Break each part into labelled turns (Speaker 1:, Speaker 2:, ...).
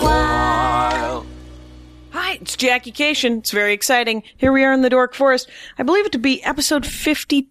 Speaker 1: while.
Speaker 2: Hi, it's Jackie Cation. It's very exciting. Here we are in the Dork Forest. I believe it to be episode 52.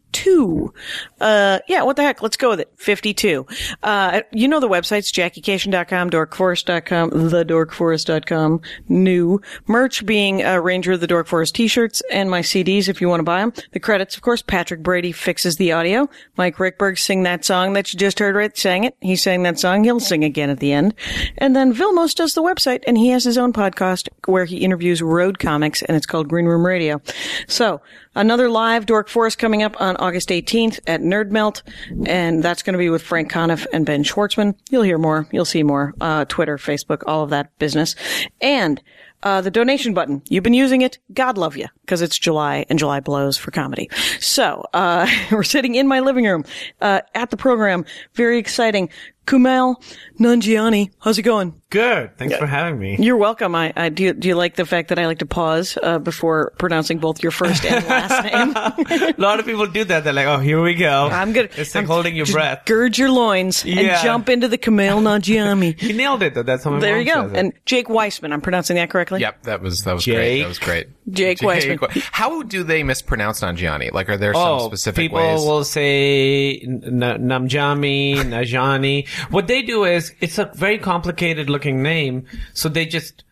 Speaker 2: Uh, yeah, what the heck? Let's go with it. 52. Uh, you know the websites, jackiecation.com, dorkforest.com, thedorkforest.com, new. Merch being uh, Ranger of the Dork Forest t-shirts and my CDs if you want to buy them. The credits, of course, Patrick Brady fixes the audio. Mike Rickberg sing that song that you just heard, right? Sang it. He sang that song. He'll sing again at the end. And then Vilmos does the website and he has his own podcast where he interviews road comics and it's called Green Room Radio. So another live Dork Forest coming up on August 18th at Nerd Melt. And that's going to be with Frank Conniff and Ben Schwartzman. You'll hear more. You'll see more. Uh, Twitter, Facebook, all of that business. And uh, the donation button. You've been using it. God love you. Cause it's July and July blows for comedy. So, uh, we're sitting in my living room, uh, at the program. Very exciting. Kumail Nanjiani, how's it going?
Speaker 3: Good. Thanks for having me.
Speaker 2: You're welcome. I, I do, do you like the fact that I like to pause, uh, before pronouncing both your first and last name?
Speaker 3: A lot of people do that. They're like, oh, here we go.
Speaker 2: I'm good.
Speaker 3: It's
Speaker 2: I'm
Speaker 3: like holding your
Speaker 2: just
Speaker 3: breath.
Speaker 2: Gird your loins and
Speaker 3: Yeah.
Speaker 2: jump into the Kumail Nanjiani.
Speaker 3: you nailed it, though. That's how my
Speaker 2: there
Speaker 3: mom
Speaker 2: you go.
Speaker 3: says it.
Speaker 2: And Jake Weissman, I'm pronouncing that correctly?
Speaker 4: Yep, that was that was great.
Speaker 3: Jake.
Speaker 4: That was great.
Speaker 2: Jake Weissman.
Speaker 4: We- How do they mispronounce Nanjiani? Like, are there
Speaker 3: oh,
Speaker 4: some specific
Speaker 3: people
Speaker 4: ways?
Speaker 3: will say N- N- Namjami, Najani. What they do is it's a very complicated looking name, so they just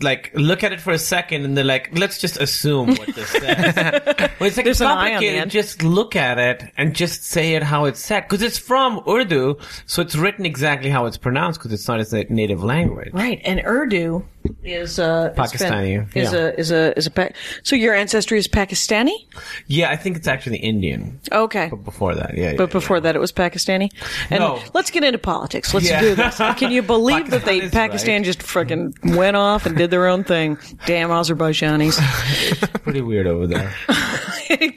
Speaker 3: like look at it for a second and they're like, let's just assume what this says. well, it's like
Speaker 2: There's an eye on the
Speaker 3: complicated.
Speaker 2: end.
Speaker 3: just look at it and just say it how it's said because it's from Urdu, so it's written exactly how it's pronounced because it's not its native language.
Speaker 2: Right, and Urdu is uh, is
Speaker 3: Pakistani,
Speaker 2: Is
Speaker 3: yeah.
Speaker 2: a is a is a pa- so your ancestry is Pakistani.
Speaker 3: Yeah, I think it's actually Indian.
Speaker 2: Okay,
Speaker 3: But before that, yeah.
Speaker 2: but before that it was Pakistani. And
Speaker 3: No.
Speaker 2: let's get into politics. Let's
Speaker 3: Yeah.
Speaker 2: do this. Can you believe that they
Speaker 3: Pakistan is
Speaker 2: Pakistan
Speaker 3: right.
Speaker 2: just freaking went off and did their own thing? Damn Azerbaijanis.
Speaker 3: that, pretty weird over there.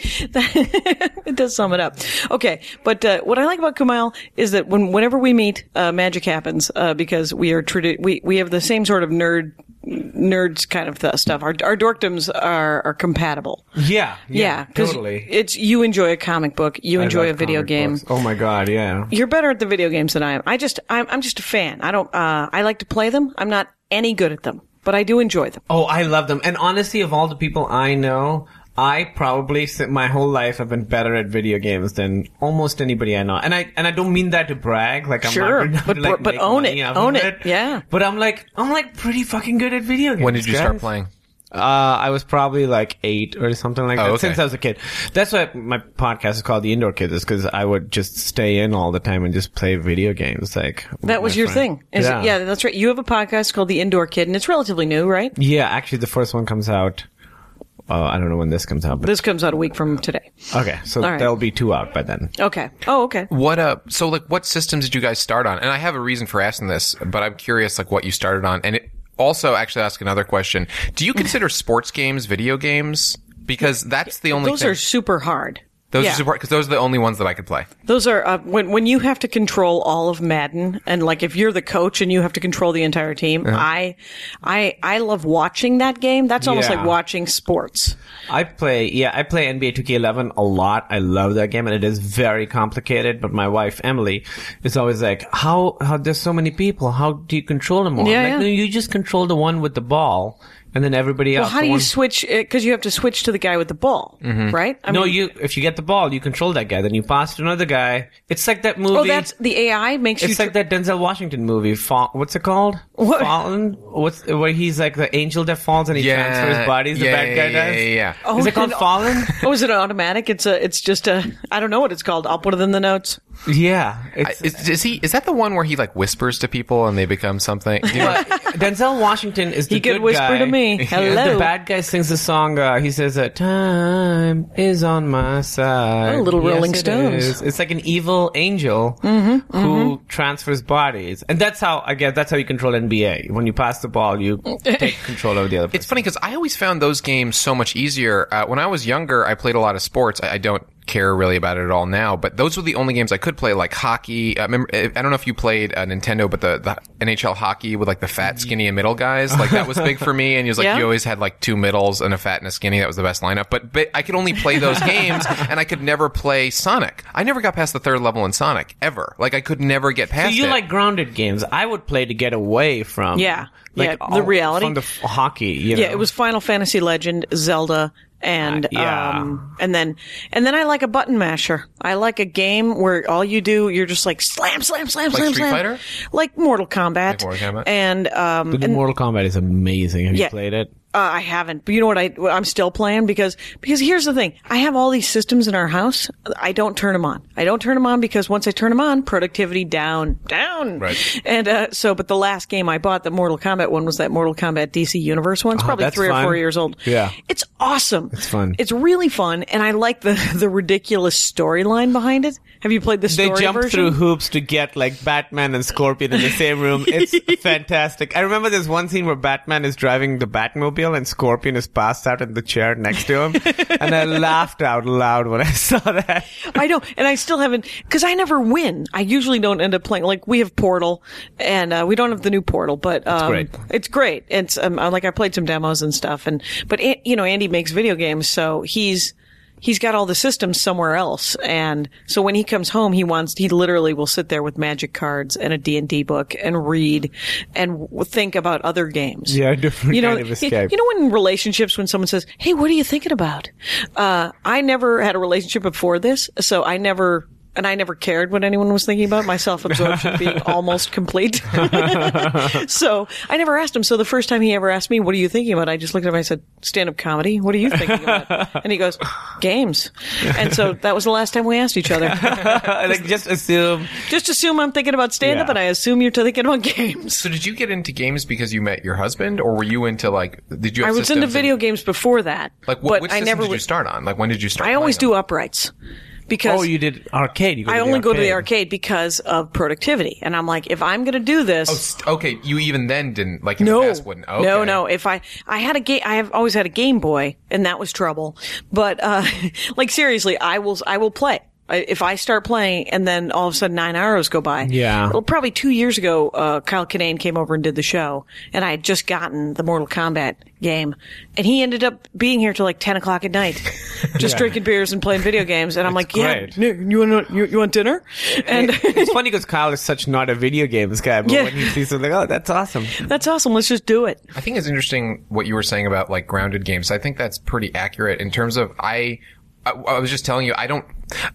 Speaker 2: it does sum it up. Okay, but uh, what I like about Kumail is that when whenever we meet, uh, magic happens uh, because we are tradi- we we have the same sort of nerd nerds kind of th- stuff. Our our dorkdoms are are compatible.
Speaker 3: Yeah,
Speaker 2: Yeah,
Speaker 3: yeah,
Speaker 2: 'cause
Speaker 3: totally.
Speaker 2: It's you enjoy a comic book, you
Speaker 3: I
Speaker 2: enjoy
Speaker 3: love
Speaker 2: a video
Speaker 3: comic
Speaker 2: game.
Speaker 3: books. Oh my god, yeah.
Speaker 2: You're better at the video games than I am. I just I'm I'm just a fan. I don't uh I like to play them. I'm not any good at them, but I do enjoy them.
Speaker 3: Oh, I love them. And honestly, of all the people I know, I probably s- my whole life have been better at video games than almost anybody I know. And I and I don't mean that to brag. Like I'm
Speaker 2: Sure,
Speaker 3: not,
Speaker 2: but-
Speaker 3: to, like,
Speaker 2: but- but
Speaker 3: make
Speaker 2: own
Speaker 3: money
Speaker 2: it.
Speaker 3: off
Speaker 2: Own
Speaker 3: of
Speaker 2: it. Yeah.
Speaker 3: But I'm like I'm like pretty fucking good at video games.
Speaker 4: when did you start
Speaker 3: guys.
Speaker 4: playing?
Speaker 3: Uh, I was probably like eight or something like
Speaker 4: Oh,
Speaker 3: that
Speaker 4: okay.
Speaker 3: since I was a kid. That's why my podcast is called The Indoor Kids is because I would just stay in all the time and just play video games. Like with
Speaker 2: That was
Speaker 3: my
Speaker 2: your
Speaker 3: friend.
Speaker 2: thing. Is it-
Speaker 3: yeah.
Speaker 2: yeah, that's right. You have a podcast called The Indoor Kid and it's relatively new, right?
Speaker 3: Yeah, actually, the first one comes out. Uh, I don't know when this comes out, but
Speaker 2: This comes out a week from today.
Speaker 3: okay, so
Speaker 2: All right.
Speaker 3: there'll be two out by then.
Speaker 2: Okay. Oh, okay.
Speaker 4: What uh? So like, what systems did you guys start on? And I have a reason for asking this, but I'm curious, like, what you started on. And it also actually ask another question: Do you consider sports games video games? Because that's the only
Speaker 2: Those
Speaker 4: thing.
Speaker 2: are super hard.
Speaker 4: those
Speaker 2: yeah.
Speaker 4: are super because those are the only ones that I could play.
Speaker 2: Those are uh, when when you have to control all of Madden, and like if you're the coach and you have to control the entire team, I, I, I love watching that game. That's almost
Speaker 3: Yeah.
Speaker 2: like watching sports.
Speaker 3: I play, yeah, I play NBA 2K11 a lot. I love that game, and it is very complicated. But my wife Emily is always like, "How? How? There's so many people. How do you control them all?" I'm
Speaker 2: Yeah,
Speaker 3: like,
Speaker 2: yeah.
Speaker 3: No, you just control the one with the ball, and then everybody
Speaker 2: Well,
Speaker 3: else.
Speaker 2: how
Speaker 3: the
Speaker 2: do you
Speaker 3: one- Mm-hmm.
Speaker 2: switch? Because you have to switch to the guy with the ball, right? I
Speaker 3: no,
Speaker 2: mean-
Speaker 3: you. If you get the ball, you control that guy. Then you pass to another guy. It's like that movie.
Speaker 2: Oh, that's the AI makes you.
Speaker 3: It's like
Speaker 2: tr-
Speaker 3: that Denzel Washington movie. Fa- what's it called?
Speaker 2: What?
Speaker 3: Fallen. What's where he's like the angel that falls and he
Speaker 4: Yeah,
Speaker 3: transfers bodies. The
Speaker 4: yeah,
Speaker 3: bad guy
Speaker 4: yeah,
Speaker 3: does.
Speaker 4: yeah, yeah.
Speaker 2: Oh,
Speaker 3: Is it called
Speaker 2: no.
Speaker 3: Fallen?
Speaker 2: Oh, is it automatic? It's a. It's just a. I don't know what it's called. I'll put it in the notes.
Speaker 3: yeah.
Speaker 4: I,
Speaker 3: It's,
Speaker 4: is, is he? Is that the one where he like whispers to people and they become something? You know,
Speaker 3: Denzel Washington is the
Speaker 2: He could
Speaker 3: good
Speaker 2: whisper
Speaker 3: guy.
Speaker 2: to me, "Hello."
Speaker 3: The bad guy sings the song. Uh, he says, uh, "Time is on my side."
Speaker 2: Oh, little
Speaker 3: Yes,
Speaker 2: Rolling
Speaker 3: it
Speaker 2: Stones. Mm-hmm,
Speaker 3: is. It's like an evil angel who transfers bodies, and that's how I guess that's how you control NBA. When you pass the ball, you take control over the other. Person.
Speaker 4: It's funny because I always found those games so much easier. Uh, when I was younger, I played a lot of sports. I, I don't care really about it at all now. But those were the only games I could play, like hockey. I, remember, eh, I don't know if you played uh, Nintendo, but the, the NHL hockey with like the fat, skinny, and middle guys, like that was big for me. And he was like,
Speaker 2: Yeah.
Speaker 4: you always had like two middles and a fat and a skinny. That was the best lineup. But, but I could only play those games, and I could never play Sonic. I never got past the third level in Sonic ever. Like I could never get
Speaker 3: So
Speaker 4: past.
Speaker 3: you
Speaker 4: it.
Speaker 3: like grounded games? I would play to get away from
Speaker 2: Yeah.
Speaker 3: like
Speaker 2: Yeah, the
Speaker 3: all-
Speaker 2: reality.
Speaker 3: from the f- hockey. You
Speaker 2: Yeah,
Speaker 3: know?
Speaker 2: it was Final Fantasy Legend, Zelda, and
Speaker 3: Uh, yeah.
Speaker 2: um, and then and then I like a button masher. I like a game where all you do you're just like slam, slam, slam, slam,
Speaker 4: Street
Speaker 2: slam,
Speaker 4: Fighter?
Speaker 2: like Mortal Kombat,
Speaker 4: Like Mortal Kombat?
Speaker 2: and um,
Speaker 3: The new Mortal Kombat is amazing. Have
Speaker 2: Yeah.
Speaker 3: you played it?
Speaker 2: Uh, I haven't, but you know what? I I'm still playing because because here's the thing. I have all these systems in our house. I don't turn them on. I don't turn them on because once I turn them on, productivity down, down.
Speaker 4: Right.
Speaker 2: And uh, so, but the last game I bought, the Mortal Kombat one, was that Mortal Kombat DC Universe one. It's probably
Speaker 3: Oh, that's
Speaker 2: three or
Speaker 3: fun.
Speaker 2: four years old.
Speaker 3: Yeah.
Speaker 2: It's awesome. It's
Speaker 3: fun.
Speaker 2: It's really fun, and I like the the ridiculous storyline behind it. Have you played the
Speaker 3: They
Speaker 2: story
Speaker 3: jump
Speaker 2: version?
Speaker 3: through hoops to get like Batman and Scorpion in the same room. It's fantastic. I remember there's one scene where Batman is driving the Batmobile and Scorpion is passed out in the chair next to him, and I laughed out loud when I saw that.
Speaker 2: I know, and I still haven't because I never win. I usually don't end up playing. Like we have Portal, and uh, we don't have the new Portal, but um,
Speaker 3: great.
Speaker 2: It's great. It's um, I- like I played some demos and stuff, and but An- you know Andy makes video games, so he's he's got all the systems somewhere else, and so when he comes home, he wants he literally will sit there with magic cards and a D and D book and read and w- think about other games.
Speaker 3: Yeah, different
Speaker 2: you know,
Speaker 3: kind of escape.
Speaker 2: You know, when in relationships, when someone says, "Hey, what are you thinking about?" Uh, I never had a relationship before this, so I never. And I never cared what anyone was thinking about. My self absorption being almost complete. so I never asked him. So the first time he ever asked me, What are you thinking about? I just looked at him and I said, Stand up comedy. What are you thinking about? And he goes, Games. And so that was the last time we asked each other.
Speaker 3: like just assume.
Speaker 2: Just assume I'm thinking about stand up
Speaker 3: Yeah.
Speaker 2: and I assume you're thinking about games.
Speaker 4: So did you get into games because you met your husband, or were you into like? Did you?
Speaker 2: I
Speaker 4: Have
Speaker 2: was into
Speaker 4: systems and-
Speaker 2: video games before that.
Speaker 4: Like
Speaker 2: but
Speaker 4: what, which
Speaker 2: I
Speaker 4: system
Speaker 2: never
Speaker 4: did you
Speaker 2: was-
Speaker 4: start on? Like when did you start?
Speaker 2: I always
Speaker 4: playing
Speaker 2: do
Speaker 4: them?
Speaker 2: uprights because
Speaker 3: Oh, you did arcade. You go
Speaker 2: I
Speaker 3: to
Speaker 2: only
Speaker 3: the
Speaker 2: go to the arcade because of productivity. And I'm like, if I'm going to do this,
Speaker 3: Oh,
Speaker 4: St- Okay, you even then didn't like in the
Speaker 2: no,
Speaker 4: past wouldn't. Okay.
Speaker 2: no, no. If I, I had a game, I have always had a Game Boy, and that was trouble. But uh, like seriously, I will, I will play. I, if I start playing and then all of a sudden nine hours go by.
Speaker 3: Yeah.
Speaker 2: Well, probably two years ago, uh, Kyle Kinane came over and did the show, and I had just gotten the Mortal Kombat game, and he ended up being here till like ten o'clock at night, just drinking beers and playing video games, and I'm like,
Speaker 3: great.
Speaker 2: yeah, n- you want you, you want dinner? And
Speaker 3: It's funny because Kyle is such not a video games guy, but
Speaker 2: Yeah.
Speaker 3: when he sees something, oh, that's awesome.
Speaker 2: that's awesome. Let's just do it.
Speaker 4: I think it's interesting what you were saying about like grounded games. I think that's pretty accurate in terms of I. I, I was just telling you, I don't,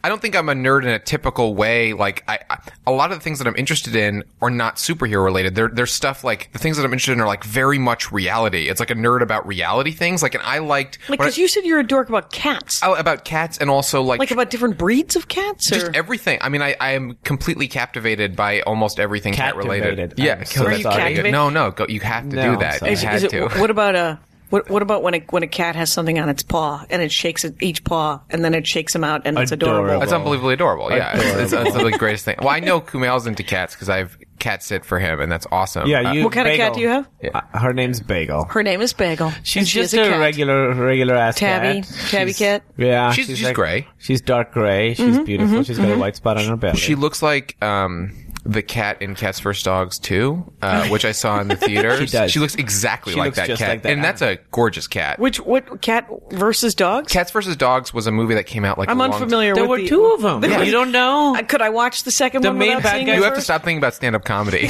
Speaker 4: I don't think I'm a nerd in a typical way. Like, I, I, a lot of the things that I'm interested in are not superhero related. They're, they're stuff like the things that I'm interested in are like very much reality. It's like a nerd about reality things. Like, and I liked
Speaker 2: Like,
Speaker 4: when I-
Speaker 2: because you said you're a dork about cats.
Speaker 4: oh, about cats and also like
Speaker 2: like about different breeds of cats or
Speaker 4: just everything. I mean, I, I am completely captivated by almost everything cat related.
Speaker 3: Captivated.
Speaker 4: Yeah,
Speaker 3: I'm so
Speaker 4: so
Speaker 3: Are
Speaker 4: that's
Speaker 2: you
Speaker 4: what I do.
Speaker 2: captivated?
Speaker 4: No, no, go, you have to
Speaker 3: No,
Speaker 4: do
Speaker 3: I'm
Speaker 4: that.
Speaker 3: sorry.
Speaker 4: You
Speaker 3: Is-
Speaker 4: had
Speaker 2: is it,
Speaker 4: to.
Speaker 2: what about a what, what about when a when a cat has something on its paw and it shakes it, each paw and then it shakes them out and it's adorable.
Speaker 3: Adorable.
Speaker 4: That's unbelievably adorable. Yeah, it's- it's, it's,
Speaker 3: Adorable.
Speaker 4: the greatest thing. Well, I know Kumail's into cats because I've cat sit for him, and that's awesome. Uh,
Speaker 3: Yeah, you.
Speaker 2: What kind of cat do you have?
Speaker 3: Uh, her name's Bagel.
Speaker 2: Her name is Bagel.
Speaker 3: She's
Speaker 2: and she
Speaker 3: just
Speaker 2: is a, cat.
Speaker 3: regular, regular ass
Speaker 2: Tabby-
Speaker 3: cat.
Speaker 2: tabby
Speaker 3: She's-
Speaker 2: cat? Mm-hmm,
Speaker 3: Yeah,
Speaker 4: She's- she's gray.
Speaker 3: She's dark gray. She's beautiful. She's got a white spot on her belly.
Speaker 4: she looks like um, the cat in Cats vs Dogs 2, uh, which I saw in the theater. she
Speaker 3: does.
Speaker 4: looks exactly
Speaker 3: She
Speaker 4: like
Speaker 3: looks
Speaker 4: that
Speaker 3: just
Speaker 4: cat,
Speaker 3: like that
Speaker 4: and that's a gorgeous cat.
Speaker 2: Which what cat versus dogs?
Speaker 4: Cats vs Dogs was a movie that came out like
Speaker 2: I'm
Speaker 4: a long
Speaker 2: unfamiliar.
Speaker 3: there
Speaker 2: with
Speaker 3: were
Speaker 2: the-
Speaker 3: two of them.
Speaker 2: There was-
Speaker 3: You don't know.
Speaker 2: I- Could I watch the second
Speaker 3: The
Speaker 2: one
Speaker 3: main
Speaker 2: without
Speaker 3: bad
Speaker 2: seeing
Speaker 3: guy-
Speaker 2: it
Speaker 4: You have to
Speaker 2: first?
Speaker 4: stop thinking about stand-up comedy.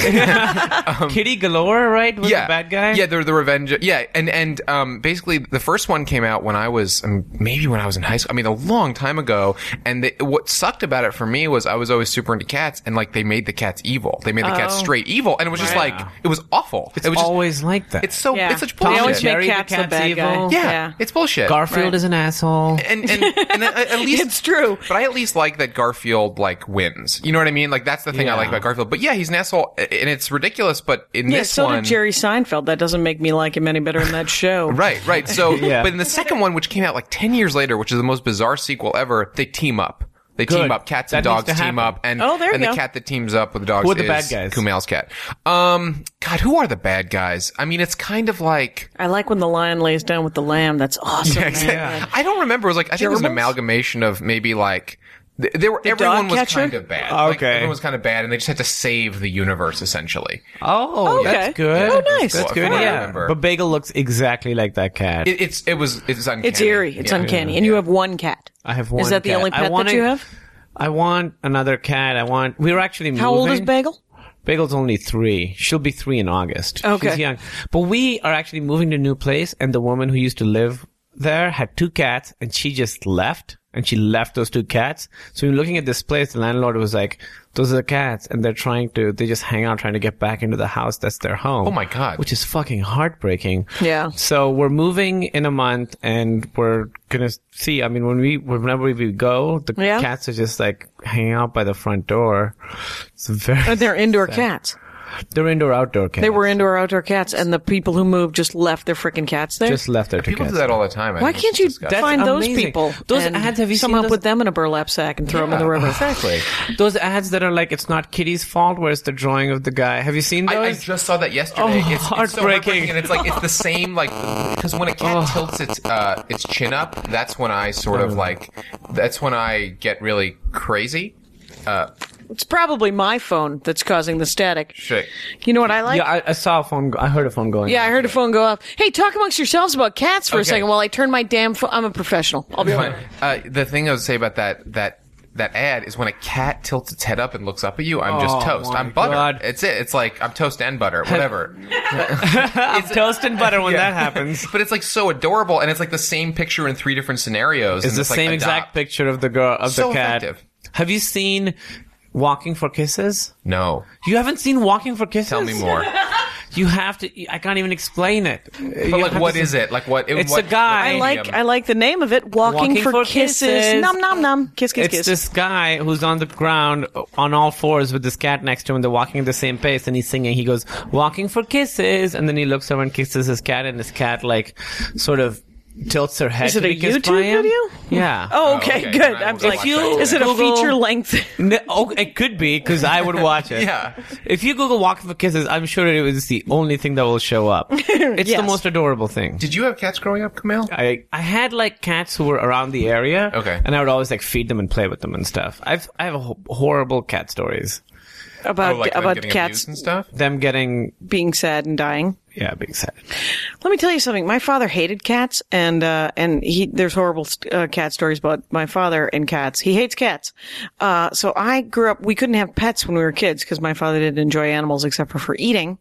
Speaker 3: Kitty Galore, right? Was
Speaker 4: yeah,
Speaker 3: the bad guy.
Speaker 4: Yeah, they're the revenge. Yeah, and and um, basically the first one came out when I was um, maybe when I was in high school. I mean, a long time ago. And the, what sucked about it for me was I was always super into cats, and like they made the cats evil. They made the
Speaker 2: Oh.
Speaker 4: cats straight evil, and it was just
Speaker 3: Right.
Speaker 4: like it was awful. It's it was just-
Speaker 3: always like that.
Speaker 4: it's so
Speaker 2: Yeah.
Speaker 4: it's such
Speaker 2: They
Speaker 4: bullshit.
Speaker 2: always make
Speaker 3: Jerry the
Speaker 2: cats the
Speaker 3: cat's
Speaker 2: bad
Speaker 3: evil.
Speaker 2: guy.
Speaker 4: yeah, it's bullshit.
Speaker 3: Garfield
Speaker 2: Right.
Speaker 3: is an asshole.
Speaker 4: and and, and at- at least
Speaker 2: It's true.
Speaker 4: But I at least like that Garfield like wins. You know what I mean? Like that's the thing I
Speaker 3: Yeah.
Speaker 4: like about Garfield. But yeah, he's an asshole, and it's ridiculous. But in
Speaker 2: Yeah,
Speaker 4: this
Speaker 2: so
Speaker 4: one,
Speaker 2: did Jerry Seinfeld. That doesn't make me like him any better in that show.
Speaker 4: Right, right. So,
Speaker 3: Yeah.
Speaker 4: but in the second one, which came out like 10 years later, which is the most bizarre sequel ever, they team up. They They
Speaker 3: Good.
Speaker 4: team up. Cats and
Speaker 3: That needs
Speaker 4: dogs
Speaker 3: to
Speaker 4: team
Speaker 3: happen.
Speaker 4: up, and
Speaker 2: Oh, there you
Speaker 4: and
Speaker 2: go.
Speaker 4: the cat that teams up with the dogs
Speaker 3: Who are the
Speaker 4: is
Speaker 3: bad guys?
Speaker 4: Kumail's cat. Um, God, who are the bad guys? I mean, it's kind of like
Speaker 2: I like when the lion lays down with the lamb. That's awesome. Oh, man.
Speaker 4: I don't remember. It was like I think it was an
Speaker 2: Gerbils?
Speaker 4: amalgamation of maybe like th- there were everyone
Speaker 2: dog
Speaker 4: was
Speaker 2: catcher?
Speaker 4: kind of bad. Like,
Speaker 3: Ah, Okay.
Speaker 4: everyone was kind of bad, and they just had to save the universe essentially.
Speaker 3: Oh,
Speaker 2: Okay.
Speaker 3: that's good.
Speaker 2: Oh, nice.
Speaker 3: That's good.
Speaker 4: Well, I
Speaker 3: Yeah.
Speaker 4: remember.
Speaker 3: But Bagel looks exactly like that cat.
Speaker 4: It, it's it was it's uncanny.
Speaker 2: It's eerie. It's
Speaker 4: Yeah.
Speaker 2: uncanny. And you have one cat.
Speaker 3: I have one.
Speaker 2: Is that the
Speaker 3: cat.
Speaker 2: only
Speaker 3: I
Speaker 2: pet
Speaker 3: wanna-
Speaker 2: that you have?
Speaker 3: I want another cat. I want. We were actually moving.
Speaker 2: How old is Bagel?
Speaker 3: Bagel's only three. She'll be three in August.
Speaker 2: Okay.
Speaker 3: She's young. But we are actually moving to a new place, and the woman who used to live there had two cats, and she just left, and she left those two cats. So we were looking at this place, the landlord was like, those are the cats, and they're trying to, they just hang out, trying to get back into the house that's their home.
Speaker 4: Oh my God.
Speaker 3: Which is fucking heartbreaking.
Speaker 2: Yeah.
Speaker 3: So we're moving in a month, and we're gonna see. I mean, when we whenever we go, the
Speaker 2: Yeah.
Speaker 3: cats are just like hanging out by the front door. It's very
Speaker 2: Or They're indoor cats.
Speaker 3: they're indoor outdoor cats.
Speaker 2: They were indoor outdoor cats, and the people who moved just left their freaking cats there.
Speaker 3: just left there to
Speaker 4: People
Speaker 3: cats.
Speaker 4: do that all the time. I
Speaker 2: Why
Speaker 4: think
Speaker 2: can't
Speaker 4: it's
Speaker 2: you
Speaker 4: disgusting.
Speaker 2: find those
Speaker 3: amazing.
Speaker 2: people?
Speaker 3: Those
Speaker 2: and
Speaker 3: ads, have you
Speaker 2: come
Speaker 3: seen
Speaker 2: up
Speaker 3: those-
Speaker 2: with them in a burlap sack and throw them in the river?
Speaker 4: Exactly.
Speaker 3: Those ads that are like, it's not Kitty's fault. Where's the drawing of the guy? Have you seen those? Oh,
Speaker 4: I, I just saw that yesterday. it's, it's so
Speaker 3: heartbreaking.
Speaker 4: and it's like it's the same like because when a cat tilts its uh, its chin up, that's when I sort
Speaker 3: Mm.
Speaker 4: of like that's when I get really crazy.
Speaker 2: It's probably my phone that's causing the static.
Speaker 4: Shit.
Speaker 2: You know what I like?
Speaker 3: yeah, I, I saw a phone. Go- I heard a phone going.
Speaker 2: Yeah, I heard a phone go off. Hey, talk amongst yourselves about cats for a
Speaker 4: Okay.
Speaker 2: second while I turn my damn phone. I'm a professional. I'll be
Speaker 4: Fine.
Speaker 2: fine.
Speaker 4: Uh, the thing I would say about that that that ad is when a cat tilts its head up and looks up at you. I'm just
Speaker 3: Oh
Speaker 4: toast.
Speaker 3: my
Speaker 4: I'm butter.
Speaker 3: God.
Speaker 4: It's it. It's like I'm toast and butter. Whatever.
Speaker 3: I'm toast and butter when
Speaker 4: Yeah.
Speaker 3: that happens.
Speaker 4: but it's like so adorable, and it's like the same picture in three different scenarios.
Speaker 3: It's
Speaker 4: and
Speaker 3: the
Speaker 4: like,
Speaker 3: same exact
Speaker 4: adopt.
Speaker 3: picture of the girl of
Speaker 4: So
Speaker 3: the cat.
Speaker 4: effective.
Speaker 3: Have you seen Walking for Kisses?
Speaker 4: No,
Speaker 3: You haven't seen Walking for Kisses?
Speaker 4: tell me more.
Speaker 3: You have to. I can't even explain it. But
Speaker 4: But like, what is it? Like, what?
Speaker 3: It's
Speaker 4: what,
Speaker 3: a guy.
Speaker 2: I
Speaker 4: what
Speaker 2: like
Speaker 4: medium?
Speaker 2: I like the name of it. Walking,
Speaker 3: Walking
Speaker 2: for,
Speaker 3: for
Speaker 2: kisses.
Speaker 3: kisses.
Speaker 2: Nom nom nom. Kiss kiss
Speaker 3: It's
Speaker 2: kiss.
Speaker 3: this guy who's on the ground on all fours with this cat next to him. They're walking at the same pace, and he's singing. He goes, "Walking for kisses," and then he looks over and kisses his cat, and his cat like sort of tilts her head.
Speaker 2: Is it
Speaker 3: to
Speaker 2: a
Speaker 3: be kissed by
Speaker 2: YouTube
Speaker 3: him.
Speaker 2: video?
Speaker 3: Yeah.
Speaker 2: Oh, okay,
Speaker 4: okay.
Speaker 2: good.
Speaker 4: I
Speaker 2: I'm
Speaker 4: will
Speaker 2: like,
Speaker 4: watch that
Speaker 2: is it a
Speaker 3: Google-
Speaker 2: feature length?
Speaker 3: No, oh, it could be because I would watch it.
Speaker 4: Yeah.
Speaker 3: If you Google "Walking for Kisses," I'm sure it was the only thing that will show up. It's
Speaker 2: Yes.
Speaker 3: the most adorable thing.
Speaker 4: Did you have cats growing up, Camille?
Speaker 3: I I had like cats who were around the area.
Speaker 4: Okay.
Speaker 3: And I would always like feed them and play with them and stuff. I've I have ho- horrible cat stories.
Speaker 2: about
Speaker 4: Oh, like them
Speaker 2: about
Speaker 4: getting abused
Speaker 2: cats
Speaker 4: and stuff.
Speaker 3: Them getting
Speaker 2: being sad and dying.
Speaker 3: yeah being sad.
Speaker 2: Let me tell you something. My father hated cats, and uh, and he there's horrible uh, cat stories about my father and cats. He hates cats. Uh, so I grew up. We couldn't have pets when we were kids because my father didn't enjoy animals except for for eating,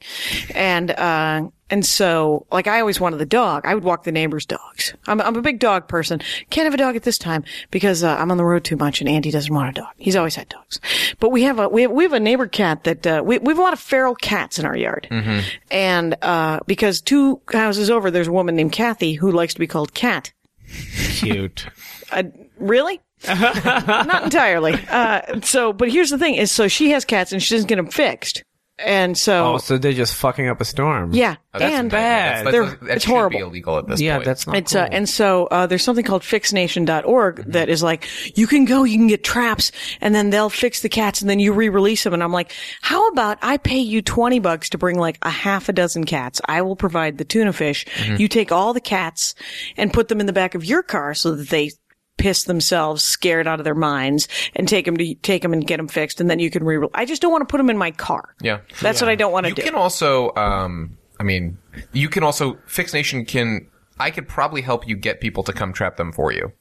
Speaker 2: and uh, and so like I always wanted the dog. I would walk the neighbors' dogs. I'm I'm a big dog person. Can't have a dog at this time because uh, I'm on the road too much, and Andy doesn't want a dog. He's always had dogs, but we have a we have, we have a neighbor cat that uh, we we have a lot of feral cats in our yard, and uh, because two houses over, there's a woman named Kathy who likes to be called Cat.
Speaker 3: Cute.
Speaker 2: Really? Not entirely. Uh, so, but here's the thing: is so she has cats and she doesn't get them fixed, and so
Speaker 3: oh, so they're just fucking up a storm.
Speaker 2: yeah,
Speaker 4: Oh, That's
Speaker 2: and
Speaker 4: bad. That's,
Speaker 2: They're-
Speaker 4: that's, that
Speaker 2: it's
Speaker 4: should
Speaker 2: horrible.
Speaker 4: be illegal at this
Speaker 3: Yeah,
Speaker 4: point.
Speaker 3: that's not.
Speaker 2: It's
Speaker 3: cool.
Speaker 2: uh, and so uh, there's something called fixnation.org
Speaker 4: Mm-hmm.
Speaker 2: that is like you can go, you can get traps, and then they'll fix the cats, and then you re-release them. And I'm like, how about I pay you twenty bucks to bring like a half a dozen cats? I will provide the tuna fish.
Speaker 4: Mm-hmm.
Speaker 2: You take all the cats and put them in the back of your car so that they piss themselves scared out of their minds and take them to take them and get them fixed and then you can re I just don't want to put them in my car.
Speaker 4: Yeah.
Speaker 2: That's what I don't want to
Speaker 4: you
Speaker 2: do.
Speaker 4: can also um i mean you can also fix nation can i could probably help you get people to come trap them for you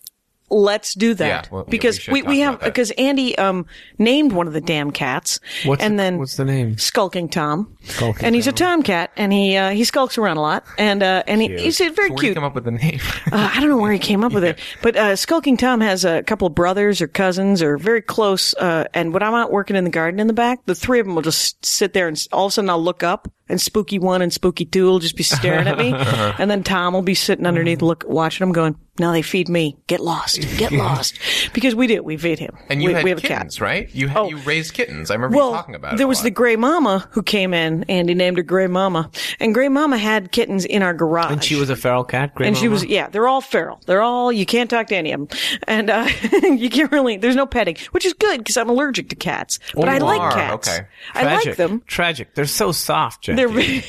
Speaker 2: let's do that
Speaker 4: Yeah, well, yeah, we
Speaker 2: because
Speaker 4: should
Speaker 2: we, we,
Speaker 4: talk
Speaker 2: have
Speaker 4: about that.
Speaker 2: because Andy um named one of the damn cats
Speaker 3: What's
Speaker 2: and
Speaker 3: the-
Speaker 2: then
Speaker 3: what's the name?
Speaker 2: Skulking Tom and he's a tomcat and he uh, he skulks around a lot and uh, and he, he's uh, very
Speaker 4: where do you
Speaker 2: cute
Speaker 4: come up with the name
Speaker 2: uh, I don't know where he came up with it, but uh, Skulking Tom has a couple of brothers or cousins or very close. Uh, and when I'm out working in the garden in the back, the three of them will just sit there and s- all of a sudden I'll look up and Spooky One and Spooky Two will just be staring at me,
Speaker 4: Uh-huh.
Speaker 2: and then Tom will be sitting
Speaker 4: Mm-hmm.
Speaker 2: underneath, look watching them, going, "Now they feed me. Get lost. Get lost." Because we do. We feed him.
Speaker 4: And you
Speaker 2: we,
Speaker 4: had
Speaker 2: we have a cat. Oh.
Speaker 4: kittens, right? You had, you raised kittens. I remember
Speaker 2: Well,
Speaker 4: you talking about it.
Speaker 2: there
Speaker 4: a
Speaker 2: was
Speaker 4: lot.
Speaker 2: the Gray Mama who came in, and he named her Gray Mama, and Gray Mama had kittens in our garage.
Speaker 3: And she was a feral cat. Great
Speaker 2: And she
Speaker 3: mama.
Speaker 2: was, yeah, they're all feral. They're all, you can't talk to any of them. And, uh, you can't really, there's no petting, which is good because I'm allergic to cats. But
Speaker 4: Oh,
Speaker 2: I
Speaker 4: you
Speaker 2: like
Speaker 4: are,
Speaker 2: cats.
Speaker 4: okay.
Speaker 2: I
Speaker 3: Tragic.
Speaker 2: like them.
Speaker 3: Tragic. They're so soft, Jackie.
Speaker 2: They're,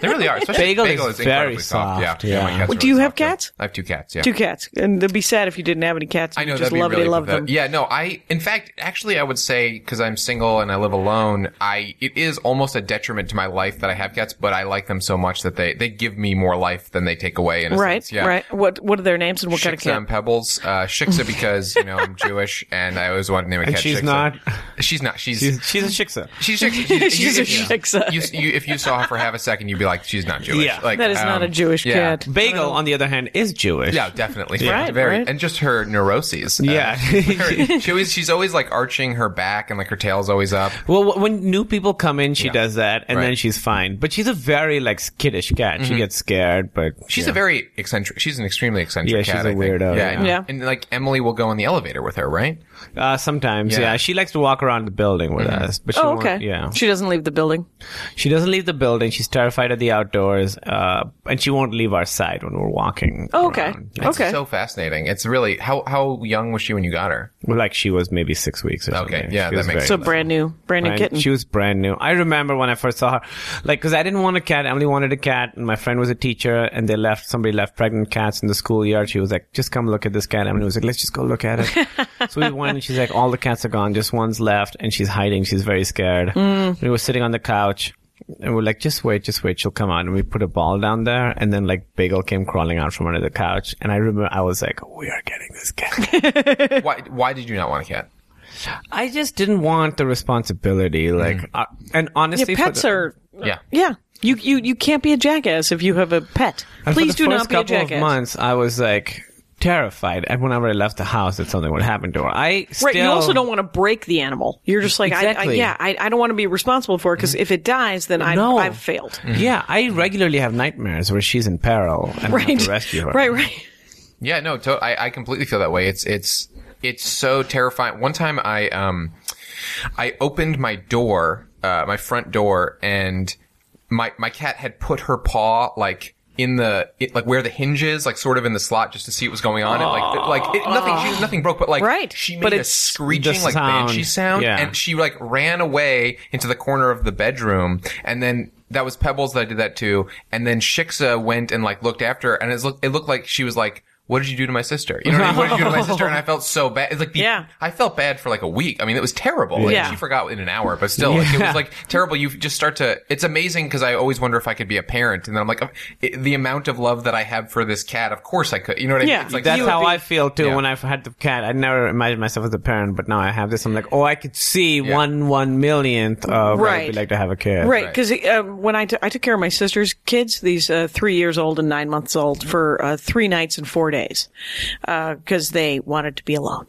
Speaker 4: They really are. Especially
Speaker 3: Bagel
Speaker 4: bagel,
Speaker 3: is
Speaker 4: is, incredibly
Speaker 3: very
Speaker 4: soft.
Speaker 3: soft,
Speaker 4: Yeah.
Speaker 3: yeah.
Speaker 4: my cats
Speaker 2: Well,
Speaker 4: are
Speaker 2: do
Speaker 4: really
Speaker 2: you have
Speaker 4: soft, too.
Speaker 2: cats?
Speaker 4: I have two cats. Yeah.
Speaker 2: two cats. And they'd be sad if you didn't have any cats.
Speaker 4: I know
Speaker 2: you just
Speaker 4: that'd be
Speaker 2: love
Speaker 4: really
Speaker 2: it. love
Speaker 4: pathetic.
Speaker 2: them.
Speaker 4: Yeah, no, I in fact actually I would say because I'm single and I live alone, I it is almost a detriment to my life that I have cats, but I like them so much that they they give me more life than they take away. In a
Speaker 2: Right.
Speaker 4: sense. yeah.
Speaker 2: Right. What, what are their names and what kind of
Speaker 4: Shiksa
Speaker 2: cat?
Speaker 4: and Pebbles. Uh, Shiksa because you know I'm Jewish and I always wanted to name a
Speaker 3: And
Speaker 4: cat.
Speaker 3: she's
Speaker 4: Shiksa.
Speaker 3: not-
Speaker 4: She's not. She's
Speaker 3: She's, she's a shiksa.
Speaker 4: she's Shiksa. She's,
Speaker 2: She's a
Speaker 4: if you-
Speaker 2: Shiksa.
Speaker 4: You, you, if you saw her for half a second, you'd be like, she's not Jewish.
Speaker 3: Yeah.
Speaker 4: like
Speaker 2: That is not
Speaker 4: um,
Speaker 2: a Jewish
Speaker 4: yeah.
Speaker 2: cat.
Speaker 3: Bagel, on the other hand, is Jewish.
Speaker 4: Yeah, definitely.
Speaker 2: Right,
Speaker 4: very,
Speaker 2: right.
Speaker 4: and just her neuroses. Uh,
Speaker 3: Yeah.
Speaker 4: very- she always she's always like arching her back and like her tail's always up.
Speaker 3: Well, w- when new people come in, she
Speaker 4: Yeah.
Speaker 3: does that, and
Speaker 4: Right. Mm-hmm.
Speaker 3: then she's fine. But she's a very like skittish cat. She gets scared, but
Speaker 4: She's
Speaker 3: yeah.
Speaker 4: a very eccentric. She's an extremely eccentric
Speaker 3: Yeah,
Speaker 4: cat.
Speaker 3: she's a
Speaker 4: I think.
Speaker 3: weirdo,
Speaker 4: Yeah,
Speaker 3: yeah.
Speaker 4: And,
Speaker 2: Yeah.
Speaker 4: and, like Emily will go in the elevator with her, right?
Speaker 3: uh, sometimes yeah.
Speaker 4: Yeah. Mm-hmm.
Speaker 3: She likes to walk around the building with us, but she
Speaker 2: Oh,
Speaker 3: won't-
Speaker 2: okay.
Speaker 3: yeah.
Speaker 2: She doesn't leave the building.
Speaker 3: She doesn't leave the building. She's terrified of the outdoors, uh, and she won't leave our side when we're walking.
Speaker 2: Oh, okay.
Speaker 3: around.
Speaker 4: It's
Speaker 2: Okay.
Speaker 4: so fascinating. It's really how how young was she when you got her?
Speaker 3: Well, like she was maybe six weeks or
Speaker 4: Okay,
Speaker 3: something.
Speaker 4: yeah,
Speaker 3: She
Speaker 4: that
Speaker 3: was very-
Speaker 4: makes
Speaker 2: So brand new, brand new
Speaker 3: Brand-
Speaker 2: kitten.
Speaker 3: She was brand new. I remember when I first saw her, like, because I didn't want a cat. Emily wanted a cat, and my friend was a teacher, and they left somebody left pregnant cats in the schoolyard. She was like, "Just come look at this cat." Emily was like, "Let's just go look at it." so we went, and she's like, "All the cats are gone, just one's left, and she's hiding. She's very scared."
Speaker 2: Mm.
Speaker 3: We were sitting on the couch. And we're like, just wait, just wait, she'll come out. And we put a ball down there, and then like Bagel came crawling out from under the couch. And I remember I was like, we are getting this cat.
Speaker 4: Why why did you not want a cat?
Speaker 3: I just didn't want the responsibility, like, uh, and
Speaker 2: yeah,
Speaker 3: honestly, for
Speaker 2: Mm. pets
Speaker 3: the-
Speaker 2: are,
Speaker 4: Yeah.
Speaker 2: yeah. You, you, you can't be a jackass if you have a pet.
Speaker 3: And for
Speaker 2: Please
Speaker 3: the
Speaker 2: do
Speaker 3: first
Speaker 2: not be a
Speaker 3: couple
Speaker 2: jackass.
Speaker 3: Of months, I was like terrified, and whenever I left the house, that something would happen to her. I still,
Speaker 2: Right. You also don't want to break the animal. You're just like, I, I,
Speaker 3: Exactly.
Speaker 2: yeah, I, I don't want to be responsible for it because if it dies, then I've,
Speaker 3: No.
Speaker 2: I've failed.
Speaker 3: Mm-hmm. Yeah, I regularly have nightmares where she's in peril and I have
Speaker 2: Right.
Speaker 3: to rescue her.
Speaker 2: Right. Right.
Speaker 4: Yeah, no, to- I, I completely feel that way. It's it's it's so terrifying. One time, I um, I opened my door, uh, my front door, and my my cat had put her paw like in the it, like where the hinges, like sort of in the slot, just to see what was going on. And like like it, nothing she, nothing broke, but like
Speaker 2: Right.
Speaker 4: she made
Speaker 2: But
Speaker 4: a
Speaker 2: it's
Speaker 4: screeching
Speaker 3: the
Speaker 4: like
Speaker 3: sound.
Speaker 4: banshee sound,
Speaker 3: Yeah.
Speaker 4: and she like ran away into the corner of the bedroom, and then. That was Pebbles that I did that to, and then Shiksa went and like looked after her, and it looked it looked like she was like, "What did you do to my sister?" You know, what I mean? what did you do to my sister? And I felt so bad. It's like the,
Speaker 2: Yeah.
Speaker 4: I felt bad for like a week. I mean, it was terrible. Like,
Speaker 2: Yeah.
Speaker 4: she forgot in an hour, but still, like, it was like terrible. You just start to. It's amazing because I always wonder if I could be a parent, and then I'm like, uh, it, the amount of love that I have for this cat. Of course, I could. You know what I
Speaker 2: Yeah.
Speaker 4: mean? It's like
Speaker 3: That's
Speaker 4: you-
Speaker 3: how I feel too.
Speaker 4: Yeah.
Speaker 3: When I've had the cat, I never imagined myself as a parent, but now I have this. I'm like, oh, I could see one one millionth of what
Speaker 2: Right.
Speaker 3: it'd be like to have a kid.
Speaker 2: Right, because uh, when I, t- I took care of my sister's kids, these uh, three years old and nine months old, for uh, three nights and four days, because they wanted to be alone,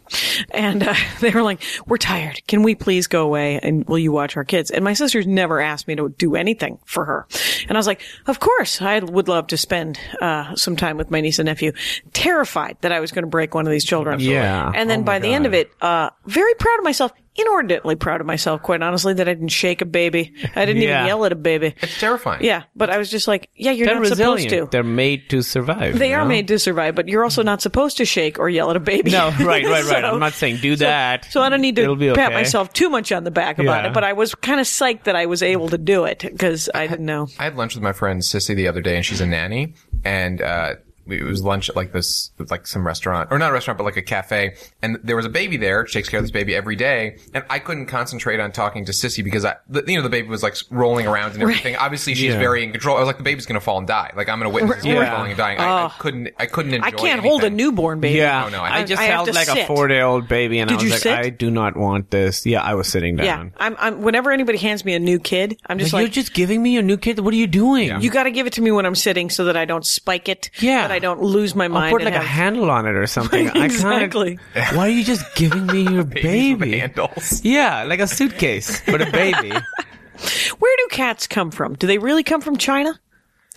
Speaker 2: and uh, they were like, "We're tired. Can we please go away? And will you watch our kids?" And my sister's never asked me to do anything for her, and I was like, "Of course, I would love to spend uh, some time with my niece and nephew." Terrified that I was going to break one of these children.
Speaker 3: Yeah.
Speaker 2: and then
Speaker 3: Oh my
Speaker 2: by the end
Speaker 3: God.
Speaker 2: of it, uh, very proud of myself. Inordinately proud of myself, quite honestly, that I didn't shake a baby. I didn't
Speaker 3: Yeah.
Speaker 2: even yell at a baby.
Speaker 4: It's terrifying.
Speaker 2: Yeah, but I was just like, yeah, you're
Speaker 3: They're
Speaker 2: not
Speaker 3: resilient.
Speaker 2: supposed to.
Speaker 3: They're made to survive.
Speaker 2: They
Speaker 3: you
Speaker 2: are
Speaker 3: know?
Speaker 2: made to survive, but you're also not supposed to shake or yell at a baby.
Speaker 3: No, right, right, right.
Speaker 2: So-
Speaker 3: I'm not saying do that.
Speaker 2: So I don't need to
Speaker 3: It'll be
Speaker 2: pat
Speaker 3: okay.
Speaker 2: myself too much on the back about
Speaker 3: Yeah.
Speaker 2: it, but I was kind of psyched that I was able to do it because I didn't know.
Speaker 4: I had lunch with my friend Sissy the other day, and she's a nanny, and uh, we- it was lunch at like this, like some restaurant, or not a restaurant, but like a cafe, and there was a baby there. She takes care of this baby every day, and I couldn't concentrate on talking to Sissy because I, the, you know, the baby was like rolling around and everything. Obviously, she's
Speaker 3: Yeah.
Speaker 4: very in control. I was like, the baby's gonna fall and die. Like I'm gonna witness this
Speaker 3: Right.
Speaker 4: baby
Speaker 3: Yeah.
Speaker 4: falling and dying. I, I couldn't, I couldn't enjoy.
Speaker 2: I can't hold a
Speaker 4: anything.
Speaker 2: newborn baby.
Speaker 3: Yeah,
Speaker 4: Oh, no, I
Speaker 3: I,
Speaker 4: don't-
Speaker 3: just
Speaker 2: I have
Speaker 3: held
Speaker 2: to
Speaker 3: like a
Speaker 2: sit.
Speaker 3: four-year-old baby, and I
Speaker 2: Did
Speaker 3: was
Speaker 2: you
Speaker 3: like,
Speaker 2: sit?
Speaker 3: I do not want this. Yeah, I was sitting down.
Speaker 2: Yeah, I'm, I'm. Whenever anybody hands me a new kid, I'm just
Speaker 3: Like,
Speaker 2: like,
Speaker 3: you're just giving me your new kid. What are you doing?
Speaker 2: you got to give it to me when I'm sitting so that I don't spike it.
Speaker 3: Yeah.
Speaker 2: that I don't lose my
Speaker 3: I'll
Speaker 2: mind.
Speaker 3: put
Speaker 2: and
Speaker 3: like a
Speaker 2: have-
Speaker 3: handle on it or something. I can't-
Speaker 2: Exactly.
Speaker 3: Why are you just giving me your
Speaker 4: Babies with
Speaker 3: baby?
Speaker 4: handles.
Speaker 3: Yeah, like a suitcase, but a baby.
Speaker 2: Where do cats come from? Do they really come from China?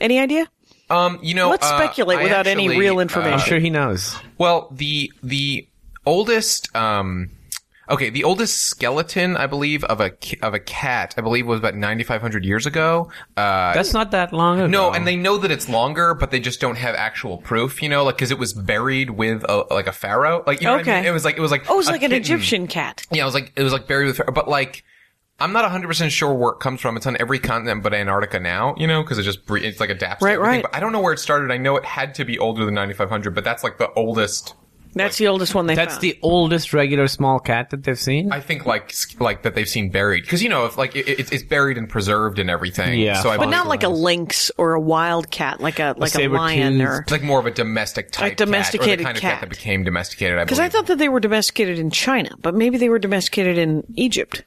Speaker 2: Any idea?
Speaker 4: Um, you know,
Speaker 2: Let's
Speaker 4: uh,
Speaker 2: speculate
Speaker 4: I
Speaker 2: without any
Speaker 4: actually,
Speaker 2: real
Speaker 4: uh,
Speaker 2: information.
Speaker 3: I'm sure he knows.
Speaker 4: Well, the the oldest um okay, the oldest skeleton I believe of a ki- of a cat I believe was about 9500 years ago. Uh
Speaker 3: That's not that long ago.
Speaker 4: no, and they know that it's longer, but they just don't have actual proof, you know, like because it was buried with a, like a pharaoh, like you know what I
Speaker 2: Okay.
Speaker 4: mean? It was like it was like
Speaker 2: Oh, it's
Speaker 4: a
Speaker 2: like an
Speaker 4: kitten.
Speaker 2: Egyptian cat.
Speaker 4: Yeah, it was like it was like buried with pharaoh, but like I'm not 100% sure where it comes from. It's on every continent but Antarctica now, you know, because it just, bre- it's like adapts to
Speaker 2: Right,
Speaker 4: everything.
Speaker 2: right.
Speaker 4: But I don't know where it started. I know it had to be older than 9,500, but that's like the oldest
Speaker 2: That's the oldest one they
Speaker 3: That's
Speaker 2: found.
Speaker 3: the oldest regular small cat that they've seen.
Speaker 4: I think like like that they've seen buried because you know if like it, it's- it's buried and preserved and everything.
Speaker 3: Yeah.
Speaker 4: So I
Speaker 2: but
Speaker 4: believe
Speaker 2: not like a lynx or a wild cat, like a like a,
Speaker 3: saber-toothed.
Speaker 2: lion or.
Speaker 4: it's like more of a domestic type, cat, or
Speaker 2: domesticated
Speaker 4: the kind of
Speaker 2: cat.
Speaker 4: cat that became domesticated. I
Speaker 2: Because
Speaker 4: believe
Speaker 2: I thought that they were domesticated in China, but maybe they were domesticated in Egypt.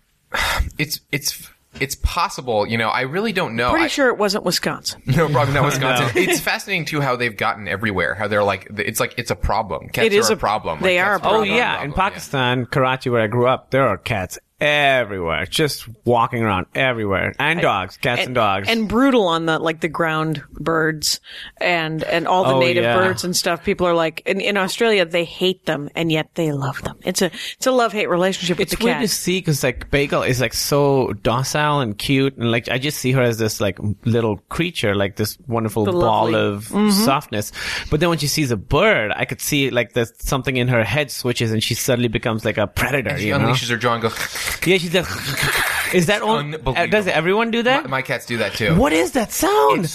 Speaker 4: it's it's it's possible. You know, I really don't know.
Speaker 2: Pretty
Speaker 4: I-
Speaker 2: sure it wasn't Wisconsin.
Speaker 4: No, probably not Wisconsin. It's fascinating too how they've gotten everywhere. How they're like it's like it's a problem. Cats
Speaker 2: It is
Speaker 4: are
Speaker 2: a-
Speaker 4: a problem.
Speaker 2: they
Speaker 4: Like,
Speaker 2: are a
Speaker 4: cats
Speaker 3: Oh
Speaker 2: problem.
Speaker 3: yeah, in
Speaker 4: problem,
Speaker 3: Pakistan, Karachi, where I grew up, there are cats everywhere, just walking around everywhere, and dogs, cats and, dogs.
Speaker 2: and brutal on the like the ground birds and and all the
Speaker 3: Oh,
Speaker 2: native
Speaker 3: yeah.
Speaker 2: birds and stuff. People are like in, in Australia they hate them and yet they love them. It's a it's a love hate relationship with
Speaker 3: it's
Speaker 2: the
Speaker 3: weird to
Speaker 2: cat.
Speaker 3: see because like Bagel is like so docile and cute, and like I just see her as this like little creature, like this wonderful
Speaker 2: The
Speaker 3: ball
Speaker 2: lovely- Mm-hmm.
Speaker 3: of softness. But then when she sees a bird, I could see like there's something in her head switches, and she suddenly becomes like a predator.
Speaker 4: Yeah. She
Speaker 3: you know?
Speaker 4: unleashes her jaw and goes.
Speaker 3: Yeah, she's like, is that on?
Speaker 4: Unbelievable.
Speaker 3: Does everyone do that?
Speaker 4: My, my cats do that too.
Speaker 3: what is that sound?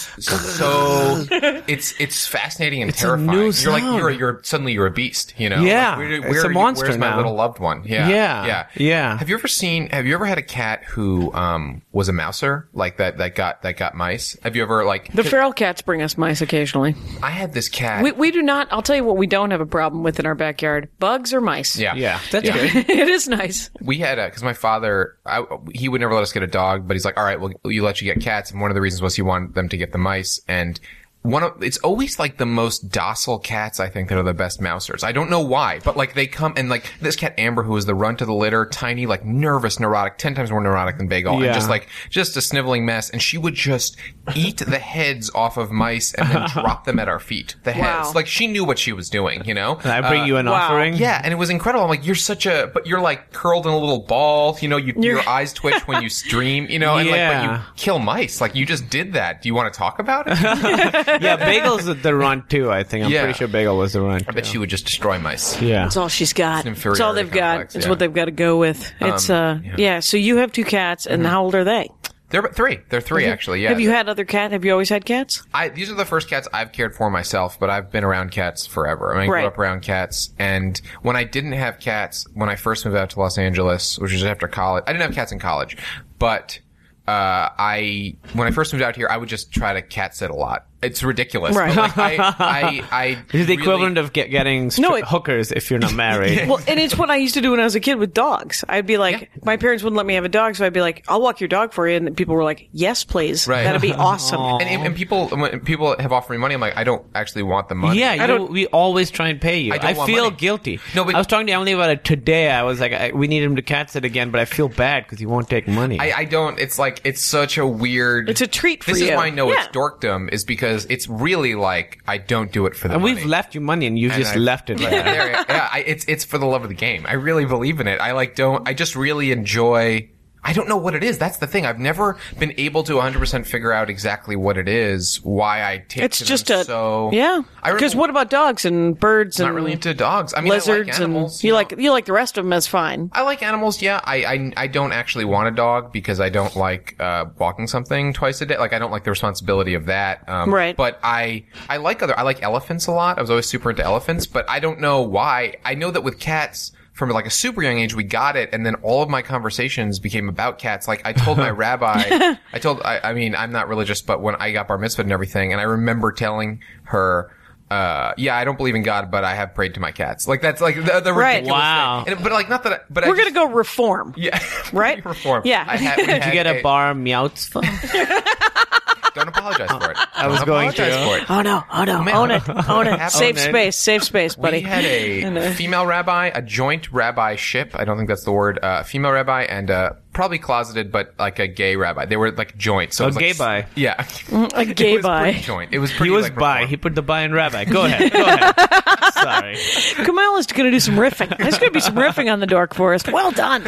Speaker 4: so it's it's fascinating and
Speaker 3: a
Speaker 4: terrifying.
Speaker 3: new
Speaker 4: you're like
Speaker 3: sound.
Speaker 4: you're you're suddenly you're a beast. You know,
Speaker 3: Yeah,
Speaker 4: Like,
Speaker 3: it's
Speaker 4: are
Speaker 3: a
Speaker 4: you-
Speaker 3: monster
Speaker 4: where's my
Speaker 3: now.
Speaker 4: little loved one? Yeah,
Speaker 3: Yeah,
Speaker 4: yeah,
Speaker 3: yeah.
Speaker 4: Have you ever seen? Have you ever had a cat who um was a mouser like that that got that got mice? Have you ever like?
Speaker 2: The feral cats bring us mice occasionally.
Speaker 4: I had this cat.
Speaker 2: We, we do not. I'll tell you what we don't have a problem with in our backyard: bugs or mice.
Speaker 4: yeah,
Speaker 3: Yeah, that's
Speaker 4: Yeah.
Speaker 3: good.
Speaker 2: it is nice.
Speaker 4: we had a because my father I, he would never let us get a dog but he's like all right well you let you get cats and one of the reasons was he wanted them to get the mice and one of it's always like the most docile cats i think that are the best mousers i don't know why but like they come and like this cat amber who was the runt of the litter tiny like nervous neurotic 10 times more neurotic than bagel
Speaker 3: Yeah.
Speaker 4: and just like just a sniveling mess and she would just eat the heads off of mice and then drop them at our feet the heads
Speaker 2: Wow.
Speaker 4: like she knew what she was doing you know
Speaker 3: I bring you an
Speaker 2: wow.
Speaker 3: offering.
Speaker 2: Mm-hmm.
Speaker 4: yeah, and it was incredible. I'm like, you're such a, but you're like curled in a little ball. You know, you, your eyes twitch when you stream. You know, and like,
Speaker 3: Yeah.
Speaker 4: but you kill mice. Like, you just did that. Do you want to talk about it? I
Speaker 3: yeah. Bagel's the runt too. I think I'm
Speaker 4: Yeah.
Speaker 3: pretty sure Bagel was the runt.
Speaker 4: bet you would just destroy mice.
Speaker 3: Yeah.
Speaker 2: It's all she's got.
Speaker 4: an
Speaker 2: It's, all they've
Speaker 4: inferiority complex,
Speaker 2: got. It's
Speaker 4: yeah. Um,
Speaker 2: what they've got to go with. It's uh yeah. So you have two cats, and how old are they?
Speaker 4: They're about three. They're three actually. Mm-hmm. Yeah.
Speaker 2: Have you had other cat? Have you always had cats?
Speaker 4: I, these are the first cats I've cared for myself, but I've been around cats forever. I mean, I
Speaker 2: Right.
Speaker 4: grew up around cats, and when I didn't have cats, when I first moved out to Los Angeles, which was after college, I didn't have cats in college, but uh, I when I first moved out here, I would just try to cat sit a lot. It's ridiculous.
Speaker 2: Right.
Speaker 4: But, like, I, I, I
Speaker 3: This is the
Speaker 4: really-
Speaker 3: equivalent of get, getting stri-
Speaker 2: No, it-
Speaker 3: hookers if you're not married.
Speaker 2: Well, and it's what I used to do when I was a kid with dogs. I'd be like,
Speaker 4: Yeah.
Speaker 2: my parents wouldn't let me have a dog, so I'd be like, I'll walk your dog for you, and people were like, Yes, please,
Speaker 4: Right.
Speaker 2: that'd be awesome.
Speaker 4: and, and and people when people have offered me money. I'm like, I don't actually want the money.
Speaker 3: yeah, you,
Speaker 2: don't-
Speaker 3: we always try and pay you.
Speaker 4: I don't want
Speaker 3: feel
Speaker 4: money.
Speaker 3: guilty.
Speaker 4: No, but-
Speaker 3: I was talking to Emily about it today. I was like, I, we need him to cat sit again, but I feel bad because he won't take money.
Speaker 4: I, I don't. It's like it's such a weird.
Speaker 2: It's a treat for
Speaker 4: this
Speaker 2: you.
Speaker 4: is why I know
Speaker 2: Yeah.
Speaker 4: it's dorkdom is because it's really like I don't do it for the.
Speaker 3: and
Speaker 4: money.
Speaker 3: we've left you money, and you
Speaker 4: And
Speaker 3: just
Speaker 4: I-
Speaker 3: left it.
Speaker 4: Yeah,
Speaker 3: there.
Speaker 4: there- yeah, I, it's it's for the love of the game. I really believe in it. I like don't. I just really enjoy. I don't know what it is. That's the thing. I've never been able to 100 percent figure out exactly what it is. Why I take.
Speaker 2: it's
Speaker 4: to
Speaker 2: just
Speaker 4: them
Speaker 2: a
Speaker 4: so
Speaker 2: yeah.
Speaker 4: I
Speaker 2: Because
Speaker 4: remember-
Speaker 2: what about dogs and birds and
Speaker 4: I'm not really into dogs. I mean,
Speaker 2: lizards
Speaker 4: I like animals,
Speaker 2: and you
Speaker 4: know.
Speaker 2: like you like the rest of them? That's fine.
Speaker 4: I like animals, yeah. I, I I don't actually want a dog because I don't like uh, walking something twice a day. Like I don't like the responsibility of that. Um,
Speaker 2: Right.
Speaker 4: But I I like other I like elephants a lot. I was always super into elephants, but I don't know why. I know that with cats. From like a super young age, we got it, and then all of my conversations became about cats. Like I told my rabbi, I told, I, I mean, I'm not religious, but when I got bar mitzvah and everything, and I remember telling her, uh, "Yeah, I don't believe in God, but I have prayed to my cats." Like that's like the, the
Speaker 2: Right.
Speaker 4: ridiculous
Speaker 3: Wow.
Speaker 4: thing. And- but like not that, I, but I
Speaker 2: We're
Speaker 4: just-
Speaker 2: gonna go reform.
Speaker 4: yeah.
Speaker 2: Right?
Speaker 4: Reform.
Speaker 2: Yeah.
Speaker 4: I had, we
Speaker 3: Did you
Speaker 4: had
Speaker 3: get a bar miatzvah?
Speaker 4: Don't apologize for it. I
Speaker 3: was going to.
Speaker 4: For it.
Speaker 2: Oh no! Oh no!
Speaker 4: Man.
Speaker 2: Own it! Own it!
Speaker 4: Own
Speaker 2: Save
Speaker 4: it.
Speaker 2: space! Save space, buddy.
Speaker 4: Oh, We had a female uh, rabbi, a joint rabbi ship. I don't think that's the word. Uh, female rabbi and a probably closeted, but like a gay rabbi. They were like joint. So it
Speaker 3: A
Speaker 4: was, like,
Speaker 3: gay
Speaker 4: s-
Speaker 3: bi.
Speaker 4: Yeah,
Speaker 2: A gay
Speaker 4: it was
Speaker 2: bi.
Speaker 4: pretty joint. It was
Speaker 3: He
Speaker 4: pretty.
Speaker 3: was
Speaker 4: like,
Speaker 3: bi.
Speaker 4: reformed.
Speaker 3: He put the bi in rabbi. Go ahead. Go ahead. Sorry.
Speaker 2: Kamal is going to do some riffing. There's going to be some riffing on the Dork Forest. Well done.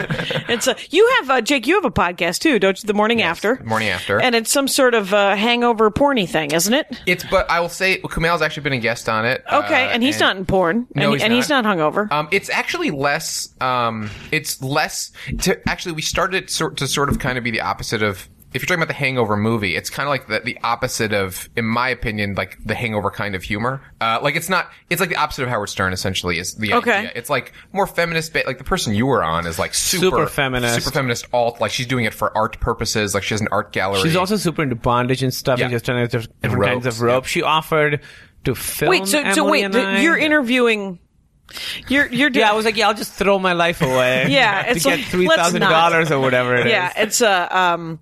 Speaker 2: It's a, you have uh, Jake. You have a podcast too, don't you? The morning after.
Speaker 4: Morning After.
Speaker 2: And it's some sort of uh, hangover porny thing, isn't it?
Speaker 4: It's but I will say Kumail's actually been a guest on it.
Speaker 2: Okay,
Speaker 4: uh,
Speaker 2: and he's not in porn,
Speaker 4: No,
Speaker 2: and,
Speaker 4: he's
Speaker 2: and he's not
Speaker 4: not.
Speaker 2: hungover.
Speaker 4: Um, it's actually less. Um, it's less. To, actually, we started sort to sort of kind of be the opposite of. If you're talking about the Hangover movie, it's kind of like the, the opposite of, in my opinion, like the Hangover kind of humor. Uh, like it's not. It's like the opposite of Howard Stern. Essentially, is the
Speaker 2: Okay.
Speaker 4: idea. It's like more feminist. Ba- like the person you were on is like super,
Speaker 3: Super feminist.
Speaker 4: super feminist alt. Like she's doing it for art purposes. Like she has an art gallery.
Speaker 3: She's also super into bondage and stuff,
Speaker 4: Yeah.
Speaker 3: and just trying to different
Speaker 4: And
Speaker 3: kinds
Speaker 4: ropes,
Speaker 3: of rope. She offered to film.
Speaker 2: wait, so so
Speaker 3: Emily
Speaker 2: wait,
Speaker 3: and
Speaker 2: th-
Speaker 3: I.
Speaker 2: you're interviewing. You're you're doing.
Speaker 3: Yeah, I was like, yeah, I'll just throw my life away.
Speaker 2: Yeah,
Speaker 3: to
Speaker 2: it's
Speaker 3: get
Speaker 2: like,
Speaker 3: three
Speaker 2: let's
Speaker 3: thousand dollars
Speaker 2: not.
Speaker 3: or whatever it is.
Speaker 2: yeah, it's a um,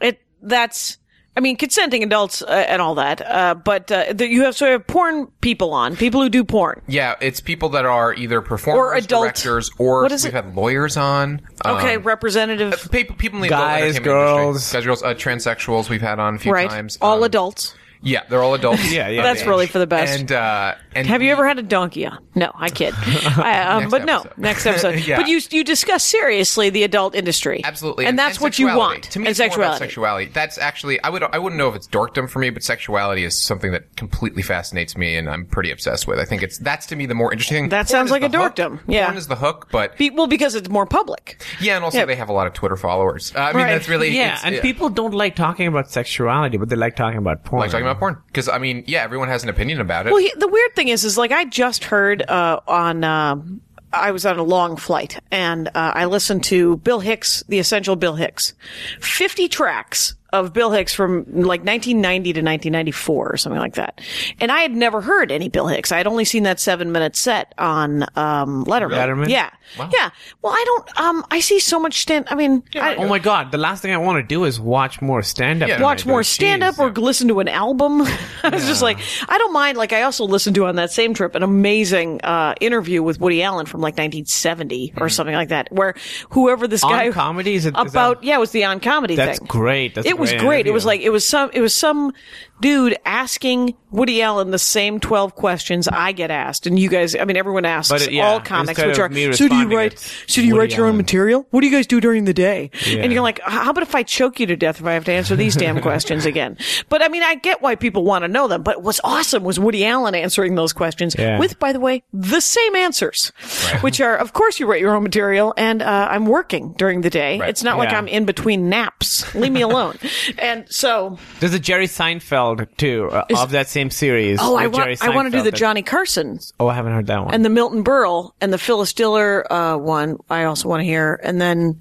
Speaker 2: it that's. I mean, consenting adults uh, and all that, uh, but uh, that you have so you have porn people on, people who do porn.
Speaker 4: yeah, it's people that are either performers,
Speaker 2: Or adult-
Speaker 4: directors, or
Speaker 2: what is
Speaker 4: we've
Speaker 2: it?
Speaker 4: had lawyers on. Um,
Speaker 2: Okay, representative,
Speaker 4: people, people in the
Speaker 3: Guys,
Speaker 4: adult entertainment
Speaker 3: girls.
Speaker 4: industry. guys, girls, uh, transsexuals. We've had on a few
Speaker 2: right?
Speaker 4: times.
Speaker 2: all
Speaker 4: Um,
Speaker 2: adults.
Speaker 4: Yeah, they're all adults.
Speaker 3: Yeah, yeah,
Speaker 4: of
Speaker 3: That's
Speaker 4: age.
Speaker 2: really for the best.
Speaker 4: And uh, and
Speaker 2: Have you ever had a donkey on? No, I kid. I, um,
Speaker 4: Next
Speaker 2: but no,
Speaker 4: episode.
Speaker 2: next episode.
Speaker 4: Yeah.
Speaker 2: But you you discuss seriously the adult industry,
Speaker 4: absolutely?
Speaker 2: and, that's what you
Speaker 4: sexuality.
Speaker 2: want.
Speaker 4: To me,
Speaker 2: and
Speaker 4: it's more about
Speaker 2: sexuality.
Speaker 4: sexuality. That's actually I would I wouldn't know if it's dorkdom for me, but sexuality is something that completely fascinates me, and I'm pretty obsessed with. I think it's that's to me the more interesting. thing.
Speaker 2: That sounds
Speaker 4: is
Speaker 2: like
Speaker 4: the
Speaker 2: a
Speaker 4: hook.
Speaker 2: dorkdom. Yeah.
Speaker 4: porn is the hook, but
Speaker 2: Be- well, because it's more public.
Speaker 4: yeah, and also
Speaker 2: Yeah.
Speaker 4: they have a lot of Twitter followers. Uh, I mean,
Speaker 2: Right.
Speaker 4: that's really
Speaker 3: yeah,
Speaker 4: it's-
Speaker 3: and people don't like talking about sexuality, but they like talking about porn.
Speaker 4: like talking about porn because I mean, yeah, everyone has an opinion about it.
Speaker 2: Well, he, the weird thing is, is like I just heard uh, on. um I was on a long flight and uh, I listened to Bill Hicks, the essential Bill Hicks, fifty tracks of Bill Hicks from like 1990 to 1994 or something like that. And I had never heard any Bill Hicks. I had only seen that seven minute set on um, Letterman.
Speaker 3: Letterman?
Speaker 2: Yeah, yeah. Well, I don't. Um, I see so much stand. I mean, I,
Speaker 3: Oh my god! The last thing I want to do is watch more stand-up.
Speaker 4: Yeah.
Speaker 3: tonight.
Speaker 2: watch more
Speaker 3: Oh Jeez.
Speaker 2: stand up or listen to an album. I was just like, I don't mind. Like, I also listened to on that same trip an amazing uh, interview with Woody Allen from like 1970 or something like that, where whoever this
Speaker 3: Mm-hmm. On
Speaker 2: guy
Speaker 3: comedy? Is it- is
Speaker 2: about
Speaker 3: that-
Speaker 2: yeah, it was the on comedy
Speaker 3: That's
Speaker 2: thing.
Speaker 3: great. That's a
Speaker 2: it was
Speaker 3: great
Speaker 2: great. It was
Speaker 3: interview.
Speaker 2: like it was some it was some dude asking Woody Allen the same 12 questions I get asked, and you guys. I mean, everyone asks
Speaker 3: But, uh, yeah,
Speaker 2: all comics,
Speaker 3: instead
Speaker 2: which
Speaker 3: of
Speaker 2: are
Speaker 3: me
Speaker 2: so do you
Speaker 3: responding,
Speaker 2: write
Speaker 3: it's
Speaker 2: so do you
Speaker 3: Woody
Speaker 2: write your own
Speaker 3: Allen.
Speaker 2: material? What do you guys do during the day?
Speaker 3: Yeah.
Speaker 2: And you're like, how about if I choke you to death if I have to answer these damn questions again? But I mean, I get why people want to know them. But what's awesome was Woody Allen answering those questions
Speaker 3: Yeah.
Speaker 2: with, by the way, the same answers, which are, of course, you write your own material, and uh, I'm working during the day.
Speaker 4: Right.
Speaker 2: It's not like
Speaker 3: Yeah.
Speaker 2: I'm in between naps. Leave me alone. and so,
Speaker 3: There's a Jerry Seinfeld too uh, of that same series.
Speaker 2: oh, I
Speaker 3: with Jerry
Speaker 2: want, I want to do
Speaker 3: Seinfeld
Speaker 2: the
Speaker 3: that-
Speaker 2: Johnny Carson
Speaker 3: Oh, I haven't heard that one.
Speaker 2: and the Milton Berle and the Phyllis Diller uh, one. I also want to hear, and then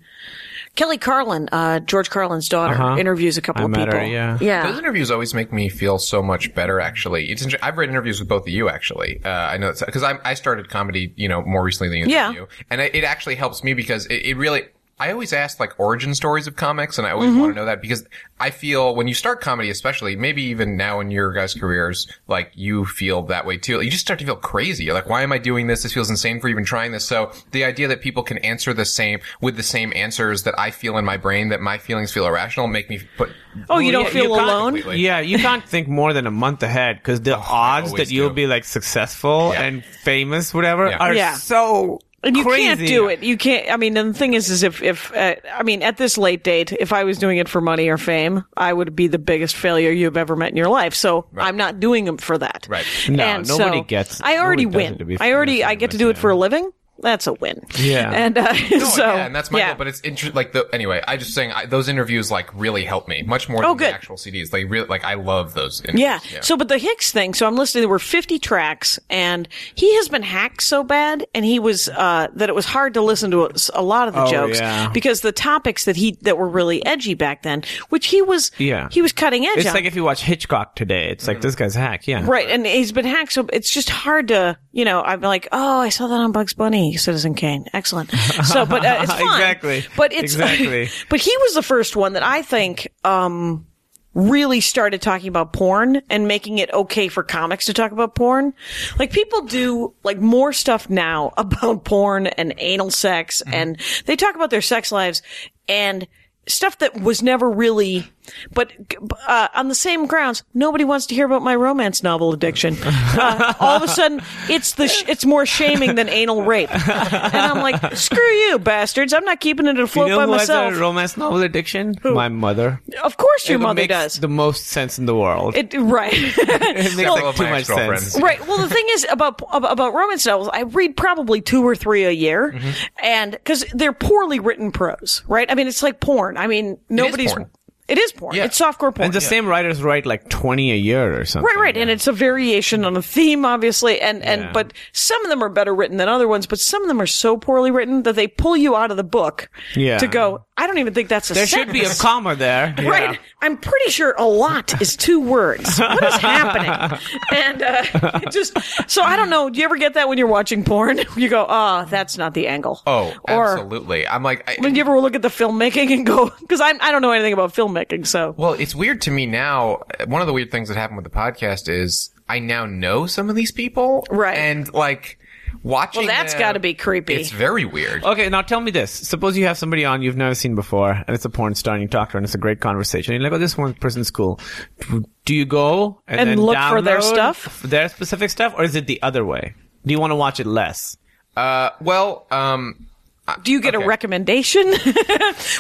Speaker 2: Kelly Carlin, uh, George Carlin's daughter,
Speaker 3: Uh-huh.
Speaker 2: interviews a couple
Speaker 3: I
Speaker 2: of
Speaker 3: met
Speaker 2: people.
Speaker 3: her, yeah.
Speaker 4: Those interviews always make me feel so much better. Actually, it's inter- I've read interviews with both of you. Actually, uh, I know that's because I started comedy, you know, more recently than you.
Speaker 2: Yeah.
Speaker 4: did you. and it, it actually helps me because it, it really. I always ask like origin stories of comics, and I always want to know that because I feel when you start comedy, especially maybe even now in your guys' careers, like you feel that way too. You just start to feel crazy. You're like, why am I doing this? This feels insane for even trying this. So the idea that people can answer the same with the same answers that I feel in my brain, that my feelings feel irrational, make me put.
Speaker 2: Oh, you don't feel
Speaker 3: can't-
Speaker 2: alone?
Speaker 4: Completely.
Speaker 3: Yeah, you can't think more than a month ahead because the odds
Speaker 4: always
Speaker 3: that you'll
Speaker 4: do.
Speaker 3: be like successful
Speaker 4: Yeah.
Speaker 3: and famous, whatever,
Speaker 4: Yeah.
Speaker 3: are
Speaker 2: Yeah.
Speaker 3: so
Speaker 2: And you
Speaker 3: crazy.
Speaker 2: can't do it. You can't. I mean, and the thing is, is if if uh, I mean, at this late date, if I was doing it for money or fame, I would be the biggest failure you've ever met in your life. So I'm not doing them for that.
Speaker 4: Right.
Speaker 3: No,
Speaker 2: and
Speaker 3: nobody
Speaker 2: so
Speaker 3: gets-
Speaker 2: I already
Speaker 3: nobody does it to
Speaker 2: win.
Speaker 3: be
Speaker 2: I already. I
Speaker 3: famous,
Speaker 2: get to do it
Speaker 3: yeah.
Speaker 2: for a living. That's a win.
Speaker 3: Yeah.
Speaker 2: And uh,
Speaker 4: No,
Speaker 2: so
Speaker 4: yeah, and that's my
Speaker 2: yeah.
Speaker 4: goal. But it's inter- like the anyway. I just saying I, those interviews like really help me much more than
Speaker 2: Oh, good.
Speaker 4: the actual CDs. They really like I love those. Interviews.
Speaker 2: Yeah. So, but the Hicks thing. So I'm listening. There were 50 tracks, and he has been hacked so bad, and he was uh, that it was hard to listen to a, a lot of the
Speaker 3: Oh,
Speaker 2: jokes
Speaker 3: yeah.
Speaker 2: because the topics that he that were really edgy back then, which he was,
Speaker 3: Yeah. Mm.
Speaker 2: he was cutting edge.
Speaker 3: It's
Speaker 2: on.
Speaker 3: like if you watch Hitchcock today, it's like this guy's hack. Yeah,
Speaker 2: Right, and he's been hacked, so it's just hard to, you know. I'm like, oh, I saw that on Bugs Bunny, Citizen Kane, excellent. So, but uh, it's fine.
Speaker 3: Exactly.
Speaker 2: But it's
Speaker 3: Exactly.
Speaker 2: but he was the first one that I think um, really started talking about porn and making it okay for comics to talk about porn. Like people do like
Speaker 3: Mm-hmm.
Speaker 2: more stuff now about porn and anal sex, and they talk about their sex lives and stuff that was never really, but uh, on the same grounds, nobody wants to hear about my romance novel addiction. Uh, all of a sudden, it's the sh- it's more shaming than anal rape, and I'm like, screw you, bastards! I'm not keeping it afloat
Speaker 3: You know
Speaker 2: by
Speaker 3: who
Speaker 2: myself.
Speaker 3: has a romance novel addiction? My mother.
Speaker 2: of course, your
Speaker 3: It
Speaker 2: mother
Speaker 3: makes
Speaker 2: does.
Speaker 3: the most sense in the world.
Speaker 2: it, right.
Speaker 3: It makes
Speaker 4: Several
Speaker 3: like,
Speaker 4: of
Speaker 3: too
Speaker 4: my
Speaker 3: much
Speaker 4: ex-girlfriends.
Speaker 3: sense.
Speaker 2: Right. Well, the thing is about ab- about romance novels. I read probably two or three a year,
Speaker 3: Mm-hmm.
Speaker 2: and because they're poorly written prose, right? I mean, it's like porn. I mean, nobody's.
Speaker 4: porn.
Speaker 2: It is porn.
Speaker 4: Yeah.
Speaker 2: It's softcore porn.
Speaker 3: And the same writers write like 20 a year or something.
Speaker 2: Right, right, and it's a variation on a theme, obviously, and and
Speaker 3: Yeah.
Speaker 2: but some of them are better written than other ones, but some of them are so poorly written that they pull you out of the book
Speaker 3: Yeah.
Speaker 2: to go. I don't even think that's a
Speaker 3: There should be a
Speaker 2: sentence."
Speaker 3: comma there. Yeah.
Speaker 2: Right. I'm pretty sure a lot is two words. What is happening? And uh, it just so I don't know. Do you ever get that when you're watching porn? You go, ah, that's not the angle.
Speaker 4: Oh,
Speaker 2: or
Speaker 4: absolutely. I'm like, I,
Speaker 2: when you ever look at the filmmaking and go, because I I don't know anything about filmmaking, so
Speaker 4: well, it's weird to me now. One of the weird things that happened with the podcast is I now know some of these people,
Speaker 2: Right.
Speaker 4: And like watching.
Speaker 2: well, that's
Speaker 4: them,
Speaker 2: got to be creepy.
Speaker 4: It's very weird.
Speaker 3: Okay, now tell me this. Suppose you have somebody on you've never seen before, and it's a porn star, and you talk to her, and it's a great conversation. You're like, oh, this one person's cool. Do you go and,
Speaker 2: And
Speaker 3: then
Speaker 2: look for their
Speaker 3: download
Speaker 2: stuff?
Speaker 3: Their specific stuff, or is it the other way? Do you want to watch it less?
Speaker 4: Uh, well, um,
Speaker 2: Do you get
Speaker 4: okay.
Speaker 2: a recommendation?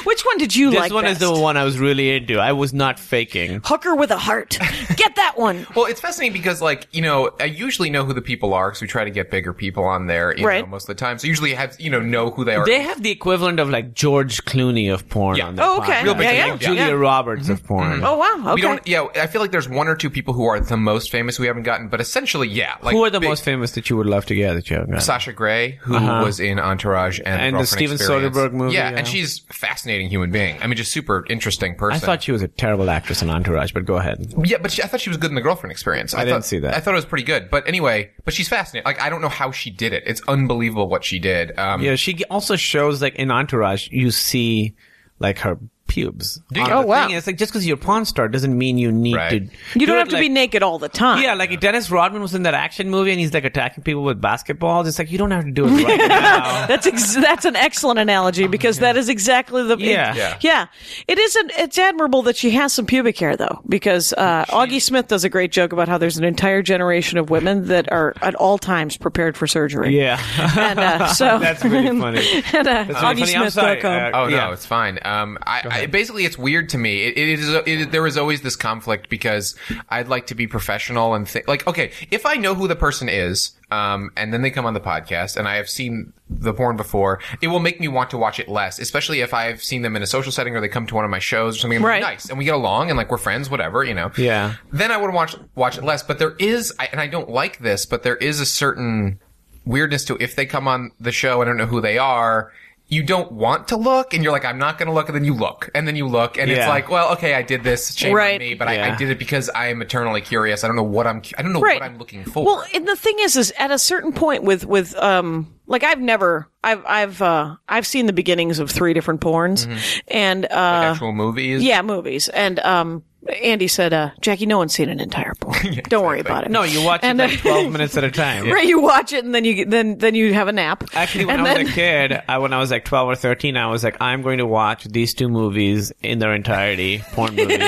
Speaker 2: Which one did you
Speaker 3: This
Speaker 2: like?
Speaker 3: one
Speaker 2: best?
Speaker 3: is the one I was really into. I was not faking.
Speaker 2: Hooker with a heart. Get that one.
Speaker 4: Well, it's fascinating because, like, you know, I usually know who the people are because we try to get bigger people on there, you
Speaker 2: Right.
Speaker 4: know, most of the time. So usually have, you know, know who they are.
Speaker 3: They have the equivalent of like George Clooney of porn
Speaker 4: Yeah.
Speaker 3: on their
Speaker 2: Oh, okay.
Speaker 3: podcast.
Speaker 2: Real big
Speaker 4: Yeah, name, yeah.
Speaker 3: Julia
Speaker 2: yeah.
Speaker 3: Roberts of porn.
Speaker 2: Oh wow. Okay.
Speaker 4: We don't, yeah, I feel like there's one or two people who are the most famous we haven't gotten, but essentially, yeah. Like
Speaker 3: Who are the
Speaker 4: Oh, big-
Speaker 3: most famous Uh-huh. that you would love to get that you haven't gotten?
Speaker 4: Sasha Grey, who was in Entourage and,
Speaker 3: And the
Speaker 4: Girlfriend
Speaker 3: Steven
Speaker 4: Experience.
Speaker 3: Soderbergh movie,
Speaker 4: Yeah,
Speaker 3: yeah.
Speaker 4: and she's a fascinating human being. I mean, just super interesting person.
Speaker 3: I thought she was a terrible actress in Entourage, but go ahead.
Speaker 4: Yeah, but she, I thought she was good in the girlfriend experience. I,
Speaker 3: didn't
Speaker 4: thought-
Speaker 3: see that.
Speaker 4: I thought it was pretty good. But anyway, but she's fascinating. Like, I don't know how she did it. It's unbelievable what she did. Um,
Speaker 3: Yeah, she g- also shows like in Entourage, you see like her pubes.
Speaker 4: Do you?
Speaker 3: On
Speaker 4: Oh,
Speaker 3: the
Speaker 2: wow.
Speaker 3: Thing. It's like just because you're a porn star doesn't mean you need
Speaker 4: Right.
Speaker 3: to.
Speaker 4: You
Speaker 2: You
Speaker 3: do
Speaker 2: don't
Speaker 3: it
Speaker 2: have to be
Speaker 3: like-
Speaker 2: naked all the time.
Speaker 3: Yeah, like Dennis Rodman was in that action movie and he's like attacking people with basketballs. It's like you don't have to do it right now.
Speaker 2: That's ex- that's an excellent analogy because that is exactly the
Speaker 3: Oh, Yeah.
Speaker 2: it-
Speaker 3: Yeah.
Speaker 2: yeah. It isn't. It's admirable that she has some pubic hair though, because uh, Augie Smith does a great joke about how there's an entire generation of women that are at all times prepared for surgery.
Speaker 3: Yeah,
Speaker 2: and uh, so
Speaker 3: that's really funny.
Speaker 2: and, uh,
Speaker 3: That's really funny. I'm sorry.
Speaker 2: AugieSmith.com.
Speaker 3: Uh,
Speaker 4: Oh no,
Speaker 3: yeah.
Speaker 4: it's fine. Um, I, I basically it's weird to me. It, it is it, is- there is always this conflict because I'd like to be professional and think like okay, if I know who the person is, um, and then they come on the podcast and I have seen the porn before, it will make me want to watch it less, especially if I've seen them in a social setting or they come to one of my shows or something. I'm like,
Speaker 2: Right.
Speaker 4: Nice, and we get along and like we're friends, whatever, you know.
Speaker 3: Yeah.
Speaker 4: Then I would watch watch it less, but there is, I, and I don't like this, but there is a certain weirdness to if they come on the show, I don't know who they are. You don't want to look, and you're like, I'm not going to look, and then you look, and then you look, and
Speaker 3: Yeah.
Speaker 4: it's like, well, okay, I did this, shame
Speaker 2: Right.
Speaker 4: on me, but I,
Speaker 3: Yeah.
Speaker 4: I did it because I am eternally curious. I don't know what I'm, cu- I don't know what I'm looking for.
Speaker 2: Well, and the thing is, is at a certain point with with um, like I've never, I've I've uh, I've seen the beginnings of three different porns,
Speaker 3: Mm-hmm.
Speaker 2: and uh,
Speaker 4: actual movies.
Speaker 2: Yeah, movies. And um, Andy said, uh, Jackie, no one's seen an entire porn. Don't worry about it.
Speaker 3: No, you watch it
Speaker 2: And,
Speaker 3: like
Speaker 2: uh,
Speaker 3: 12 minutes at a time.
Speaker 2: Right, you watch it and then you then then you have a nap.
Speaker 3: Actually, when
Speaker 2: and
Speaker 3: I was
Speaker 2: then,
Speaker 3: a kid, I, when I was like 12 or 13, I was like, I'm going to watch these two movies in their entirety, porn movies.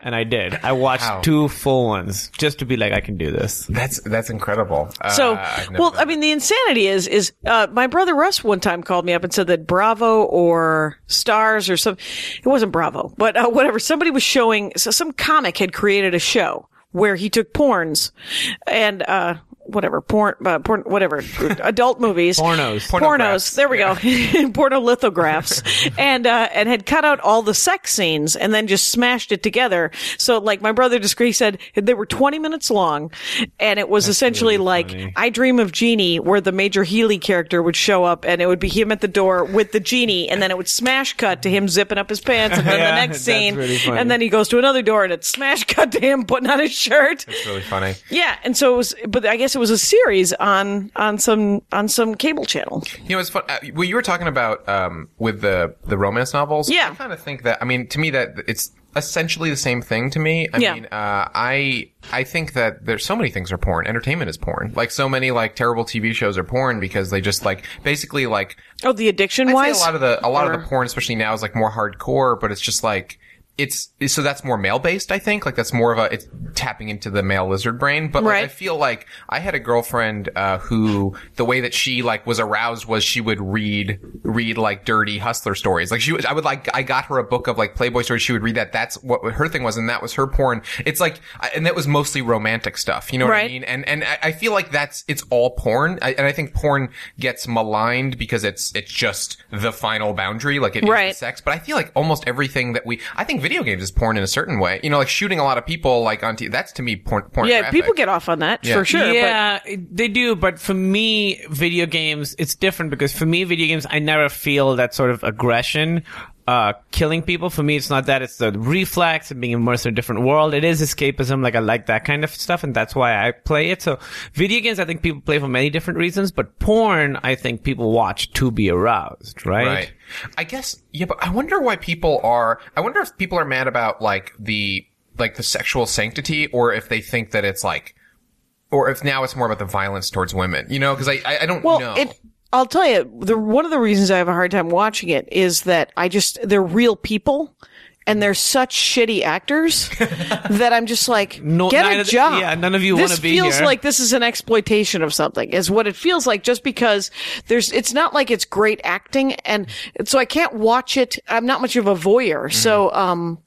Speaker 3: and I did. I watched
Speaker 4: Wow.
Speaker 3: two full ones just to be like, I can do this.
Speaker 4: That's, that's incredible. Uh,
Speaker 2: So,
Speaker 4: I've never
Speaker 2: well,
Speaker 4: done
Speaker 2: I mean, the insanity is is uh, my brother Russ one time called me up and said that Bravo or Stars or some, it wasn't Bravo, but uh, whatever. Somebody was showing, so some comic had created a show where he took porns and uh, whatever porn, uh, porn, whatever adult movies,
Speaker 3: Pornos.
Speaker 4: Pornographs.
Speaker 2: pornos. There we go, porno lithographs, and uh, and had cut out all the sex scenes and then just smashed it together. So like my brother just he said they were twenty minutes long, and it was essentially like I Dream of Jeannie, where the Major Healy character would show up and it would be him at the door with the genie, and then it would smash cut to him zipping up his pants, and then
Speaker 3: Yeah,
Speaker 2: the
Speaker 3: that's
Speaker 2: next scene,
Speaker 3: really funny.
Speaker 2: and then he goes to another door and it's smash cut to him putting on his shirt.
Speaker 4: It's really funny.
Speaker 2: Yeah, and so it was, but I guess it was a series on on some on some cable channel.
Speaker 4: You know, it's fun. Uh, well, you were talking about um, with the the romance novels.
Speaker 2: Yeah.
Speaker 4: I kind of think that. I mean, to me, that it's essentially the same thing to me. I
Speaker 2: Yeah.
Speaker 4: mean, uh, I I think that there's so many things are porn. Entertainment is porn. Like so many like terrible TV shows are porn because they just like basically like
Speaker 2: Oh, the addiction
Speaker 4: I'd
Speaker 2: wise.
Speaker 4: say a lot of the a lot
Speaker 2: Or-
Speaker 4: of the porn, especially now, is like more hardcore, but it's just like it's so that's more male based. I think like that's more of a it's tapping into the male lizard brain. But like,
Speaker 2: Right.
Speaker 4: I feel like I had a girlfriend uh, who the way that she like was aroused was she would read read like dirty hustler stories. Like she was, I would like I got her a book of like Playboy stories. She would read that. That's what her thing was, and that was her porn. It's like I- and that was mostly romantic stuff. You know what I
Speaker 2: Right.
Speaker 4: mean? and and I I feel like that's it's all porn, I, and I think porn gets maligned because it's it's just the final boundary, like it is
Speaker 2: Right.
Speaker 4: the sex. But I feel like almost everything that we, I think video games is porn in a certain way. You know, like shooting a lot of people, like on t- that's to me porn.
Speaker 2: yeah,
Speaker 4: pornographic.
Speaker 2: people get off on that for sure.
Speaker 3: Yeah, they do. But for me, video games, it's different because for me, video games, I never feel that sort of aggression. Uh, killing people for me, it's not that. It's the reflex and being immersed in a different world. It is escapism. Like I like that kind of stuff, and that's why I play it. So, video games, I think people play for many different reasons. But porn, I think people watch to be aroused. Right?
Speaker 4: Right. I guess yeah, but I wonder why people are I wonder if people are mad about like the like the sexual sanctity or if they think that it's like or if now it's more about the violence towards women. You know, because I, I I don't
Speaker 2: Well,
Speaker 4: know.
Speaker 2: it. I'll tell you, the one of the reasons I have a hard time watching it is that I just they're real people, and they're such shitty actors that I'm just like,
Speaker 3: No-
Speaker 2: get
Speaker 3: neither-
Speaker 2: a job.
Speaker 3: yeah, none of you
Speaker 2: This
Speaker 3: wanna be
Speaker 2: feels
Speaker 3: here.
Speaker 2: like this is an exploitation of something. Is what it feels like. Just because there's, it's not like it's great acting, and so I can't watch it. I'm not much of a voyeur, so
Speaker 3: Mm-hmm.
Speaker 2: um.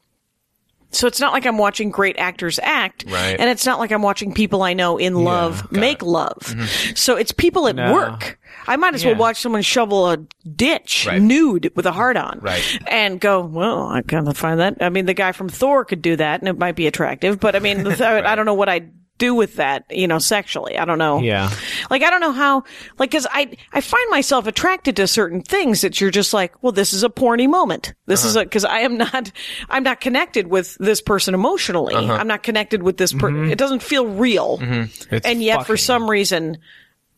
Speaker 2: So it's not like I'm watching great actors act,
Speaker 4: Right.
Speaker 2: and it's not like I'm watching people I know in love make love. So it's people at
Speaker 3: Mm-hmm. No.
Speaker 2: work. I might as
Speaker 3: Yeah.
Speaker 2: well watch someone shovel a ditch
Speaker 4: Right.
Speaker 2: nude with a heart on.
Speaker 4: Right.
Speaker 2: And go, well, I kind of find that. I mean, the guy from Thor could do that and it might be attractive, but I mean, the th- I don't know what I'd do with that, you know, sexually. I don't know.
Speaker 3: Yeah.
Speaker 2: Like, I don't know how, like, cause I, I find myself attracted to certain things that you're just like, well, this is a porny moment. This
Speaker 4: Uh-huh.
Speaker 2: is a, cause I am not, I'm not connected with this person emotionally.
Speaker 4: Uh-huh.
Speaker 2: I'm not connected with this person.
Speaker 4: Mm-hmm.
Speaker 2: It doesn't feel real
Speaker 3: It's
Speaker 2: and yet for
Speaker 3: fucking-
Speaker 2: some reason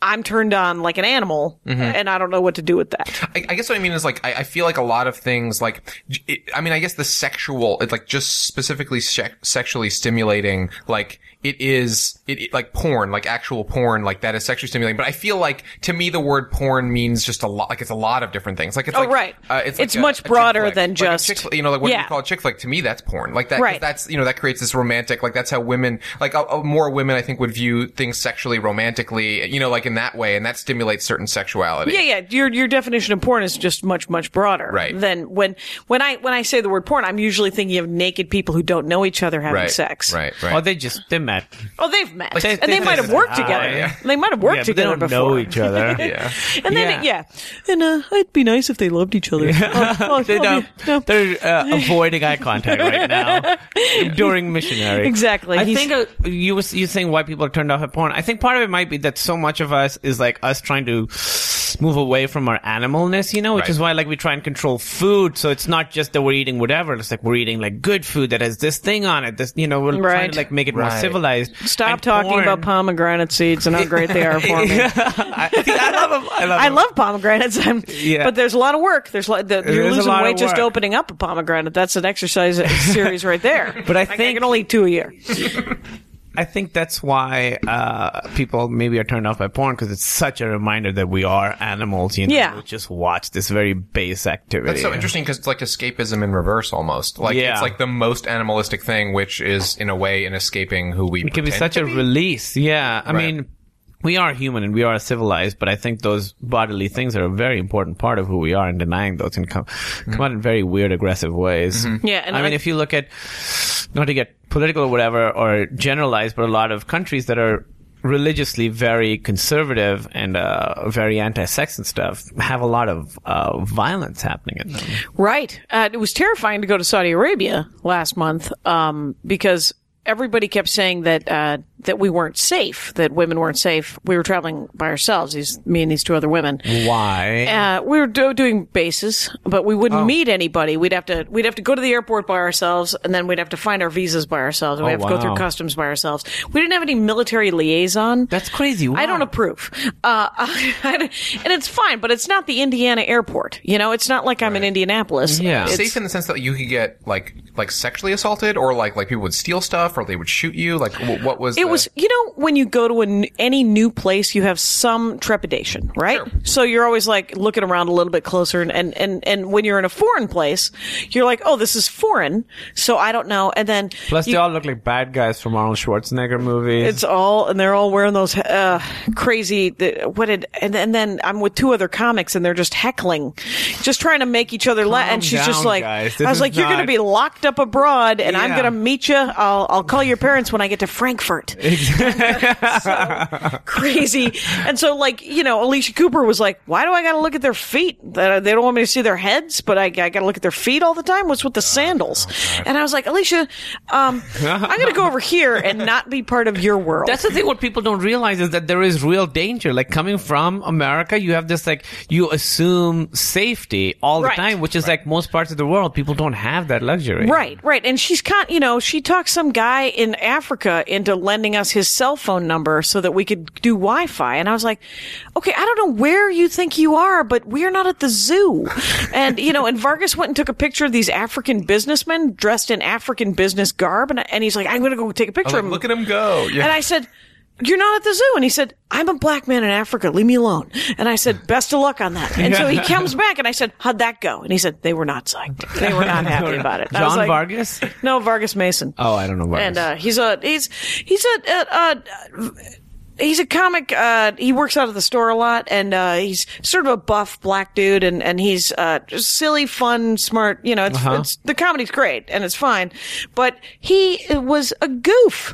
Speaker 2: I'm turned on like an animal
Speaker 4: Mm-hmm.
Speaker 2: and I don't know what to do with that.
Speaker 4: I, I guess what I mean is like I, I feel like a lot of things like j- it, I mean I guess the sexual it, like just specifically se- sexually stimulating like it is it, it- like porn like actual porn like that is sexually stimulating but I feel like to me the word porn means just a lot like it's a lot of different things like it's
Speaker 2: Oh,
Speaker 4: like,
Speaker 2: right.
Speaker 4: uh, it's,
Speaker 2: It's
Speaker 4: like a-
Speaker 2: much
Speaker 4: a chick
Speaker 2: broader
Speaker 4: flick.
Speaker 2: than
Speaker 4: Like a
Speaker 2: just-
Speaker 4: chick flick- you know like what do
Speaker 2: Yeah.
Speaker 4: you call a chick flick to me that's porn like that 'cause
Speaker 2: Right.
Speaker 4: that's you know that creates this romantic like that's how women like uh, uh, more women I think would view things sexually romantically you know like in that way and that stimulates certain sexuality
Speaker 2: Yeah, yeah. Your your definition of porn is just much much broader
Speaker 4: Right.
Speaker 2: than when when I when I say the word porn, I'm usually thinking of naked people who don't know each other having
Speaker 4: right
Speaker 2: sex.
Speaker 4: right right
Speaker 3: Or they just they met.
Speaker 2: Oh, they've met
Speaker 3: they-
Speaker 2: and they,
Speaker 3: they
Speaker 2: might have
Speaker 3: just-
Speaker 2: worked
Speaker 3: ah,
Speaker 2: together.
Speaker 3: yeah.
Speaker 2: They might have worked
Speaker 3: yeah, but they
Speaker 2: together
Speaker 3: don't
Speaker 2: before.
Speaker 3: know each other.
Speaker 4: yeah.
Speaker 2: And then
Speaker 3: Yeah.
Speaker 2: it- yeah, and uh, it'd be nice if they loved each other. Oh, oh,
Speaker 3: They
Speaker 2: oh,
Speaker 3: don't,
Speaker 2: no.
Speaker 3: They're uh, avoiding eye contact right now during missionary.
Speaker 2: Exactly.
Speaker 3: I
Speaker 2: He's-
Speaker 3: think uh, you was you saying why people are turned off at porn. I think part of it might be that so much of us is like us trying to move away from our animalness, you know, which
Speaker 4: Right.
Speaker 3: is why like we try and control food. So it's not just that we're eating whatever. It's like we're eating like good food that has this thing on it. This you know we're trying
Speaker 2: Right.
Speaker 3: to like make it more
Speaker 4: Right.
Speaker 3: civilized.
Speaker 2: Stop
Speaker 3: And
Speaker 2: talking
Speaker 3: porn-
Speaker 2: about pomegranate seeds and how great they are for me.
Speaker 3: I, I love 'em. I love.
Speaker 2: I
Speaker 3: 'em.
Speaker 2: love pomegranates. I'm,
Speaker 3: Yeah.
Speaker 2: But there's a lot of work. There's lo- the,
Speaker 3: is
Speaker 2: you're
Speaker 3: a
Speaker 2: losing
Speaker 3: lot of
Speaker 2: weight just
Speaker 3: work.
Speaker 2: opening up a pomegranate. That's an exercise series right there.
Speaker 3: But I
Speaker 2: I
Speaker 3: think-
Speaker 2: can only eat two a year.
Speaker 3: I think that's why uh, people maybe are turned off by porn because it's such a reminder that we are animals. You know,
Speaker 2: Yeah.
Speaker 3: we just watch this very base activity.
Speaker 4: That's so interesting because it's like escapism in reverse almost. Like
Speaker 3: Yeah.
Speaker 4: it's like the most animalistic thing, which is in a way an escaping who we.
Speaker 3: It can be such a release. Yeah, I
Speaker 4: Right.
Speaker 3: mean, we are human and we are civilized, but I think those bodily things are a very important part of who we are, and denying those can come come out in very weird, aggressive ways.
Speaker 2: Yeah, and
Speaker 3: I mean,
Speaker 2: I-
Speaker 3: if you look at not to get political or whatever or generalized, but a lot of countries that are religiously very conservative and uh, very anti-sex and stuff have a lot of uh, violence happening in them.
Speaker 2: Right. Uh, it was terrifying to go to Saudi Arabia last month um, because everybody kept saying that uh, that we weren't safe, that women weren't safe. We were traveling by ourselves, these, me and these two other women.
Speaker 3: Why?
Speaker 2: Uh, we were do- doing bases, but we
Speaker 3: Oh.
Speaker 2: wouldn't meet anybody. We'd have to we'd have to go to the airport by ourselves, and then we'd have to find our visas by ourselves. and We'd
Speaker 3: Oh,
Speaker 2: have to go through
Speaker 3: wow.
Speaker 2: customs by ourselves. We didn't have any military liaison.
Speaker 3: That's crazy.
Speaker 2: I
Speaker 3: Wow.
Speaker 2: don't approve. Uh, and it's fine, but it's not the Indiana airport. You know, it's not like I'm in Indianapolis.
Speaker 3: Yeah.
Speaker 2: It's-
Speaker 4: Safe in the sense that you could get like like sexually assaulted, or like like people would steal stuff, or they would shoot you. Like wh- what was
Speaker 2: It
Speaker 4: the-
Speaker 2: was, you know, when you go to an, any new place, you have some trepidation, right? So you're always like looking around a little bit closer, and, and and and when you're in a foreign place, you're like, oh, this is foreign, so I don't know. And then
Speaker 3: Plus,
Speaker 2: you-
Speaker 3: they all look like bad guys from Arnold Schwarzenegger movies.
Speaker 2: it's all, and they're all wearing those uh, crazy. The, what did? And, and then I'm with two other comics, and they're just heckling, just trying to make each other laugh.
Speaker 3: Calm
Speaker 2: And she's just
Speaker 3: down,
Speaker 2: like,
Speaker 3: guys.
Speaker 2: I
Speaker 3: This
Speaker 2: was
Speaker 3: is
Speaker 2: like, you're going to
Speaker 3: not-
Speaker 2: be locked up abroad, and I'm
Speaker 3: Yeah.
Speaker 2: going to meet you. I'll I'll call your parents when I get to Frankfurt. crazy. And so, like, you know, Alicia Cooper was like, why do I got to look at their feet? Uh, They don't want me to see their heads, but I, I got to look at their feet all the time. What's
Speaker 3: Oh,
Speaker 2: with the sandals? and I was like, Alicia, um, I'm going to go over here and not be part of your world.
Speaker 3: That's the thing. What people don't realize is that there is real danger. Like coming from America, you have this like you assume safety all
Speaker 2: Right.
Speaker 3: the time, which is like most parts of the world. People don't have that luxury.
Speaker 2: Right, right. And she's con you know, she talked some guy in Africa into lending us his cell phone number so that we could do Wi Fi. And I was like, okay, I don't know where you think you are, but we're not at the zoo. and, you know, and Vargas went and took a picture of these African businessmen dressed in African business garb. And, I- and he's like, I'm going to go take a picture
Speaker 4: Like,
Speaker 2: of him.
Speaker 4: look at him go. Yeah.
Speaker 2: And I said, you're not at the zoo. And he said, I'm a black man in Africa. Leave me alone. And I said, best of luck on that. And so he comes back and I said, how'd that go? And he said, they were not psyched. They were not happy about it. And I was
Speaker 3: John
Speaker 2: like,
Speaker 3: Vargas.
Speaker 2: No, Vargas Mason.
Speaker 3: Oh, I don't know Vargas.
Speaker 2: And uh, he's a he's he's a, a, a he's a comic. Uh, he works out of the store a lot, and uh, he's sort of a buff black dude, and and he's uh, just silly, fun, smart. You know, it's,
Speaker 3: Uh-huh.
Speaker 2: it's the comedy's great and it's fine, but he was a goof.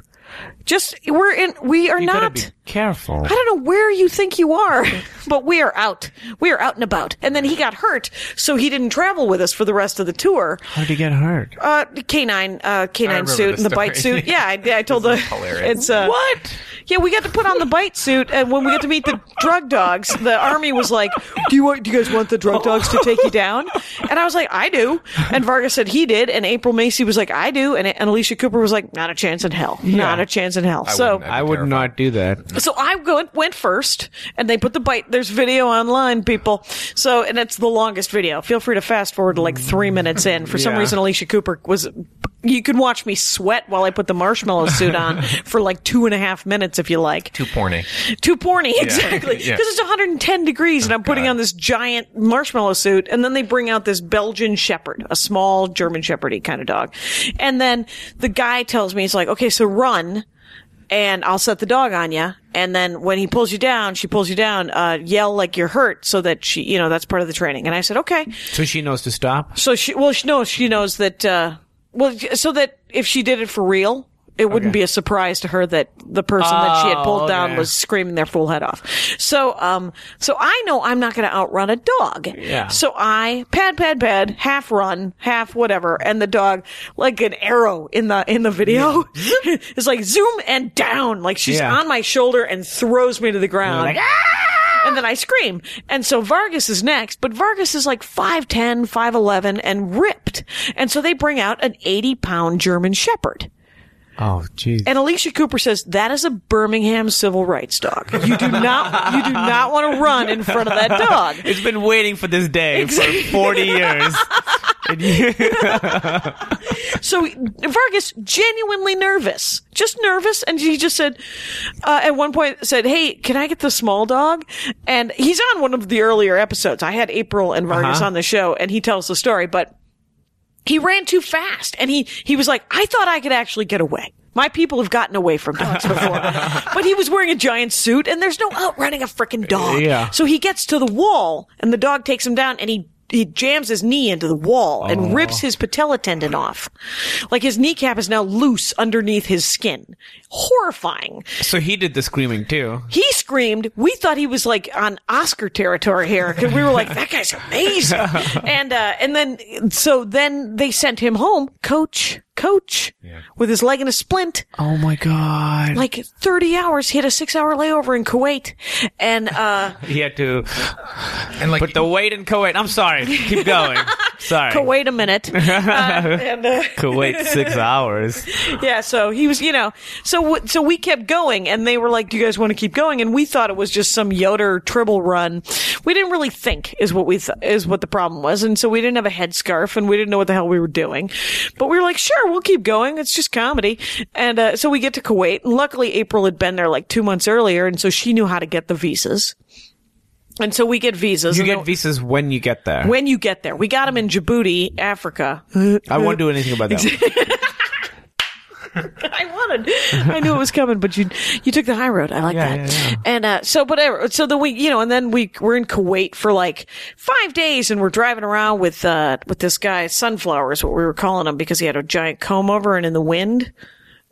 Speaker 2: Just we're in we are
Speaker 3: you gotta
Speaker 2: not.
Speaker 3: be careful.
Speaker 2: I don't know where you think you are, but we are out. We are out and about. And then he got hurt, so he didn't travel with us for the rest of the tour
Speaker 3: How did he get hurt?
Speaker 2: uh, canine, uh, canine
Speaker 4: remember
Speaker 2: suit
Speaker 4: this
Speaker 2: and the
Speaker 4: story.
Speaker 2: bite suit. Yeah, I, I told the.
Speaker 4: hilarious.
Speaker 2: It's uh, what? Yeah, we got to put on the bite suit, and when we got to meet the drug dogs, the army was like, "Do you want, do you guys want the drug dogs to take you down?" And I was like, "I do." And Vargas said he did, and April Macy was like, "I do," and, and Alicia Cooper was like, "Not a chance in hell. Not a chance in hell." so.
Speaker 4: wouldn't
Speaker 3: I would
Speaker 4: terrified.
Speaker 3: not do that.
Speaker 2: So I went, went first, and they put the bite. There's video online, people. So, and it's the longest video. Feel free to fast forward to like three minutes in. For some
Speaker 3: Yeah.
Speaker 2: reason, Alicia Cooper was. You could watch me sweat while I put the marshmallow suit on for like two and a half minutes if you like.
Speaker 4: too porny.
Speaker 2: Too porny, exactly. Because
Speaker 4: Yeah. Oh,
Speaker 2: it's 110 degrees, and I'm putting
Speaker 4: God.
Speaker 2: on this giant marshmallow suit, and then they bring out this Belgian Shepherd, a small German Shepherdy kind of dog. And then the guy tells me, he's like, okay, so run, and I'll set the dog on you. And then when he pulls you down, she pulls you down, uh, yell like you're hurt so that she, you know, that's part of the training. And I said, okay.
Speaker 3: So she knows to stop.
Speaker 2: So she, well, she knows, she knows that, uh, well, so that if she did it for real, it wouldn't be
Speaker 3: Okay.
Speaker 2: a surprise to her that the person that she had pulled
Speaker 3: Oh,
Speaker 2: down
Speaker 3: okay.
Speaker 2: was screaming their full head off. So, um, so I know I'm not going to outrun a dog.
Speaker 3: Yeah.
Speaker 2: So I pad, pad, pad, half run, half whatever, and the dog, like an arrow in the, in the video, is like zoom and down. Like she's
Speaker 3: Yeah.
Speaker 2: on my shoulder and throws me to the ground. Ah!
Speaker 3: like, "Ah!"
Speaker 2: And then I scream. And so Vargas is next, but Vargas is like 5'10, 5'11 and ripped. And so they bring out an 80 pound German Shepherd.
Speaker 3: Oh, jeez.
Speaker 2: And Alicia Cooper says, that is a Birmingham civil rights dog. You do not, you do not want to run in front of that dog.
Speaker 3: It's been waiting for this day
Speaker 2: Exactly.
Speaker 3: for 40 years. And you-
Speaker 2: So Vargas genuinely nervous, just nervous, and he just said, uh, at one point said, "Hey, can I get the small dog?" And he's on one of the earlier episodes. I had April and Vargas
Speaker 3: Uh-huh.
Speaker 2: on the show, and he tells the story, but he ran too fast, and he he was like, "I thought I could actually get away." My people have gotten away from dogs before, but he was wearing a giant suit, and there's no outrunning a freaking dog.
Speaker 3: Yeah.
Speaker 2: So he gets to the wall, and the dog takes him down, and he he jams his knee into the wall and rips his patella tendon off. Like his kneecap is now loose underneath his skin. Horrifying.
Speaker 3: so he did the screaming too.
Speaker 2: He screamed. We thought he was like on Oscar territory here because we were like, that guy's amazing. and, uh, and then, so then they sent him home, coach. coach with his leg in a splint.
Speaker 5: Oh my god.
Speaker 2: Like 30 hours, he had a six hour layover in Kuwait. And, uh,
Speaker 3: He had to
Speaker 4: And like
Speaker 3: put the weight in Kuwait. I'm sorry. Keep going. Sorry.
Speaker 2: oh, wait a minute. Uh, and, uh,
Speaker 3: Kuwait six hours.
Speaker 2: yeah, so he was, you know, so, w- so we kept going and they were like, do you guys want to keep going? And we thought it was just some Yoder tribble run. We didn't really think is what we, th- is what the problem was. And so we didn't have a headscarf and we didn't know what the hell we were doing, but we were like, sure, we'll keep going. It's just comedy. And, uh, so we get to Kuwait and luckily April had been there like two months earlier. And so she knew how to get the visas. And so we get visas.
Speaker 3: You
Speaker 2: and
Speaker 3: get visas when you get there.
Speaker 2: when you get there. We got them in Djibouti, Africa.
Speaker 3: I won't do anything about that.
Speaker 2: I wanted. I knew it was coming, but you you took the high road. I like
Speaker 3: Yeah,
Speaker 2: that.
Speaker 3: yeah, yeah.
Speaker 2: And uh, so whatever. So then we, you know, and then we we're in Kuwait for like five days, and we're driving around with uh with this guy Sunflower is what we were calling him because he had a giant comb over, and in the wind.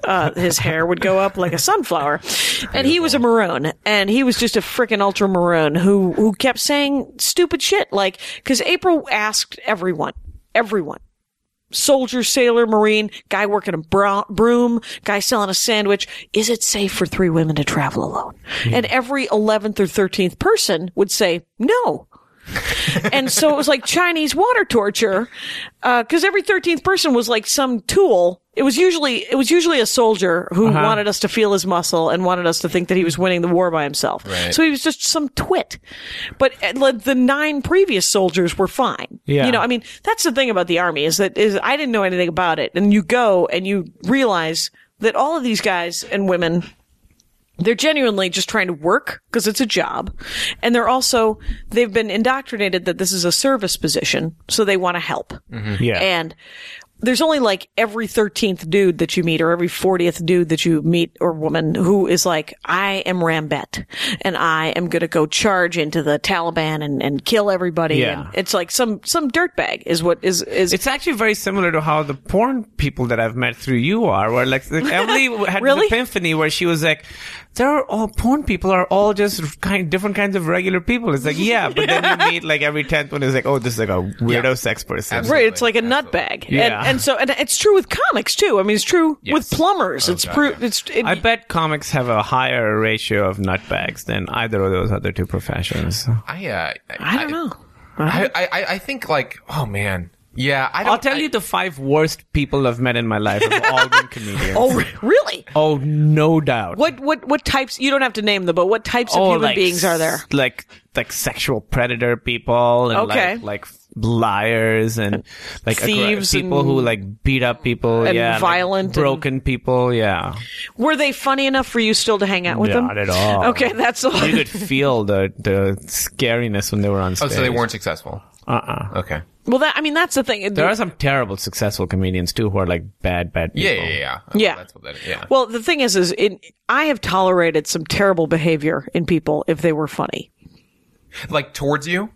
Speaker 2: Uh, his hair would go up like a sunflower, and he was a maroon, and he was just a freaking ultra maroon who who kept saying stupid shit like because April asked everyone, everyone, soldier, sailor, marine, guy working a bro- broom, guy selling a sandwich. Is it safe for three women to travel alone? And every 11th or 13th person would say no. and so it was like Chinese water torture, because every thirteenth person was like some tool. It was usually it was usually a soldier who wanted us to feel his muscle and wanted us to think that he was winning the war by himself.
Speaker 4: Right.
Speaker 2: So he was just some twit. But uh, like, the nine previous soldiers were fine.
Speaker 3: Yeah.
Speaker 2: You know, I mean, that's the thing about the army is that is I didn't know anything about it, and you go and you realize that all of these guys and women they're genuinely just trying to work because it's a job. And they're also, they've been indoctrinated that this is a service position. So they want to help.
Speaker 3: Mm-hmm. Yeah.
Speaker 2: And there's only like every 13th dude that you meet or every 40th dude that you meet or woman who is like, I am Rambet and I am going to go charge into the Taliban and, and kill everybody.
Speaker 3: Yeah.
Speaker 2: And it's like some, some dirtbag is what is, is
Speaker 3: It's actually very similar to how the porn people that I've met through you are, where like the- Emily had
Speaker 2: Really?
Speaker 3: an epiphany where she was like, "They're all porn people are all just kind different kinds of regular people." It's like, yeah, but then you meet like every tenth one is like, "Oh, this is like a weirdo
Speaker 4: Yeah.
Speaker 3: sex person."
Speaker 4: Absolutely.
Speaker 2: Right, it's like a
Speaker 4: Absolutely.
Speaker 2: nutbag,
Speaker 3: Yeah.
Speaker 2: and, and so and it's true with comics too. I mean, it's true with plumbers. it's
Speaker 4: God,
Speaker 2: true.
Speaker 4: yeah.
Speaker 2: It's it,
Speaker 3: Oh, I bet comics have a higher ratio of nutbags than either of those other two professions.
Speaker 4: I, uh,
Speaker 2: I don't know.
Speaker 4: I, I, I- I think like oh man, yeah. I don't,
Speaker 3: I'll tell
Speaker 4: I-
Speaker 3: you the five worst people I've met in my life have all been comedians.
Speaker 2: Oh, re- really?
Speaker 3: Oh, no doubt.
Speaker 2: What what what types? You don't have to name them, but what types of human beings are there?
Speaker 3: Oh, s- Like like sexual predator people and
Speaker 2: Okay.
Speaker 3: like, like liars and like aggra-
Speaker 2: Thieves
Speaker 3: people
Speaker 2: and-
Speaker 3: who like beat up people
Speaker 2: and
Speaker 3: yeah like
Speaker 2: violent and-
Speaker 3: broken people yeah
Speaker 2: Were they funny enough for you still to hang out with them?
Speaker 3: not at all
Speaker 2: Okay, that's all.
Speaker 3: you could feel the the scariness when they were on
Speaker 4: Oh,
Speaker 3: stage
Speaker 4: so they weren't successful.
Speaker 3: uh-uh
Speaker 4: Okay.
Speaker 2: Well, that I mean, that's the thing.
Speaker 3: there are some terrible successful comedians too who are like bad bad people
Speaker 4: Yeah, yeah, yeah. Oh,
Speaker 2: Yeah.
Speaker 4: That's what that is. Yeah.
Speaker 2: Well, the thing is, is in, I have tolerated some terrible behavior in people if they were funny
Speaker 4: like towards you,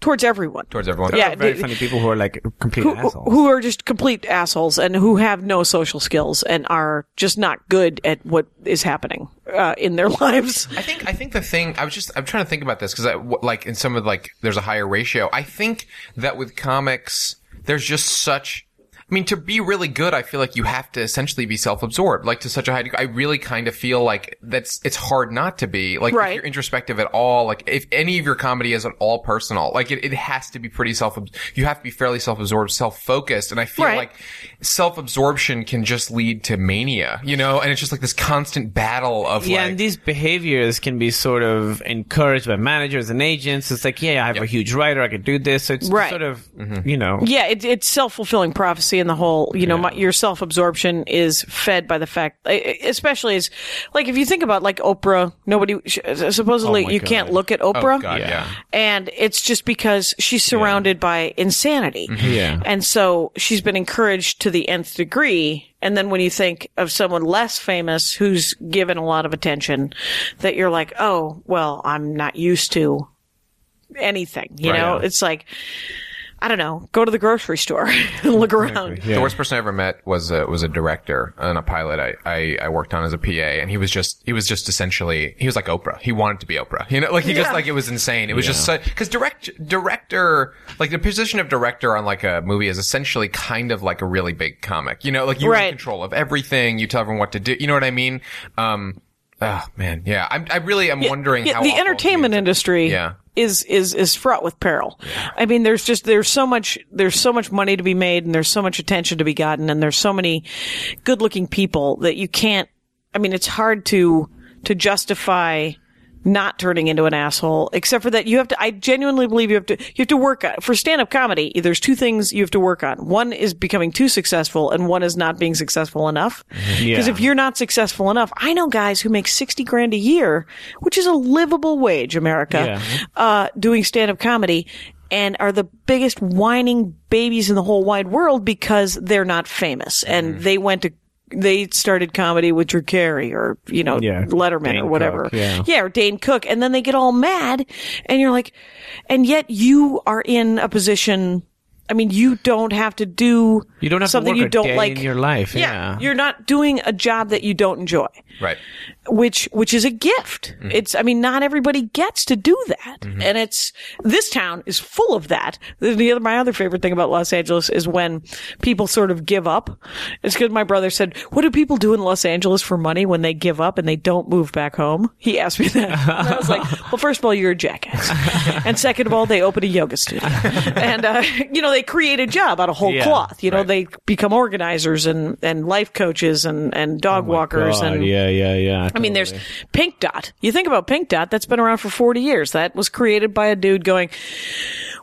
Speaker 2: towards everyone.
Speaker 4: towards everyone.
Speaker 2: yeah,
Speaker 3: very
Speaker 2: d-
Speaker 3: funny people who are like complete
Speaker 2: who,
Speaker 3: assholes
Speaker 2: who are just complete assholes and who have no social skills and are just not good at what is happening uh, in their lives.
Speaker 4: I think I think the thing I was just I'm trying to think about this because like in some of like there's a higher ratio. I think that with comics there's just such. I mean, to be really good, I feel like you have to essentially be self-absorbed, like to such a high degree. I really kind of feel like that's it's hard not to be. Like
Speaker 2: Right.
Speaker 4: if you're introspective at all, like if any of your comedy is at all personal, like it, it has to be pretty self. You have to be fairly self-absorbed, self-focused, and I feel
Speaker 2: Right.
Speaker 4: like self-absorption can just lead to mania, you know. And it's just like this constant battle of
Speaker 3: Yeah,
Speaker 4: like,
Speaker 3: and these behaviors can be sort of encouraged by managers and agents. It's like, yeah, Mm-hmm. I have a huge writer, I could do this. So it's
Speaker 2: Right.
Speaker 3: sort of, you know,
Speaker 2: Yeah, it, it's self fulfilling prophecy, and the whole you know my, your self absorption is fed by the fact, especially as like if you think about like Oprah, nobody supposedly
Speaker 3: Oh my
Speaker 2: you
Speaker 3: God.
Speaker 2: can't look at Oprah.
Speaker 4: God, Yeah. yeah.
Speaker 2: And it's just because she's surrounded by insanity.
Speaker 3: Mm-hmm. Yeah.
Speaker 2: And so she's been encouraged to the nth degree. And then when you think of someone less famous who's given a lot of attention, that you're like, oh, well, I'm not used to anything. You
Speaker 3: Right.
Speaker 2: know,
Speaker 3: Yeah.
Speaker 2: it's like, I don't know, go to the grocery store and look around.
Speaker 4: The worst person I ever met was a, was a director on a pilot I, I, I worked on as a PA, and he was just he was just essentially he was like Oprah. He wanted to be Oprah, you know, like he just
Speaker 2: Yeah.
Speaker 4: like it was insane. It was just just because direct director like the position of director on like a movie is essentially kind of like a really big comic, you know, like you're in
Speaker 2: Right.
Speaker 4: control of everything. You tell everyone what to do. You know what I mean? Um, oh man, yeah. I'm, I really am wondering
Speaker 2: Yeah,
Speaker 4: how
Speaker 2: the
Speaker 4: awful it
Speaker 2: entertainment
Speaker 4: is.
Speaker 2: industry
Speaker 4: Yeah.
Speaker 2: is is is fraught with peril. I mean, there's just there's so much there's so much money to be made, and there's so much attention to be gotten, and there's so many good looking people that you can't. I mean, it's hard to to justify not turning into an asshole, except for that you have to. I genuinely believe you have to you have to work on, for stand up comedy. There's two things you have to work on. One is becoming too successful, and one is not being successful enough. Because if you're not successful enough, I know guys who make sixty grand a year, which is a livable wage, America, uh, doing stand up comedy. And are the biggest whining babies in the whole wide world because they're not famous
Speaker 3: Mm-hmm.
Speaker 2: and they went to they started comedy with Drew Carey or you know
Speaker 3: Yeah,
Speaker 2: Letterman
Speaker 3: Dane
Speaker 2: or whatever.
Speaker 3: Cook, yeah.
Speaker 2: or Dane Cook. And then they get all mad and you're like, and yet you are in a position. I mean, you don't have to do
Speaker 3: You don't have to
Speaker 2: something
Speaker 3: work
Speaker 2: you
Speaker 3: a
Speaker 2: don't
Speaker 3: day
Speaker 2: like
Speaker 3: in your life, yeah.
Speaker 2: you're not doing a job that you don't enjoy,
Speaker 4: Right.
Speaker 2: which which is a gift.
Speaker 3: Mm-hmm.
Speaker 2: It's I mean, not everybody gets to do that, and it's this town is full of that. The the other my other favorite thing about Los Angeles is when people sort of give up. It's because my brother said, "What do people do in Los Angeles for money when they give up and they don't move back home?" He asked me that. And I was like, "Well, first of all, you're a jackass, and second of all, they open a yoga studio, and uh, you know they create a job out of whole
Speaker 3: Yeah.
Speaker 2: cloth. You know
Speaker 4: Right.
Speaker 2: they become organizers and and life coaches and and dog walkers
Speaker 3: Oh God,
Speaker 2: and
Speaker 3: yeah, yeah, yeah.
Speaker 2: I mean, there's Pink Dot. You think about Pink Dot, that's been around for 40 years. That was created by a dude going,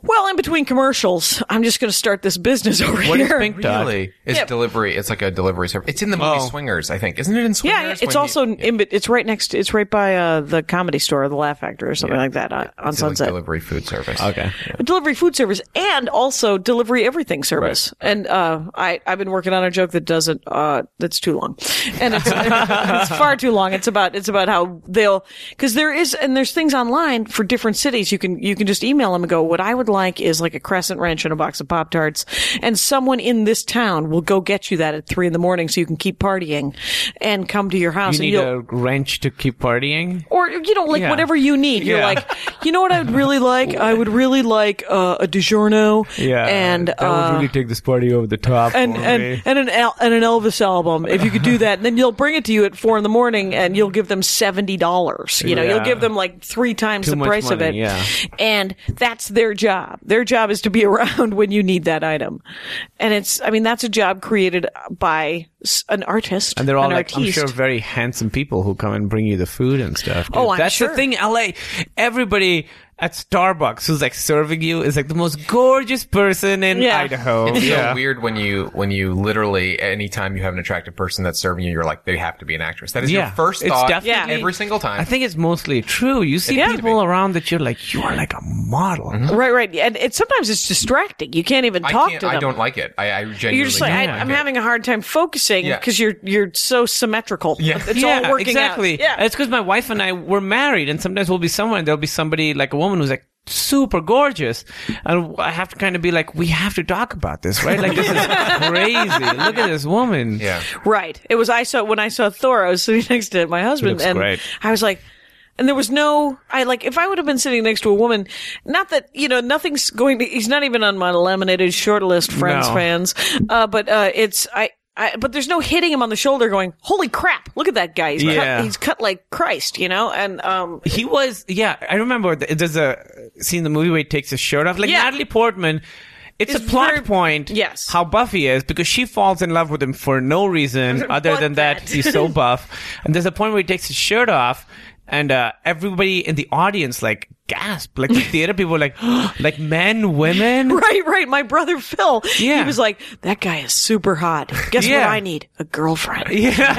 Speaker 2: well, in between commercials, I'm just going to start this business over
Speaker 3: What is
Speaker 2: here.
Speaker 3: Pink Dot?
Speaker 4: Really, it's
Speaker 2: Yeah.
Speaker 4: delivery. It's like a delivery service. It's in the movie
Speaker 3: Oh.
Speaker 4: Swingers, I think, isn't it in Swingers?
Speaker 2: Yeah, yeah,
Speaker 4: when
Speaker 2: it's
Speaker 4: he-
Speaker 2: also in, bet- it's right next. It's right by uh, the comedy store, the Laugh Factory, or something like that uh, on
Speaker 4: It's like
Speaker 2: Sunset.
Speaker 4: delivery food service.
Speaker 3: Okay.
Speaker 2: A delivery food service and also delivery everything service. And uh, I I've been working on a joke that doesn't uh, that's too long, and it's, it's far too long. It's about it's about how they'll because there is and there's things online for different cities. You can you can just email them and go. What I would like is like a crescent wrench and a box of pop tarts, and someone in this town will go get you that at three in the morning so you can keep partying, and come to your house.
Speaker 3: You
Speaker 2: and
Speaker 3: need
Speaker 2: you'll-
Speaker 3: a wrench to keep partying.
Speaker 2: or you know like
Speaker 3: Yeah.
Speaker 2: whatever you need you're
Speaker 3: Yeah.
Speaker 2: like you know what i would really like i would really like uh, a DiGiorno and uh,
Speaker 3: take this party over the top.
Speaker 2: and, and, and an El- and an Elvis album. If you could do that, and then you'll bring it to you at four in the morning, and you'll give them seventy dollars. You know,
Speaker 3: Yeah.
Speaker 2: you'll give them like three times
Speaker 3: Too
Speaker 2: the
Speaker 3: much
Speaker 2: price of it.
Speaker 3: money, yeah.
Speaker 2: And that's their job. Their job is to be around when you need that item. And it's, I mean, that's a job created by s- an artist.
Speaker 3: And they're all
Speaker 2: an
Speaker 3: like, I'm
Speaker 2: artiste.
Speaker 3: sure, very handsome people who come and bring you the food and stuff.
Speaker 2: Oh, I'm
Speaker 3: That's
Speaker 2: sure.
Speaker 3: the thing, LA. Everybody at Starbucks who's like serving you is like the most gorgeous person in
Speaker 2: Yeah.
Speaker 3: Idaho.
Speaker 4: It's
Speaker 3: yeah.
Speaker 4: so weird when you when you literally anytime you have an attractive person that's serving you, you're like they have to be an actress. That is
Speaker 3: Yeah.
Speaker 4: your first
Speaker 3: It's
Speaker 4: thought
Speaker 3: definitely-
Speaker 4: every single time.
Speaker 3: I think it's mostly true. You see
Speaker 2: Yeah.
Speaker 3: people around that you're like, you are like a model.
Speaker 2: Right, right, and it, sometimes it's distracting. You can't even
Speaker 4: I
Speaker 2: talk
Speaker 4: can't.
Speaker 2: to them.
Speaker 4: I don't like it. I, I genuinely
Speaker 2: You're just like
Speaker 4: don't
Speaker 2: I,
Speaker 4: like
Speaker 2: I'm
Speaker 4: it.
Speaker 2: having a hard time focusing
Speaker 4: Yeah.
Speaker 2: because you're you're so symmetrical.
Speaker 4: Yeah.
Speaker 2: it's all working
Speaker 3: exactly.
Speaker 2: out. Yeah,
Speaker 3: And It's because my wife and I were married, and sometimes we'll be somewhere, and there'll be somebody like a woman who's like super gorgeous, and I have to kind of be like, we have to talk about this, right? Like this is crazy. Look at this woman.
Speaker 4: Yeah.
Speaker 2: Right. It was I saw when I saw Thor. I was sitting next to my husband,
Speaker 3: looks
Speaker 2: and
Speaker 3: great.
Speaker 2: I was like, and there was no. I like if I would have been sitting next to a woman. Not that you know, nothing's going to. He's not even on my laminated short list, friends,
Speaker 3: No.
Speaker 2: fans. Uh, but uh, it's I. I, but there's no hitting him on the shoulder, going, "Holy crap! Look at that guy! He's,
Speaker 3: Yeah.
Speaker 2: cut, he's cut like Christ," you know. And um,
Speaker 3: He was, yeah. I remember th- there's a scene in the movie where he takes his shirt off. Like
Speaker 2: Yeah.
Speaker 3: Natalie Portman, it's,
Speaker 2: It's
Speaker 3: a plot
Speaker 2: very-
Speaker 3: point.
Speaker 2: yes.
Speaker 3: how buff he is because she falls in love with him for no reason other
Speaker 2: But
Speaker 3: than that.
Speaker 2: that.
Speaker 3: he's so buff. And there's a point where he takes his shirt off, and uh, everybody in the audience like gasp. Like the theater people were like, like men, women.
Speaker 2: Right, right. My brother Phil.
Speaker 3: Yeah.
Speaker 2: He was like, that guy is super hot. Guess
Speaker 3: Yeah.
Speaker 2: what I need? A girlfriend.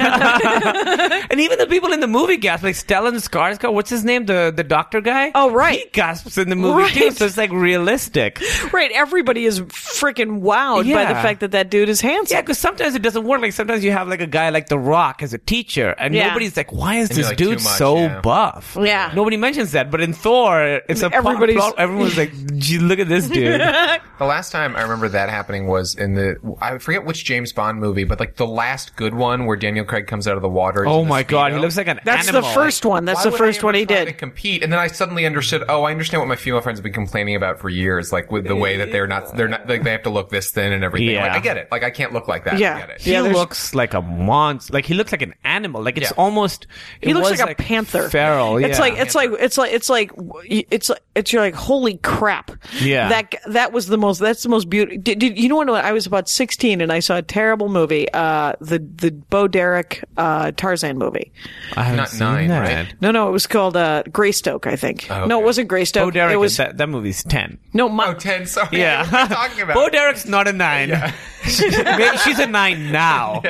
Speaker 3: Yeah, and even the people in the movie gasp, like Stellan Skarsgård. What's his name? The the doctor guy.
Speaker 2: Oh, right.
Speaker 3: he gasps in the movie too.
Speaker 2: Right.
Speaker 3: So it's like realistic.
Speaker 2: Right. Everybody is freaking wowed by the
Speaker 3: Yeah.
Speaker 2: fact that that dude is handsome.
Speaker 3: Yeah, because sometimes it doesn't work. Like sometimes you have like a guy like The Rock as a teacher, and
Speaker 2: Yeah.
Speaker 3: nobody's like, "Why is
Speaker 4: And you're
Speaker 3: this
Speaker 4: like,
Speaker 3: dude
Speaker 4: "Too much,"
Speaker 3: so
Speaker 4: yeah.
Speaker 3: buff?"
Speaker 2: Yeah.
Speaker 3: nobody mentions that. But in Thor, sorry. It's a
Speaker 2: Everybody's-
Speaker 3: everybody's. everyone's like, "Gee, look at this dude.
Speaker 4: The last time I remember that happening was in the I forget which James Bond movie, but like the last good one where Daniel Craig comes out of the water.
Speaker 3: oh my god, he looks like an
Speaker 2: That's
Speaker 3: animal.
Speaker 2: the first one. That's the first one he
Speaker 4: To
Speaker 2: did.
Speaker 4: compete, and then I suddenly understood. Oh, I understand what my female friends have been complaining about for years, like with the way that they're not, they're not, like they have to look this thin and everything.
Speaker 3: Yeah.
Speaker 4: Like, I get it. Like I can't look like that.
Speaker 2: Yeah.
Speaker 4: I get it.
Speaker 3: He
Speaker 2: Yeah, there's-
Speaker 3: looks like a monster. Like he looks like an animal. Like it's
Speaker 4: Yeah.
Speaker 3: almost.
Speaker 2: He
Speaker 3: it
Speaker 2: looks
Speaker 3: was
Speaker 2: like a panther.
Speaker 3: Feral. Yeah.
Speaker 2: It's like it's like it's like it's like it's like it's you're like holy crap.
Speaker 3: Yeah.
Speaker 2: That that was the most that's the most beautiful. Did, did you know when I was about 16 and I saw a terrible movie, uh the the Bo Derek uh Tarzan movie.
Speaker 3: I haven't
Speaker 4: Not
Speaker 3: seen
Speaker 4: nine,
Speaker 3: that.
Speaker 4: right?
Speaker 2: No, no, it was called uh Greystoke, I think.
Speaker 3: Ah,
Speaker 2: No, it
Speaker 4: okay.
Speaker 2: wasn't Greystoke.
Speaker 3: Bo Derek.
Speaker 2: it was
Speaker 3: that, that movie's ten.
Speaker 2: no my,
Speaker 4: Oh, ten. Sorry.
Speaker 3: Yeah.
Speaker 4: What am I talking about.
Speaker 3: Bo Derek's not a nine. Maybe she's a nine now.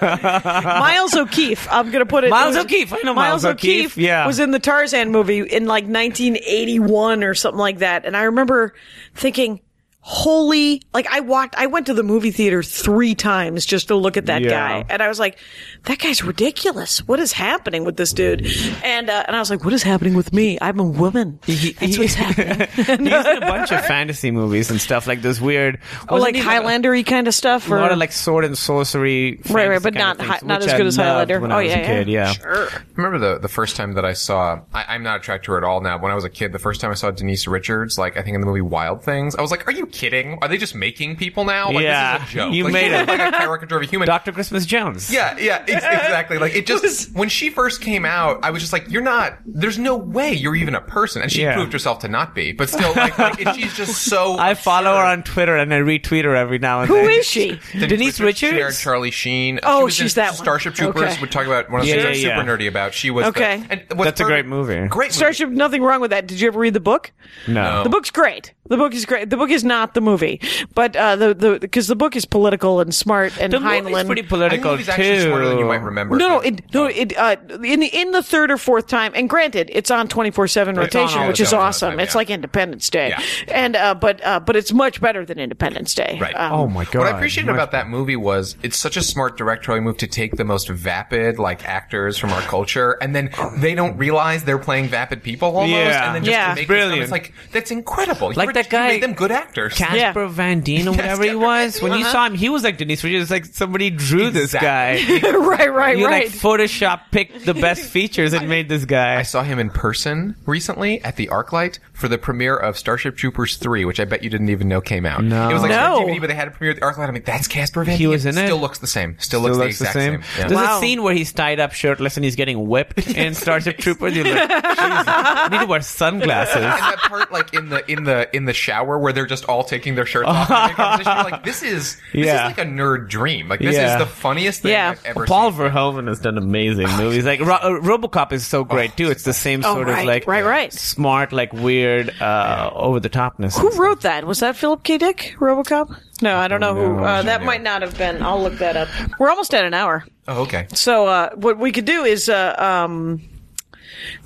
Speaker 2: Miles O'Keefe. I'm gonna put it.
Speaker 3: Miles
Speaker 2: it was-
Speaker 3: O'Keefe, I know Miles O'Keefe, yeah.
Speaker 2: was in the Tarzan movie in like 1981 or something like that, and I remember thinking. Holy, like I walked, I went to the movie theater three times just to look at that
Speaker 3: Yeah.
Speaker 2: guy. And I was like, that guy's ridiculous. What is happening with this dude? And, uh, and I was like, what is happening with me? I'm a woman. That's what's happening.
Speaker 3: He's in a bunch of fantasy movies and stuff like those weird,
Speaker 2: Oh,
Speaker 3: wasn't
Speaker 2: like
Speaker 3: he
Speaker 2: Highlander-y kind of stuff.
Speaker 3: A
Speaker 2: Or
Speaker 3: lot of like sword and sorcery,
Speaker 2: right,
Speaker 3: fantasy
Speaker 2: but
Speaker 3: kind
Speaker 2: not
Speaker 3: of things,
Speaker 2: hi- not
Speaker 3: which
Speaker 2: as
Speaker 3: I
Speaker 2: good as
Speaker 3: loved
Speaker 2: Highlander.
Speaker 3: When
Speaker 2: Oh,
Speaker 3: I was
Speaker 2: yeah,
Speaker 3: a
Speaker 2: yeah.
Speaker 3: kid, yeah.
Speaker 4: I remember the the first time that I saw. I, I'm not attracted to her at all now. but When I was a kid, the first time I saw Denise Richards, like I think in the movie Wild Things, I was like, "Are you kidding? Are they just making people now? Like
Speaker 3: Yeah.
Speaker 4: this is a joke.
Speaker 3: You
Speaker 4: Like,
Speaker 3: made
Speaker 4: she looked
Speaker 3: it.
Speaker 4: like a caricature of a human."
Speaker 3: Doctor Christmas Jones.
Speaker 4: Yeah, yeah, ex- exactly. Like it just when she first came out, I was just like, "You're not. There's no way you're even a person." And she
Speaker 3: Yeah.
Speaker 4: proved herself to not be, but still, like, like it- she's just so.
Speaker 3: I follow her on Twitter and I retweet her every now and
Speaker 2: who
Speaker 3: then.
Speaker 2: is she?
Speaker 3: Denise Richards?
Speaker 4: Sharon Charlie Sheen.
Speaker 2: Oh,
Speaker 4: She was
Speaker 2: she's
Speaker 4: in
Speaker 2: that one.
Speaker 4: Starship Troopers.
Speaker 2: Okay.
Speaker 4: We talk about one of the
Speaker 3: Yeah,
Speaker 4: things I'm
Speaker 3: yeah,
Speaker 4: super
Speaker 3: yeah.
Speaker 4: nerdy about. She was
Speaker 2: Okay.
Speaker 4: The, and what's
Speaker 3: That's a great movie.
Speaker 4: Great movie.
Speaker 2: Starship, nothing wrong with that. Did you ever read the book?
Speaker 3: No.
Speaker 2: The book's great. The book is great. The book is not the movie, but uh, the the because the book is political and smart and
Speaker 3: The movie's
Speaker 2: Heinlein.
Speaker 3: pretty
Speaker 4: I think
Speaker 3: political
Speaker 4: he's actually
Speaker 3: too.
Speaker 4: smarter than you might remember.
Speaker 2: no, no, it, no, it uh, in the in the third or fourth time. And granted, it's on twenty four seven rotation,
Speaker 4: all
Speaker 2: which
Speaker 4: the
Speaker 2: is
Speaker 4: time, all the
Speaker 2: awesome.
Speaker 4: time,
Speaker 2: It's
Speaker 4: yeah.
Speaker 2: like Independence Day,
Speaker 4: Yeah.
Speaker 2: and uh, but uh, but it's much better than Independence Day.
Speaker 4: Right.
Speaker 2: Um,
Speaker 3: Oh my god!
Speaker 4: What I appreciated about that movie was it's such a smart directorial move to take the most vapid like actors from our culture, and then they don't realize they're playing vapid people almost,
Speaker 3: Yeah.
Speaker 4: and then just
Speaker 2: Yeah.
Speaker 4: to make
Speaker 3: Brilliant.
Speaker 4: This, it's like that's incredible. You
Speaker 3: Like
Speaker 4: were-
Speaker 3: that
Speaker 4: you
Speaker 3: guy-
Speaker 4: made them good actors.
Speaker 3: Casper
Speaker 2: Yeah.
Speaker 3: Van Dien or whatever he
Speaker 4: Casper
Speaker 3: was.
Speaker 4: Van
Speaker 3: When
Speaker 4: Dien,
Speaker 3: you
Speaker 4: uh-huh.
Speaker 3: saw him, he was like Denise Richards. It's like somebody drew this
Speaker 4: Exactly.
Speaker 3: guy.
Speaker 2: right, right,
Speaker 3: You
Speaker 2: right.
Speaker 3: like Photoshop picked the best features and made this guy.
Speaker 4: I saw him in person recently at the ArcLight for the premiere of Starship Troopers 3, which I bet you didn't even know came out.
Speaker 3: No.
Speaker 4: It was like
Speaker 2: No.
Speaker 4: on DVD, but they had a premiere at the ArcLight. I'm like, that's Casper Van
Speaker 3: He
Speaker 4: Dien.
Speaker 3: was in it?
Speaker 4: Still looks the same. Still, looks, the exact same. Yeah.
Speaker 3: There's
Speaker 2: Wow.
Speaker 3: a scene where he's tied up shirtless and he's getting whipped in Starship Troopers. You're like, Jesus, I need to wear sunglasses.
Speaker 4: and that part like in the in the in the shower where they're just all taking their shirts off and making a conversation, you're like this is this
Speaker 3: Yeah.
Speaker 4: is like a nerd dream like this
Speaker 3: Yeah.
Speaker 4: is the funniest thing
Speaker 2: Yeah.
Speaker 4: I've ever
Speaker 3: Paul
Speaker 4: seen.
Speaker 3: Verhoeven has done amazing movies. Like Ro- uh, RoboCop is so great too. It's the same
Speaker 2: Oh,
Speaker 3: sort
Speaker 2: right,
Speaker 3: of like
Speaker 2: right, right.
Speaker 3: smart, like weird, uh, over the topness.
Speaker 2: Who wrote that? Was that Philip K. Dick, RoboCop? No, I don't know who.
Speaker 3: No.
Speaker 2: Uh, that might not have been. I'll look that up. We're almost at an hour,
Speaker 4: Oh okay.
Speaker 2: so uh, what we could do is uh, um,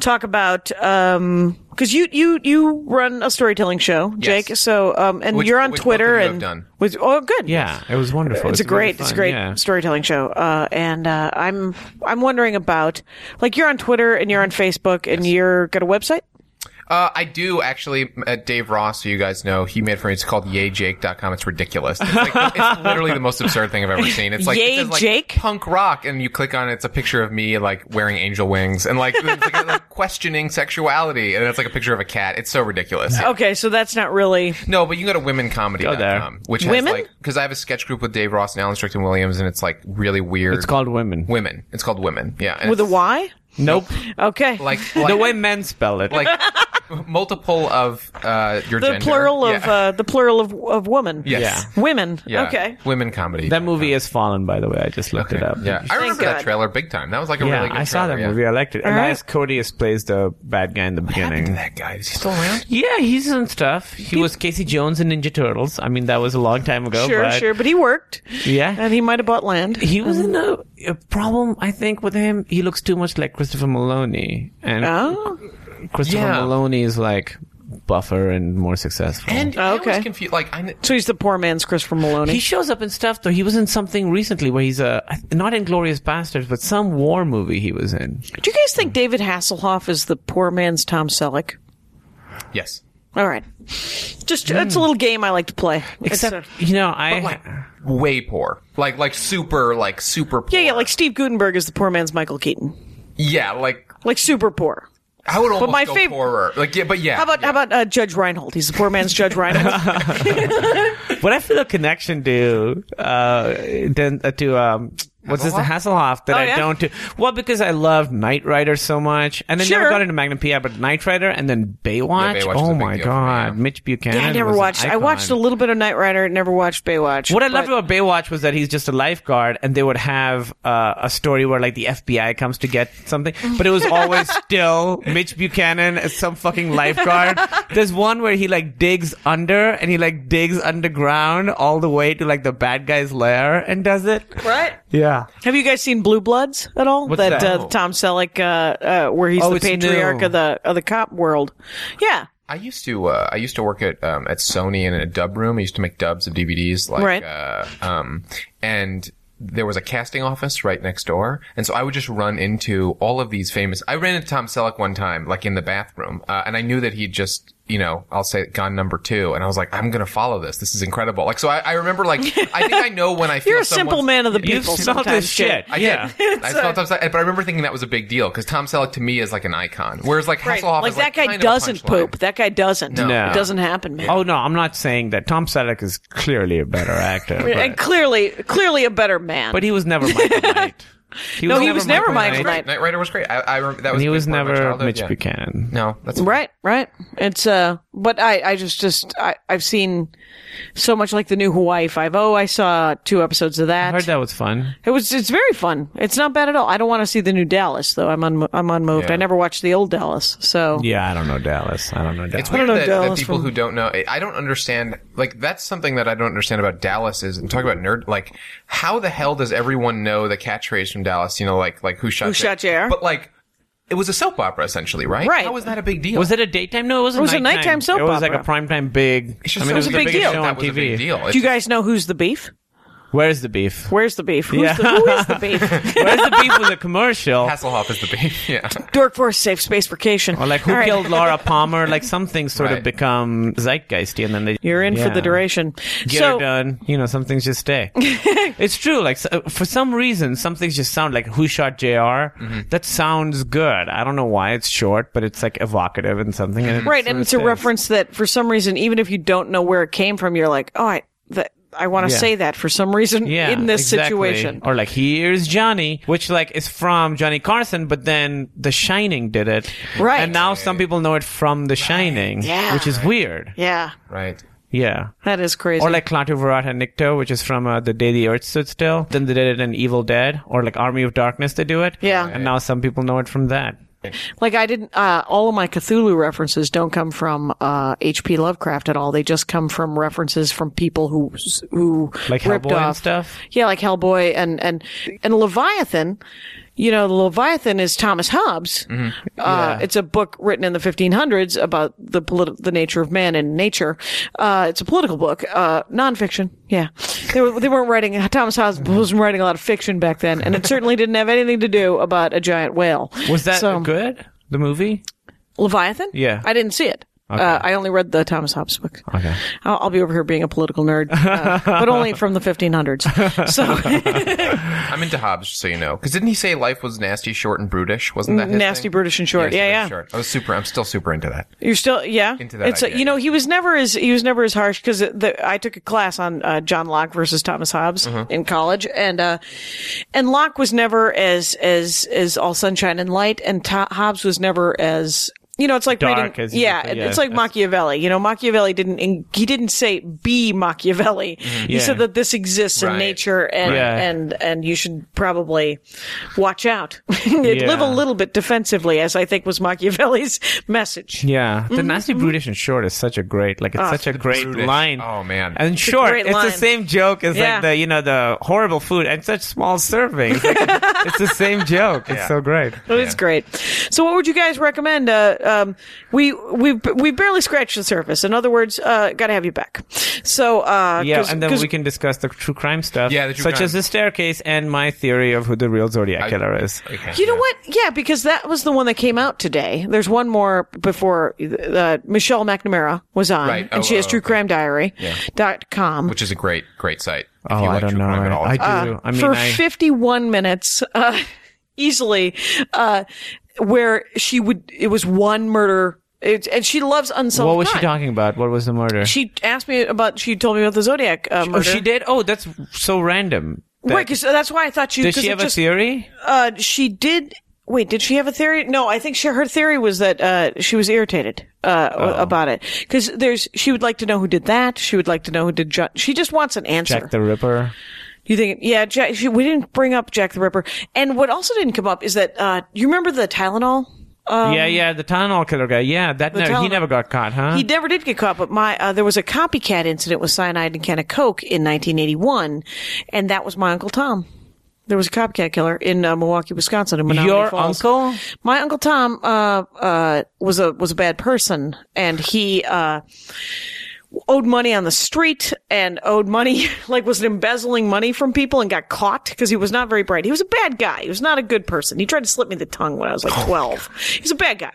Speaker 2: talk about because you you you run a storytelling show,
Speaker 4: Yes.
Speaker 2: Jake. So um, and
Speaker 4: Which-
Speaker 2: you're on
Speaker 4: which both
Speaker 2: Twitter
Speaker 4: of you have
Speaker 2: and
Speaker 4: done.
Speaker 2: with oh good
Speaker 3: Yeah, it was wonderful.
Speaker 2: it's a great,
Speaker 3: really
Speaker 2: it's a
Speaker 3: fun,
Speaker 2: great
Speaker 3: yeah.
Speaker 2: storytelling show. Uh, and uh, I'm I'm wondering about like you're on Twitter and you're on
Speaker 4: Mm-hmm.
Speaker 2: Facebook and you're got a website.
Speaker 4: Uh, I do actually. Uh, Dave Ross, who you guys know, he made it for me. It's called YayJake.com. It's ridiculous. It's, like, it's literally the most absurd thing I've ever seen. It's like
Speaker 2: Yay,
Speaker 4: it says, like,
Speaker 2: Jake?
Speaker 4: punk rock, and you click on it. It's a picture of me like wearing angel wings and like, it's like, like, questioning sexuality, and it's like a picture of a cat. It's so ridiculous.
Speaker 2: Okay, so that's not really
Speaker 4: No, but you can go to
Speaker 3: there.
Speaker 4: womencomedy.com, which has
Speaker 2: Women?
Speaker 4: like because I have a sketch group with Dave Ross and Alan Strickland Williams, and it's like really weird.
Speaker 3: It's called women.
Speaker 4: women. It's called women. Yeah, and
Speaker 2: with a
Speaker 4: it's
Speaker 2: Y.
Speaker 3: Nope.
Speaker 2: Okay,
Speaker 4: Like,
Speaker 3: the
Speaker 4: like-
Speaker 3: way men spell it.
Speaker 4: like multiple of uh, your
Speaker 2: the
Speaker 4: gender.
Speaker 2: plural of
Speaker 4: Yeah.
Speaker 2: uh, the plural of of woman.
Speaker 4: Yes.
Speaker 2: women.
Speaker 4: Yeah.
Speaker 2: Okay.
Speaker 4: women comedy.
Speaker 3: that movie is fallen, by the way. I just looked it up.
Speaker 4: Yeah, I remember
Speaker 2: God.
Speaker 4: that trailer big time. That was like a
Speaker 3: Yeah,
Speaker 4: really good
Speaker 3: I saw that
Speaker 4: trailer, yeah.
Speaker 3: movie. I liked it.
Speaker 2: All right.
Speaker 3: Elias Codius plays the bad guy in the
Speaker 4: What happened to
Speaker 3: beginning.
Speaker 4: that guy? Is he still around?
Speaker 3: Yeah, he's in stuff. He was Casey Jones in Ninja Turtles. I mean, that was a long time ago.
Speaker 2: Sure,
Speaker 3: but
Speaker 2: sure, but he worked,
Speaker 3: Yeah.
Speaker 2: and he might have bought land.
Speaker 3: He was in a, a problem, I think, with him. He looks too much like Christopher Maloney. And
Speaker 2: oh,
Speaker 3: Christopher
Speaker 4: Yeah.
Speaker 3: Maloney is like buffer and more successful.
Speaker 4: And
Speaker 2: Oh,
Speaker 4: I
Speaker 2: okay.
Speaker 4: was confused. Like, I,
Speaker 2: so he's the poor man's Christopher Maloney.
Speaker 3: he shows up in stuff though. He was in something recently where he's a not in Glorious Bastards, but some war movie he was in.
Speaker 2: Do you guys think David Hasselhoff is the poor man's Tom Selleck?
Speaker 4: Yes.
Speaker 2: All right. Just it's a little game I like to play. It's
Speaker 3: Except,
Speaker 2: a-
Speaker 3: you know, I
Speaker 4: Like way poor. Like like super like super poor.
Speaker 2: yeah, yeah, like Steve Gutenberg is the poor man's Michael Keaton.
Speaker 4: Yeah, like
Speaker 2: Like super poor.
Speaker 4: I would almost
Speaker 2: my
Speaker 4: go
Speaker 2: fav-
Speaker 4: poorer. Like yeah, but yeah.
Speaker 2: How about how about uh, Judge Reinhold? He's the poor man's Judge Reinhold.
Speaker 3: But I feel a connection to uh, then, uh to um, what's this the Hasselhoff that
Speaker 2: Oh,
Speaker 3: I
Speaker 2: yeah?
Speaker 3: don't do. Well, because I love Knight Rider so much, and I
Speaker 2: Sure.
Speaker 3: never got into Magnum PI, but Knight Rider and then Baywatch.
Speaker 4: Yeah, Baywatch was a
Speaker 3: oh
Speaker 4: big
Speaker 3: my
Speaker 4: deal for me,
Speaker 3: god,
Speaker 4: yeah.
Speaker 3: Mitch Buchanan.
Speaker 2: yeah, I never
Speaker 3: was an
Speaker 2: watched. I
Speaker 3: icon.
Speaker 2: watched a little bit of Knight Rider. Never watched Baywatch.
Speaker 3: What I loved
Speaker 2: but-
Speaker 3: about Baywatch was that he's just a lifeguard, and they would have uh, a story where like the FBI comes to get something, but it was always still Mitch Buchanan as some fucking lifeguard. There's one where he like digs under, and he like digs underground all the way to like the bad guy's lair and does it.
Speaker 2: right?
Speaker 3: Yeah,
Speaker 2: Have you guys seen Blue Bloods at all?
Speaker 3: What's
Speaker 2: that
Speaker 3: that?
Speaker 2: Uh, Tom Selleck, uh, uh, where he's
Speaker 3: Oh,
Speaker 2: the
Speaker 3: it's
Speaker 2: patriarch
Speaker 3: new.
Speaker 2: of the of the cop world. Yeah,
Speaker 4: I used to uh, I used to work at um, at Sony in a dub room. I used to make dubs of DVDs, like
Speaker 2: Right.
Speaker 4: uh, um, and there was a casting office right next door, and so I would just run into all of these famous. I ran into Tom Selleck one time, like in the bathroom, uh, and I knew that he'd just you know I'll say gone number two, and I was like, I'm gonna follow this. This is incredible. Like so, I, I remember like I think I know when I feel
Speaker 2: you're a simple
Speaker 4: someone's-
Speaker 2: man of the
Speaker 3: you've
Speaker 2: people.
Speaker 3: smelled
Speaker 2: sometimes,
Speaker 3: this
Speaker 2: Jake.
Speaker 3: shit.
Speaker 4: I
Speaker 3: yeah.
Speaker 4: did. I smelled Tom Selleck, but I remember thinking that was a big deal because Tom Selleck to me is like an icon, whereas like
Speaker 2: Right.
Speaker 4: Hasselhoff
Speaker 2: Like
Speaker 4: is
Speaker 2: that guy
Speaker 4: kind of a
Speaker 2: doesn't
Speaker 4: punchline.
Speaker 2: poop. That guy doesn't.
Speaker 3: No.
Speaker 2: It doesn't happen, man.
Speaker 3: Oh no, I'm not saying that. Tom Selleck is clearly a better actor,
Speaker 2: And
Speaker 3: but,
Speaker 2: clearly, clearly a better man.
Speaker 3: but he was never Michael Knight.
Speaker 2: No, he was never Michael Knight.
Speaker 4: Knight, Knight Rider was great. I, I remember that was.
Speaker 3: And he
Speaker 4: a big
Speaker 3: was
Speaker 4: part of my
Speaker 3: never
Speaker 4: childhood,
Speaker 3: Mitch
Speaker 4: yeah.
Speaker 3: Buchanan.
Speaker 4: No, that's
Speaker 2: Right, right. It's uh, but I, I just, just, I, I've seen so much like the new Hawaii Five O. I saw two episodes of
Speaker 3: I
Speaker 2: that.
Speaker 3: heard that was fun.
Speaker 2: It was, it's very fun. It's not bad at all. I don't want to see the new Dallas though. I'm un, I'm unmoved.
Speaker 4: Yeah.
Speaker 2: I never watched the old Dallas, so
Speaker 3: Yeah, I don't know Dallas. I don't know Dallas.
Speaker 4: It's weird
Speaker 2: know
Speaker 4: that, that
Speaker 2: Dallas
Speaker 4: people
Speaker 2: from-
Speaker 4: who don't know, I don't understand. Like that's something that I don't understand about Dallas is. I'm talking about nerd. Like, how the hell does everyone know the catchphrase from Dallas? You know, like like who shot
Speaker 2: Who Shot JR?
Speaker 4: But like, it was a soap opera essentially, right?
Speaker 2: Right.
Speaker 4: How was that a big deal?
Speaker 3: Was it a daytime? No, it was.
Speaker 2: It was a nighttime soap
Speaker 3: It was like a
Speaker 2: opera.
Speaker 3: primetime big.
Speaker 4: It's just
Speaker 3: I mean,
Speaker 4: so
Speaker 3: it was the
Speaker 4: weird that
Speaker 3: biggest
Speaker 4: they-
Speaker 3: show
Speaker 4: that
Speaker 3: on
Speaker 4: was a big
Speaker 3: TV.
Speaker 4: deal. It's
Speaker 2: Do you
Speaker 4: just-
Speaker 2: guys know who's the beef?
Speaker 3: Where's the beef?
Speaker 2: Where's the beef? Who's
Speaker 3: Yeah.
Speaker 2: the, who is the beef?
Speaker 3: Where's the beef with the commercial?
Speaker 4: Hasselhoff is the big. Yeah.
Speaker 2: Dork Force Safe Space Vacation.
Speaker 3: Or like who
Speaker 2: All right.
Speaker 3: killed Laura Palmer? Like some things sort
Speaker 4: Right.
Speaker 3: of become zeitgeisty, and then they
Speaker 2: You're in for
Speaker 3: Yeah.
Speaker 2: the duration.
Speaker 3: Get
Speaker 2: so,
Speaker 3: her done. You know, some things just stay. it's true. Like so- uh, for some reason, some things just sound like "Who Shot junior
Speaker 2: Mm-hmm.
Speaker 3: That sounds good. I don't know why it's short, but it's like evocative and something. And it
Speaker 2: right,
Speaker 3: sort
Speaker 2: and
Speaker 3: of
Speaker 2: it's a
Speaker 3: stays.
Speaker 2: reference that for some reason, even if you don't know where it came from, you're like, oh, I, that, I want to
Speaker 3: Yeah.
Speaker 2: say that for some reason
Speaker 3: Yeah,
Speaker 2: in this
Speaker 3: exactly.
Speaker 2: situation.
Speaker 3: or like here's Johnny, which like is from Johnny Carson, but then The Shining did it,
Speaker 2: Right.
Speaker 3: And now some people know it from The Shining,
Speaker 2: Yeah.
Speaker 3: which is weird,
Speaker 2: Yeah,
Speaker 4: Right.
Speaker 3: yeah.
Speaker 2: that is crazy.
Speaker 3: Or like Klaatu Varata Nikto, which is from uh, The Day the Earth Stood Still. Then they did it in Evil Dead, or like Army of Darkness, they do it,
Speaker 2: Yeah.
Speaker 3: And now some people know it from that.
Speaker 2: Like I didn't. Uh, all of my Cthulhu references don't come from uh, H.P. Lovecraft at all. They just come from references from people who who
Speaker 3: Like
Speaker 2: ripped
Speaker 3: Hellboy and
Speaker 2: off
Speaker 3: stuff?
Speaker 2: Yeah, like Hellboy and and and Leviathan. You know, the Leviathan is Thomas Hobbes.
Speaker 3: Mm-hmm.
Speaker 2: Uh, It's a book written in the 1500s about the politi- the nature of man and nature. Uh, it's a political book, uh, nonfiction. Yeah, they were they weren't writing. Thomas Hobbes
Speaker 3: Mm-hmm.
Speaker 2: wasn't writing a lot of fiction back then, and it certainly didn't have anything to do about a giant whale.
Speaker 3: Was that
Speaker 2: So-
Speaker 3: good? The movie?
Speaker 2: Leviathan?
Speaker 3: Yeah.
Speaker 2: I didn't see it. Uh, I only read the Thomas Hobbes book. Okay. I'll, I'll be over here being a political nerd, uh, but only from the 1500s. So
Speaker 4: I'm into Hobbes, just so you know. Because didn't he say life was nasty, short, and brutish? Wasn't that his
Speaker 2: nasty,
Speaker 4: thing?
Speaker 2: brutish, and short.
Speaker 4: Nasty,
Speaker 2: yeah, yeah.
Speaker 4: brutish, Short. I was super. I'm still super into that.
Speaker 2: You're still, yeah.
Speaker 4: Into that
Speaker 2: It's a-
Speaker 4: idea,
Speaker 2: you know,
Speaker 4: yeah.
Speaker 2: he was never as he was never as harsh because I took a class on uh, John Locke versus Thomas Hobbes
Speaker 3: Mm-hmm.
Speaker 2: in college, and uh, and Locke was never as as as all sunshine and light, and to- Hobbes was never as you know, it's like
Speaker 3: Dark
Speaker 2: reading,
Speaker 3: as you-
Speaker 2: yeah,
Speaker 3: yeah,
Speaker 2: it's like
Speaker 3: as-
Speaker 2: Machiavelli. You know, Machiavelli didn't en- he didn't say be Machiavelli. He
Speaker 3: Mm-hmm. Yeah.
Speaker 2: said that this exists in
Speaker 4: Right.
Speaker 2: nature, and
Speaker 3: Right. Yeah.
Speaker 2: and and you should probably watch out, live a
Speaker 3: Yeah.
Speaker 2: little bit defensively, as I think was Machiavelli's message.
Speaker 3: Yeah, the nasty brutish and short is such a great like it's such a great
Speaker 4: brutish.
Speaker 3: line.
Speaker 4: Oh, man.
Speaker 3: and
Speaker 2: a
Speaker 3: short,
Speaker 2: great
Speaker 3: it's
Speaker 2: line.
Speaker 3: the same joke as
Speaker 2: Yeah.
Speaker 3: like the you know the horrible food and such small servings. Like, it's the same joke. It's so great.
Speaker 2: Oh, But it's great. So, what would you guys recommend? Uh, uh, um, we we we barely scratched the surface. In other words, uh, got to have you back. So uh,
Speaker 3: Yeah,
Speaker 2: 'cause-
Speaker 3: and then
Speaker 2: 'cause-
Speaker 3: we can discuss the true crime stuff.
Speaker 4: Yeah, the true
Speaker 3: such
Speaker 4: crime.
Speaker 3: as the staircase and my theory of who the real Zodiac killer is.
Speaker 4: Okay.
Speaker 2: You know what? Yeah, because that was the one that came out today. There's one more before uh, Michelle McNamara was on,
Speaker 4: Right.
Speaker 2: and
Speaker 4: Oh,
Speaker 2: she has
Speaker 4: oh,
Speaker 2: True
Speaker 4: okay.
Speaker 2: Crime Diary dot com.
Speaker 4: Which is a great, great site. if
Speaker 3: Oh,
Speaker 4: you
Speaker 3: I
Speaker 4: like
Speaker 3: don't
Speaker 4: true
Speaker 3: know.
Speaker 4: crime at all.
Speaker 3: I, I do. I mean,
Speaker 2: for
Speaker 3: I,
Speaker 2: 51 minutes uh, easily uh, where she would it was one murder it, and she loves unsolved
Speaker 3: what was she
Speaker 2: crime.
Speaker 3: talking about? What was the murder?
Speaker 2: oh she asked me about she told me about the zodiac uh, murder
Speaker 3: oh, she did. Oh, that's so random. That-
Speaker 2: Right, 'cause that's why I thought you.
Speaker 3: Does
Speaker 2: 'cause
Speaker 3: she
Speaker 2: it
Speaker 3: have
Speaker 2: just-
Speaker 3: a theory?
Speaker 2: Uh, she did. Wait, did she have a theory? No, I think she, her theory was that uh, she was irritated uh,
Speaker 3: Oh.
Speaker 2: about it because there's she would like to know who did that. She would like to know who did. Ju- she just wants an answer.
Speaker 3: Jack the Ripper.
Speaker 2: You think, yeah, Jack, she, we didn't bring up Jack the Ripper. And what also didn't come up is that, uh, you remember the Tylenol? Um,
Speaker 3: yeah, yeah, the Tylenol killer guy. Yeah, that never, he
Speaker 2: Tylenol-
Speaker 3: never got caught, huh?
Speaker 2: He never did get caught, but my, uh, there was a copycat incident with cyanide and can of Coke in 1981, and that was my Uncle Tom. There was a copycat killer in uh, Milwaukee, Wisconsin. In Menominee
Speaker 3: Your
Speaker 2: Falls.
Speaker 3: uncle?
Speaker 2: My Uncle Tom, uh, uh, was a, was a bad person, and he, uh, owed money on the street and owed money, like was embezzling money from people and got caught because he was not very bright. He was a bad guy. He was not a good person. He tried to slip me the tongue when I was like
Speaker 3: Oh,
Speaker 2: 12. He's a bad guy.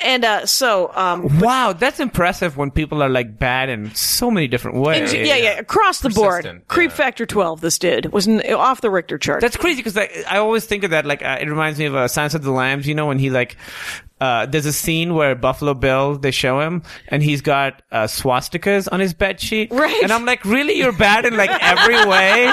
Speaker 2: And, uh, so, um,
Speaker 3: wow, that's impressive when people are like bad in so many different ways.
Speaker 2: yeah, yeah, across the board.
Speaker 4: Persistent,
Speaker 2: Creep
Speaker 4: yeah.
Speaker 2: factor 12, this dude was n- off the Richter chart.
Speaker 3: That's crazy because like, I always think of that. Like uh, it reminds me of uh, Silence of the Lambs. You know when he like uh, there's a scene where Buffalo Bill they show him and he's got uh, swastikas on his bed sheet.
Speaker 2: Right.
Speaker 3: And I'm like, really, you're bad in like every way.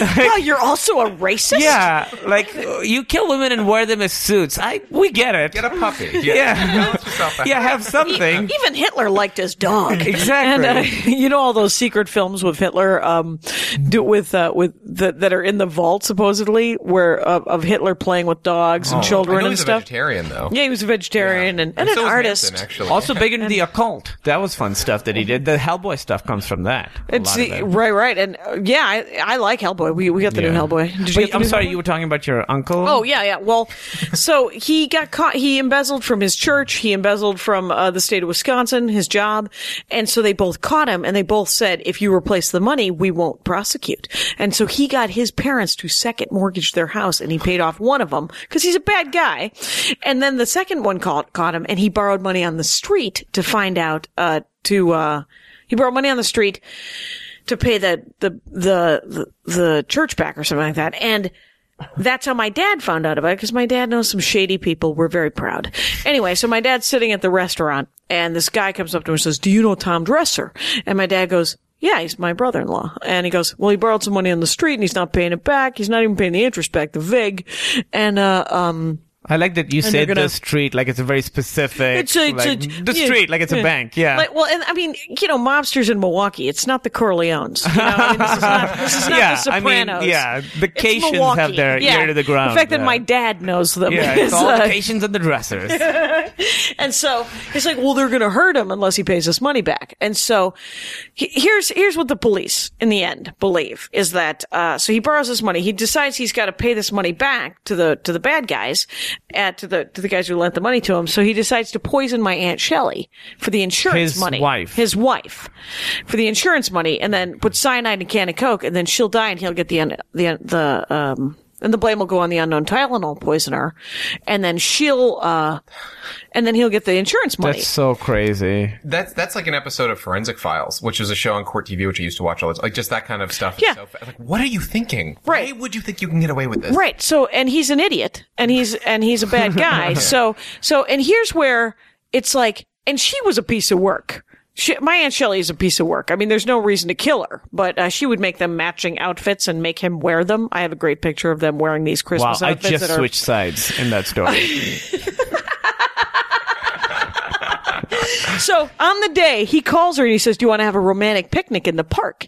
Speaker 2: well, you're also a racist?
Speaker 3: yeah. Like you kill women and wear them as suits. I we get it.
Speaker 4: Get a puppy.
Speaker 3: Yeah.
Speaker 4: Balance yourself out.
Speaker 3: yeah, have something.
Speaker 2: E-, Even Hitler liked his dog.
Speaker 3: Exactly.
Speaker 2: And, uh, you know all those secret films with Hitler, um, do, with uh, with the, that are in the vault supposedly, where uh, of Hitler playing with dogs and
Speaker 4: Oh, I
Speaker 2: children
Speaker 4: know
Speaker 2: and
Speaker 4: he's
Speaker 2: stuff.
Speaker 4: a vegetarian though.
Speaker 2: Yeah, he was a vegetarian and, and,
Speaker 4: so
Speaker 2: an
Speaker 4: is
Speaker 2: artist.
Speaker 4: Manson, actually.
Speaker 3: Also big into the occult. That was fun stuff that he did. The Hellboy stuff comes from that. A
Speaker 2: It's
Speaker 3: lot of
Speaker 2: the,
Speaker 3: it.
Speaker 2: right, right, and uh, yeah, I, I like Hellboy. We we got the new
Speaker 3: Yeah.
Speaker 2: Hellboy. Did you
Speaker 3: But
Speaker 2: get the
Speaker 3: I'm
Speaker 2: new
Speaker 3: sorry,
Speaker 2: Hellboy?
Speaker 3: you were talking about your uncle.
Speaker 2: Oh yeah, yeah. Well, so he got caught. He embezzled from his church. He embezzled from uh, the state of Wisconsin, his job, and so they both caught him. And they both said, "If you replace the money, we won't prosecute." And so he got his parents to second mortgage their house, and he paid off one of them because he's a bad guy. And then the second one caught caught him, and he borrowed money on the street to find out uh, to uh, he borrowed money on the street to pay the, the the the the church back or something like that. And that's how my dad found out about it because my dad knows some shady people. We're very proud. Anyway, so my dad's sitting at the restaurant and this guy comes up to him and says, "Do you know Tom Dresser?" And my dad goes. Yeah, he's my brother-in-law. And he goes, well, he borrowed some money on the street and he's not paying it back. He's not even paying the interest back, the VIG. And, uh, um,
Speaker 3: I like that you
Speaker 2: they're
Speaker 3: said
Speaker 2: gonna-
Speaker 3: the street like it's a very specific.
Speaker 2: It's a- it's
Speaker 3: like,
Speaker 2: a-
Speaker 3: the
Speaker 2: yeah,
Speaker 3: street like it's
Speaker 2: yeah.
Speaker 3: a bank. Yeah.
Speaker 2: like, well, and I mean, you know, mobsters in Milwaukee, it's not the Corleones. You know, I mean, this is not, this is not
Speaker 3: yeah,
Speaker 2: the Sopranos.
Speaker 3: I mean, yeah, the
Speaker 2: It's
Speaker 3: Cations
Speaker 2: Milwaukee.
Speaker 3: have their
Speaker 2: Yeah.
Speaker 3: ear to the ground.
Speaker 2: The fact that
Speaker 3: yeah.
Speaker 2: my dad knows them.
Speaker 3: yeah,
Speaker 2: is,
Speaker 3: it's all
Speaker 2: uh,
Speaker 3: the Cations and the dressers.
Speaker 2: and so he's like, well, they're going to hurt him unless he pays us money back. And so he- here's, here's what the police in the end believe is that, uh, so he borrows this money. He decides he's got to pay this money back to the, to the bad guys at, to the, to the guys who lent the money to him. So he decides to poison my Aunt Shelley for the insurance
Speaker 3: His
Speaker 2: money.
Speaker 3: wife.
Speaker 2: His wife for the insurance money and then put cyanide in a can of Coke and then she'll die and he'll get the, un- the, un- the, um, and the blame will go on the unknown Tylenol poisoner, and then she'll, uh, and then he'll get the insurance money.
Speaker 3: That's so crazy.
Speaker 4: That's that's like an episode of Forensic Files, which is a show on Court TV, which I used to watch all the time. Like just that kind of stuff. is
Speaker 2: Yeah.
Speaker 4: So fa- like, what are you thinking?
Speaker 2: Right.
Speaker 4: Why would you think you can get away with this?
Speaker 2: right. So, and he's an idiot, and he's and he's a bad guy. so, so, and here's where it's like, and she was a piece of work. She, my aunt Shelley is a piece of work. I mean, there's no reason to kill her, but uh, she would make them matching outfits and make him wear them. I have a great picture of them wearing these
Speaker 3: Wow,
Speaker 2: Christmas
Speaker 3: I
Speaker 2: outfits.
Speaker 3: just
Speaker 2: that are-
Speaker 3: switched sides in that story.
Speaker 2: So on the day he calls her and he says, "Do you want to have a romantic picnic in the park?"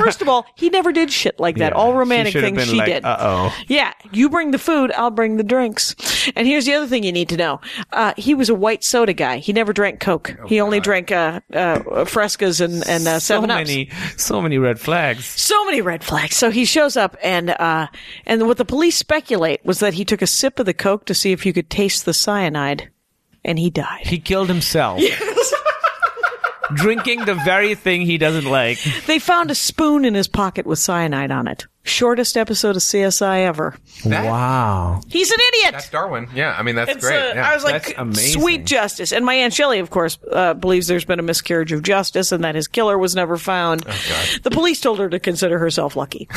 Speaker 2: First of all, he never did shit like that.
Speaker 3: Yeah,
Speaker 2: all
Speaker 3: she
Speaker 2: romantic
Speaker 3: should have
Speaker 2: things
Speaker 3: been
Speaker 2: she
Speaker 3: like,
Speaker 2: did.
Speaker 3: "Uh-oh."
Speaker 2: Yeah, you bring the food, I'll bring the drinks. And here's the other thing you need to know: uh, he was a white soda guy. He never drank Coke. he only drank uh, uh, Frescas and and uh,
Speaker 3: Oh, so
Speaker 2: Seven
Speaker 3: many, so many red flags.
Speaker 2: so many red flags. So he shows up and uh and what the police speculate was that he took a sip of the coke to see if you could taste the cyanide. and he died.
Speaker 3: He killed himself. Drinking the very thing he doesn't like.
Speaker 2: They found a spoon in his pocket with cyanide on it. Shortest episode of CSI ever.
Speaker 4: That-
Speaker 3: Wow.
Speaker 2: He's an idiot.
Speaker 4: That's Darwin. Yeah, I mean that's
Speaker 2: It's,
Speaker 4: great.
Speaker 2: uh,
Speaker 4: yeah.
Speaker 2: I was
Speaker 3: That's
Speaker 2: like,
Speaker 3: amazing.
Speaker 2: sweet justice. And my aunt Shelley, of course, uh, believes there's been a miscarriage of justice and that his killer was never found.
Speaker 3: Oh,
Speaker 2: the police told her to consider herself lucky.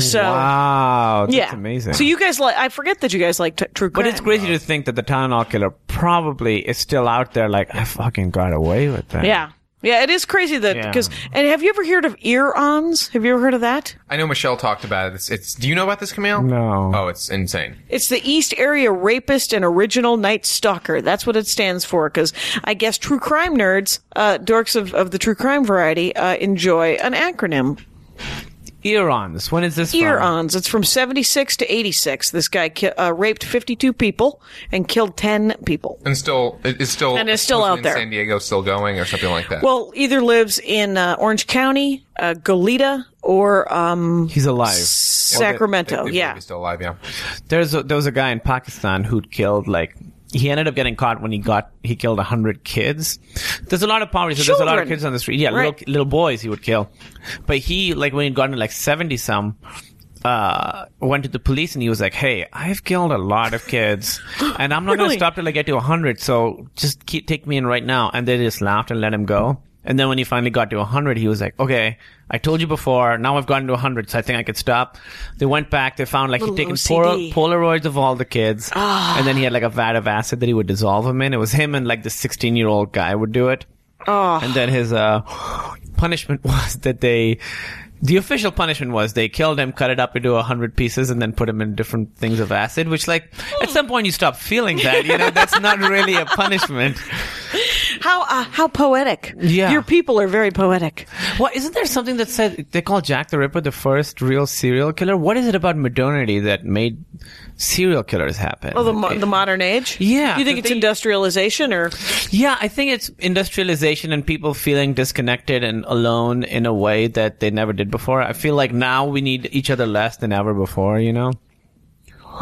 Speaker 2: so
Speaker 3: Wow. That's
Speaker 2: Oh. yeah,
Speaker 3: amazing.
Speaker 2: So you guys like? I forget that you guys like t- true crime.
Speaker 3: but it's crazy to think that the Tylenol killer probably is still out there like, I fucking got away with that.
Speaker 2: Yeah. Yeah, it is crazy that
Speaker 3: Yeah.
Speaker 2: because and have you ever heard of ear-ons? Have you ever heard of that?
Speaker 4: I know Michelle talked about it. It's, it's. Do you know about this, Camille?
Speaker 3: No.
Speaker 4: Oh, it's insane.
Speaker 2: It's the East Area Rapist and Original Night Stalker. That's what it stands for. Because I guess true crime nerds, uh, dorks of, of the true crime variety, uh, enjoy an acronym
Speaker 3: Earons. When is this from?
Speaker 2: Earons. It's from 76 to 86. This guy ki- uh, raped 52 people and killed 10 people.
Speaker 4: And still, it- it's still,
Speaker 2: And it's still out
Speaker 4: in
Speaker 2: there.
Speaker 4: San Diego, still going, or something like that.
Speaker 2: Well, either lives in uh, Orange County, uh, Goleta, or um,
Speaker 3: He's alive.
Speaker 4: They-
Speaker 2: Sacramento.
Speaker 4: they believe
Speaker 2: yeah.
Speaker 4: he's still alive. Yeah.
Speaker 3: There's a, there was a guy in Pakistan who killed like he ended up getting caught when he got he killed hundred kids. There's a lot of poverty, so there's a lot
Speaker 2: Children.
Speaker 3: of kids on the street. Yeah,
Speaker 2: Right.
Speaker 3: little little boys he would kill, but he like when he got into like seventy some. Uh, went to the police and he was like, "Hey, I've killed a lot of kids, and I'm not gonna
Speaker 2: Really?
Speaker 3: stop till I get to hundred. So just keep take me in right now." And they just laughed and let him go. And then when he finally got to hundred, he was like, "Okay, I told you before. Now I've gotten to hundred, so I think I could stop." They went back. They found like he'd
Speaker 2: Little
Speaker 3: taken
Speaker 2: OCD.
Speaker 3: Polaroid Polaroids of all the kids,
Speaker 2: Ah.
Speaker 3: and then he had like a vat of acid that he would dissolve them in. It was him and like the 16 year old guy would do it.
Speaker 2: Ah.
Speaker 3: And then his uh, punishment was that they, the official punishment was they killed him, cut it up into a hundred pieces, and then put him in different things of acid. Which, like, at some point you stop feeling that. You know, that's not really a punishment.
Speaker 2: How uh, how poetic.
Speaker 3: Yeah.
Speaker 2: Your people are very poetic.
Speaker 3: Well, isn't there something that said they call Jack the Ripper the first real serial killer? What is it about modernity that made serial killers happen?
Speaker 2: Oh, the, mo- the modern age?
Speaker 3: Yeah,
Speaker 2: You think
Speaker 3: 'cause
Speaker 2: it's
Speaker 3: they-
Speaker 2: industrialization or
Speaker 3: Yeah, I think it's industrialization and people feeling disconnected and alone in a way that they never did before. I feel like now we need each other less than ever before, you know?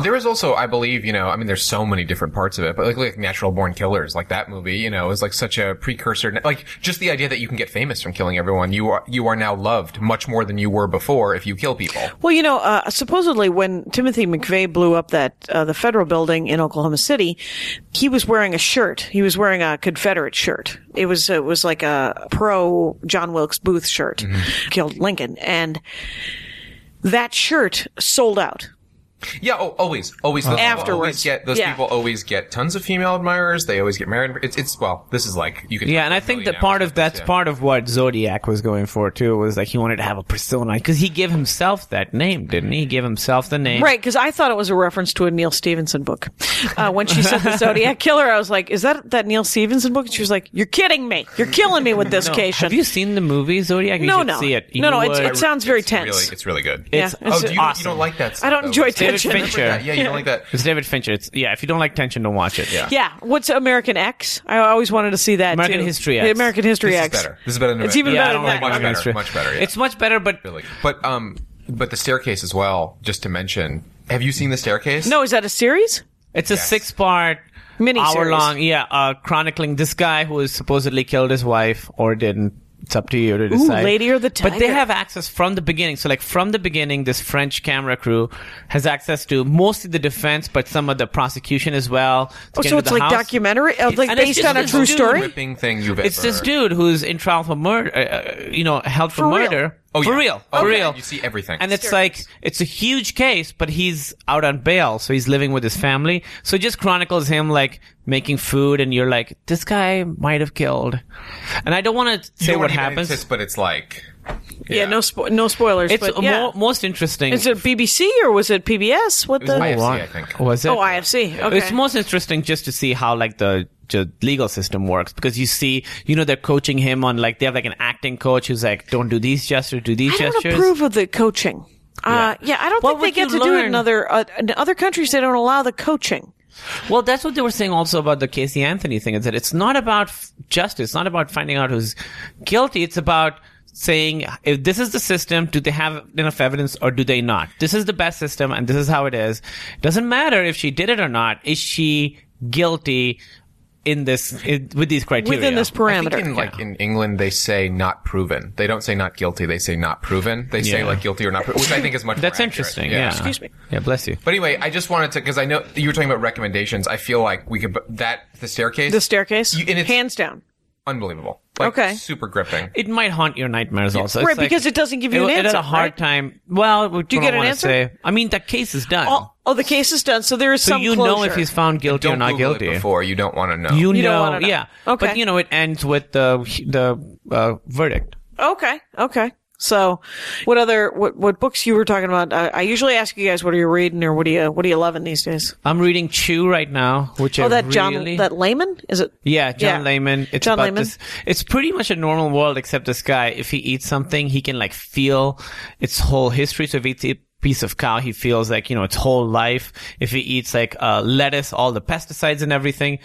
Speaker 4: There is also, I believe, you know, I mean, there's so many different parts of it, but like, like Natural Born Killers, like that movie, you know, is like such a precursor. Like just the idea that you can get famous from killing everyone. You are you are now loved much more than you were before if you kill people.
Speaker 2: Well, you know, uh, supposedly when Timothy McVeigh blew up that uh, the federal building in Oklahoma City, he was wearing a shirt. He was wearing a Confederate shirt. It was it was like a pro John Wilkes Booth shirt.
Speaker 3: Mm-hmm.
Speaker 2: Killed Lincoln, and that shirt sold out.
Speaker 4: Yeah, oh, always, always. Those people
Speaker 2: Afterwards.
Speaker 4: always get those
Speaker 2: Yeah.
Speaker 4: people always get tons of female admirers. They always get married. It's, it's well, this is like you can.
Speaker 3: Yeah, and I think that part of that's part of what Zodiac was going for too was like he wanted to have a persona because he gave himself that name, didn't he? He gave himself the name.
Speaker 2: Right, because I thought it was a reference to a Neil Stevenson book. Uh, when she said the Zodiac Killer, I was like, "Is that that Neil Stevenson book?" And she was like, "You're kidding me! You're killing me with this,
Speaker 3: No.
Speaker 2: Cation."
Speaker 3: Have you seen the movie Zodiac? You
Speaker 2: no,
Speaker 3: should
Speaker 2: no,
Speaker 3: see it.
Speaker 2: no, no.
Speaker 3: You
Speaker 2: It's,
Speaker 3: would-
Speaker 2: it sounds very
Speaker 4: It's really,
Speaker 2: tense.
Speaker 4: it's really good.
Speaker 3: It's-
Speaker 2: yeah, it's
Speaker 4: oh, do you,
Speaker 3: awesome.
Speaker 4: you don't like that?
Speaker 2: I
Speaker 4: stuff,
Speaker 2: don't
Speaker 4: though.
Speaker 2: enjoy
Speaker 4: It's-
Speaker 3: David
Speaker 2: tension.
Speaker 3: Fincher.
Speaker 4: Yeah, yeah, you don't like that.
Speaker 3: It's David Fincher. It's, yeah, if you don't like tension, don't watch it. Yeah.
Speaker 2: Yeah, what's American X? I always wanted to see that.
Speaker 3: American
Speaker 2: too.
Speaker 3: History
Speaker 2: The
Speaker 3: X.
Speaker 2: American History
Speaker 4: This is
Speaker 2: X.
Speaker 4: better. This is better. Than
Speaker 2: It's even
Speaker 4: yeah,
Speaker 2: better
Speaker 4: I don't
Speaker 2: than
Speaker 4: like
Speaker 2: that.
Speaker 4: much
Speaker 3: American
Speaker 4: better.
Speaker 3: History.
Speaker 4: Much better. Yeah.
Speaker 3: It's much better, but
Speaker 4: really. But um, but the staircase as well. Just to mention, have you seen the staircase?
Speaker 2: No, is that a series?
Speaker 3: It's a six part
Speaker 2: Miniseries.
Speaker 3: hour long, yeah, uh, chronicling this guy who has supposedly killed his wife or didn't. It's up to you to decide.
Speaker 2: Lady or the
Speaker 3: But they
Speaker 2: Tiger.
Speaker 3: have access from the beginning. So, like from the beginning, this French camera crew has access to mostly the defense, but some of the prosecution as well.
Speaker 2: Oh, so it's like documentary, uh, like
Speaker 3: and it's
Speaker 2: based
Speaker 3: just
Speaker 2: on a
Speaker 3: this
Speaker 2: true
Speaker 3: dude
Speaker 2: story.
Speaker 4: ripping thing you've
Speaker 3: It's
Speaker 4: ever.
Speaker 3: this dude who's in trial for murder, uh, uh, you know, held for,
Speaker 2: For real?
Speaker 3: murder.
Speaker 4: Oh,
Speaker 3: for
Speaker 4: yeah.
Speaker 3: real,
Speaker 4: Oh,
Speaker 3: for
Speaker 4: yeah.
Speaker 3: real.
Speaker 4: You see everything.
Speaker 3: and it's like it's a huge case, but he's out on bail, so he's living with his family. So it just chronicles him like making food, and you're like, this guy might have killed. And I don't want to
Speaker 4: You
Speaker 3: say
Speaker 4: don't
Speaker 3: what
Speaker 4: even
Speaker 3: happens.
Speaker 4: insist, but it's like.
Speaker 2: Yeah, no, spo- no spoilers.
Speaker 3: it's
Speaker 2: but
Speaker 3: mo-
Speaker 2: yeah.
Speaker 3: most interesting.
Speaker 2: Is it BBC or was it PBS? What
Speaker 4: was
Speaker 2: the?
Speaker 4: my-
Speaker 2: oh,
Speaker 4: IFC, I think.
Speaker 3: was it?
Speaker 2: IFC. Okay.
Speaker 3: It's most interesting just to see how like the ju- legal system works because you see, you know, they're coaching him on like they have like an acting coach who's like, don't do these gestures, do these
Speaker 2: I don't
Speaker 3: gestures.
Speaker 2: approve of the coaching. Uh, yeah, I don't
Speaker 3: What
Speaker 2: think they
Speaker 3: would
Speaker 2: get to
Speaker 3: you
Speaker 2: do it
Speaker 3: learn?
Speaker 2: in other uh, in other countries. They don't allow the coaching.
Speaker 3: Well, that's what they were saying also about the Casey Anthony thing. Is that it's not about f- justice, it's not about finding out who's guilty. It's about saying if this is the system, do they have enough evidence or do they not? This is the best system, and this is how it is. Doesn't matter if she did it or not. Is she guilty? in this in, with these criteria.
Speaker 2: within this
Speaker 4: I think
Speaker 2: parameter.
Speaker 4: in like in England they say not proven. They don't say not guilty. They say not proven. They say
Speaker 3: Yeah.
Speaker 4: like guilty or not proven, which I think is much. more
Speaker 3: That's
Speaker 4: accurate.
Speaker 3: interesting. Yeah.
Speaker 2: Excuse me.
Speaker 3: Yeah, bless you.
Speaker 4: But anyway, I just wanted to because I know you were talking about recommendations. I feel like we could bu- that the staircase.
Speaker 2: the staircase,
Speaker 4: You- and it's-
Speaker 2: hands down.
Speaker 4: unbelievable. Like,
Speaker 2: Okay.
Speaker 4: super gripping.
Speaker 3: It might haunt your nightmares also.
Speaker 2: Right,
Speaker 3: It's like-
Speaker 2: because it doesn't give you
Speaker 3: it,
Speaker 2: an
Speaker 3: it had
Speaker 2: answer,
Speaker 3: a hard
Speaker 2: right?
Speaker 3: time. Well, do
Speaker 2: you get an answer?
Speaker 3: Say. I mean, that case is done.
Speaker 2: Oh, oh, the case is done, so there is
Speaker 3: so
Speaker 2: some
Speaker 3: you know
Speaker 2: closure.
Speaker 3: if he's found guilty
Speaker 4: Don't
Speaker 3: or not
Speaker 4: Google
Speaker 3: guilty.
Speaker 4: it before. You don't want to know.
Speaker 3: You,
Speaker 2: You don't
Speaker 3: know,
Speaker 2: wanna know.
Speaker 3: yeah.
Speaker 2: Okay.
Speaker 3: But you know, it ends with the the uh, verdict.
Speaker 2: Okay, okay. So, what other what what books you were talking about? I, I usually ask you guys what are you reading or what do you what are you loving these days?
Speaker 3: I'm reading Chew right now, which
Speaker 2: Oh,
Speaker 3: I
Speaker 2: that
Speaker 3: really-
Speaker 2: John that Layman is it?
Speaker 3: Yeah,
Speaker 2: Yeah.
Speaker 3: John Layman. It's
Speaker 2: John
Speaker 3: about
Speaker 2: Layman.
Speaker 3: this. It's pretty much a normal world, except this guy. If he eats something, he can like feel its whole history. So if he eats a piece of cow, he feels like you know its whole life. If he eats like uh, lettuce, all the pesticides and everything.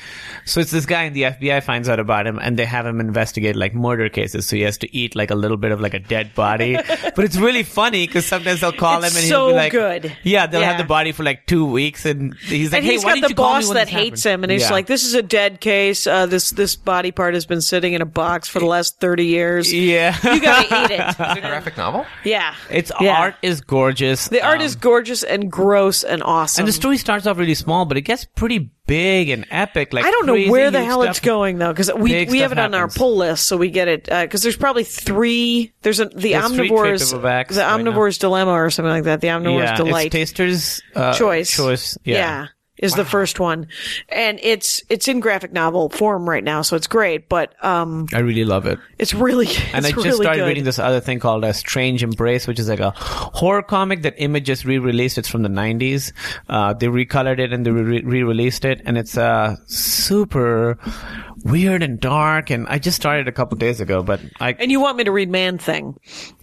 Speaker 3: So it's this guy, and the FBI finds out about him, and they have him investigate like murder cases. So he has to eat like a little bit of like a dead body. but it's really funny because sometimes they'll call
Speaker 2: It's
Speaker 3: him and
Speaker 2: so
Speaker 3: he'll be like,
Speaker 2: good.
Speaker 3: Yeah, they'll
Speaker 2: Yeah.
Speaker 3: have the body for like two weeks, and he's like,
Speaker 2: And
Speaker 3: hey,
Speaker 2: he's
Speaker 3: why
Speaker 2: got
Speaker 3: didn't
Speaker 2: the
Speaker 3: you call me
Speaker 2: boss
Speaker 3: when
Speaker 2: that
Speaker 3: this
Speaker 2: hates
Speaker 3: happened?
Speaker 2: him, and he's
Speaker 3: Yeah.
Speaker 2: like, "This is a dead case. Uh, this this body part has been sitting in a box for the last thirty years. You
Speaker 3: yeah.
Speaker 2: gotta eat it."
Speaker 4: Is it a graphic novel?
Speaker 2: Yeah,
Speaker 3: It's
Speaker 2: Yeah.
Speaker 3: art is gorgeous. um,
Speaker 2: The art is gorgeous and gross and awesome.
Speaker 3: and the story starts off really small, but it gets pretty big and epic. Like
Speaker 2: I don't know
Speaker 3: crazy
Speaker 2: where the
Speaker 3: huge
Speaker 2: hell it's
Speaker 3: stuff.
Speaker 2: going though, because we,
Speaker 3: Big
Speaker 2: we have it
Speaker 3: stuff
Speaker 2: on our
Speaker 3: happens.
Speaker 2: pull list, so we get it. Because there's probably three. There's a, the
Speaker 3: There's three
Speaker 2: omnivore's
Speaker 3: trade
Speaker 2: the
Speaker 3: paperbacks right now.
Speaker 2: omnivore's dilemma or something like that. The omnivore's
Speaker 3: Yeah,
Speaker 2: delight
Speaker 3: it's Taster's uh,
Speaker 2: choice
Speaker 3: Choice, yeah.
Speaker 2: is the first one, and it's it's in graphic novel form right now, so it's great. But um,
Speaker 3: I really love it.
Speaker 2: it's really it's
Speaker 3: And I just
Speaker 2: really
Speaker 3: started
Speaker 2: good.
Speaker 3: reading this other thing called A Strange Embrace, which is like a horror comic that Image just re-released. It's from the 90s. Uh, they recolored it and they re- re-released it. And it's uh, super weird and dark. And I just started a couple days ago, but I...
Speaker 2: And you want me to read Man Thing,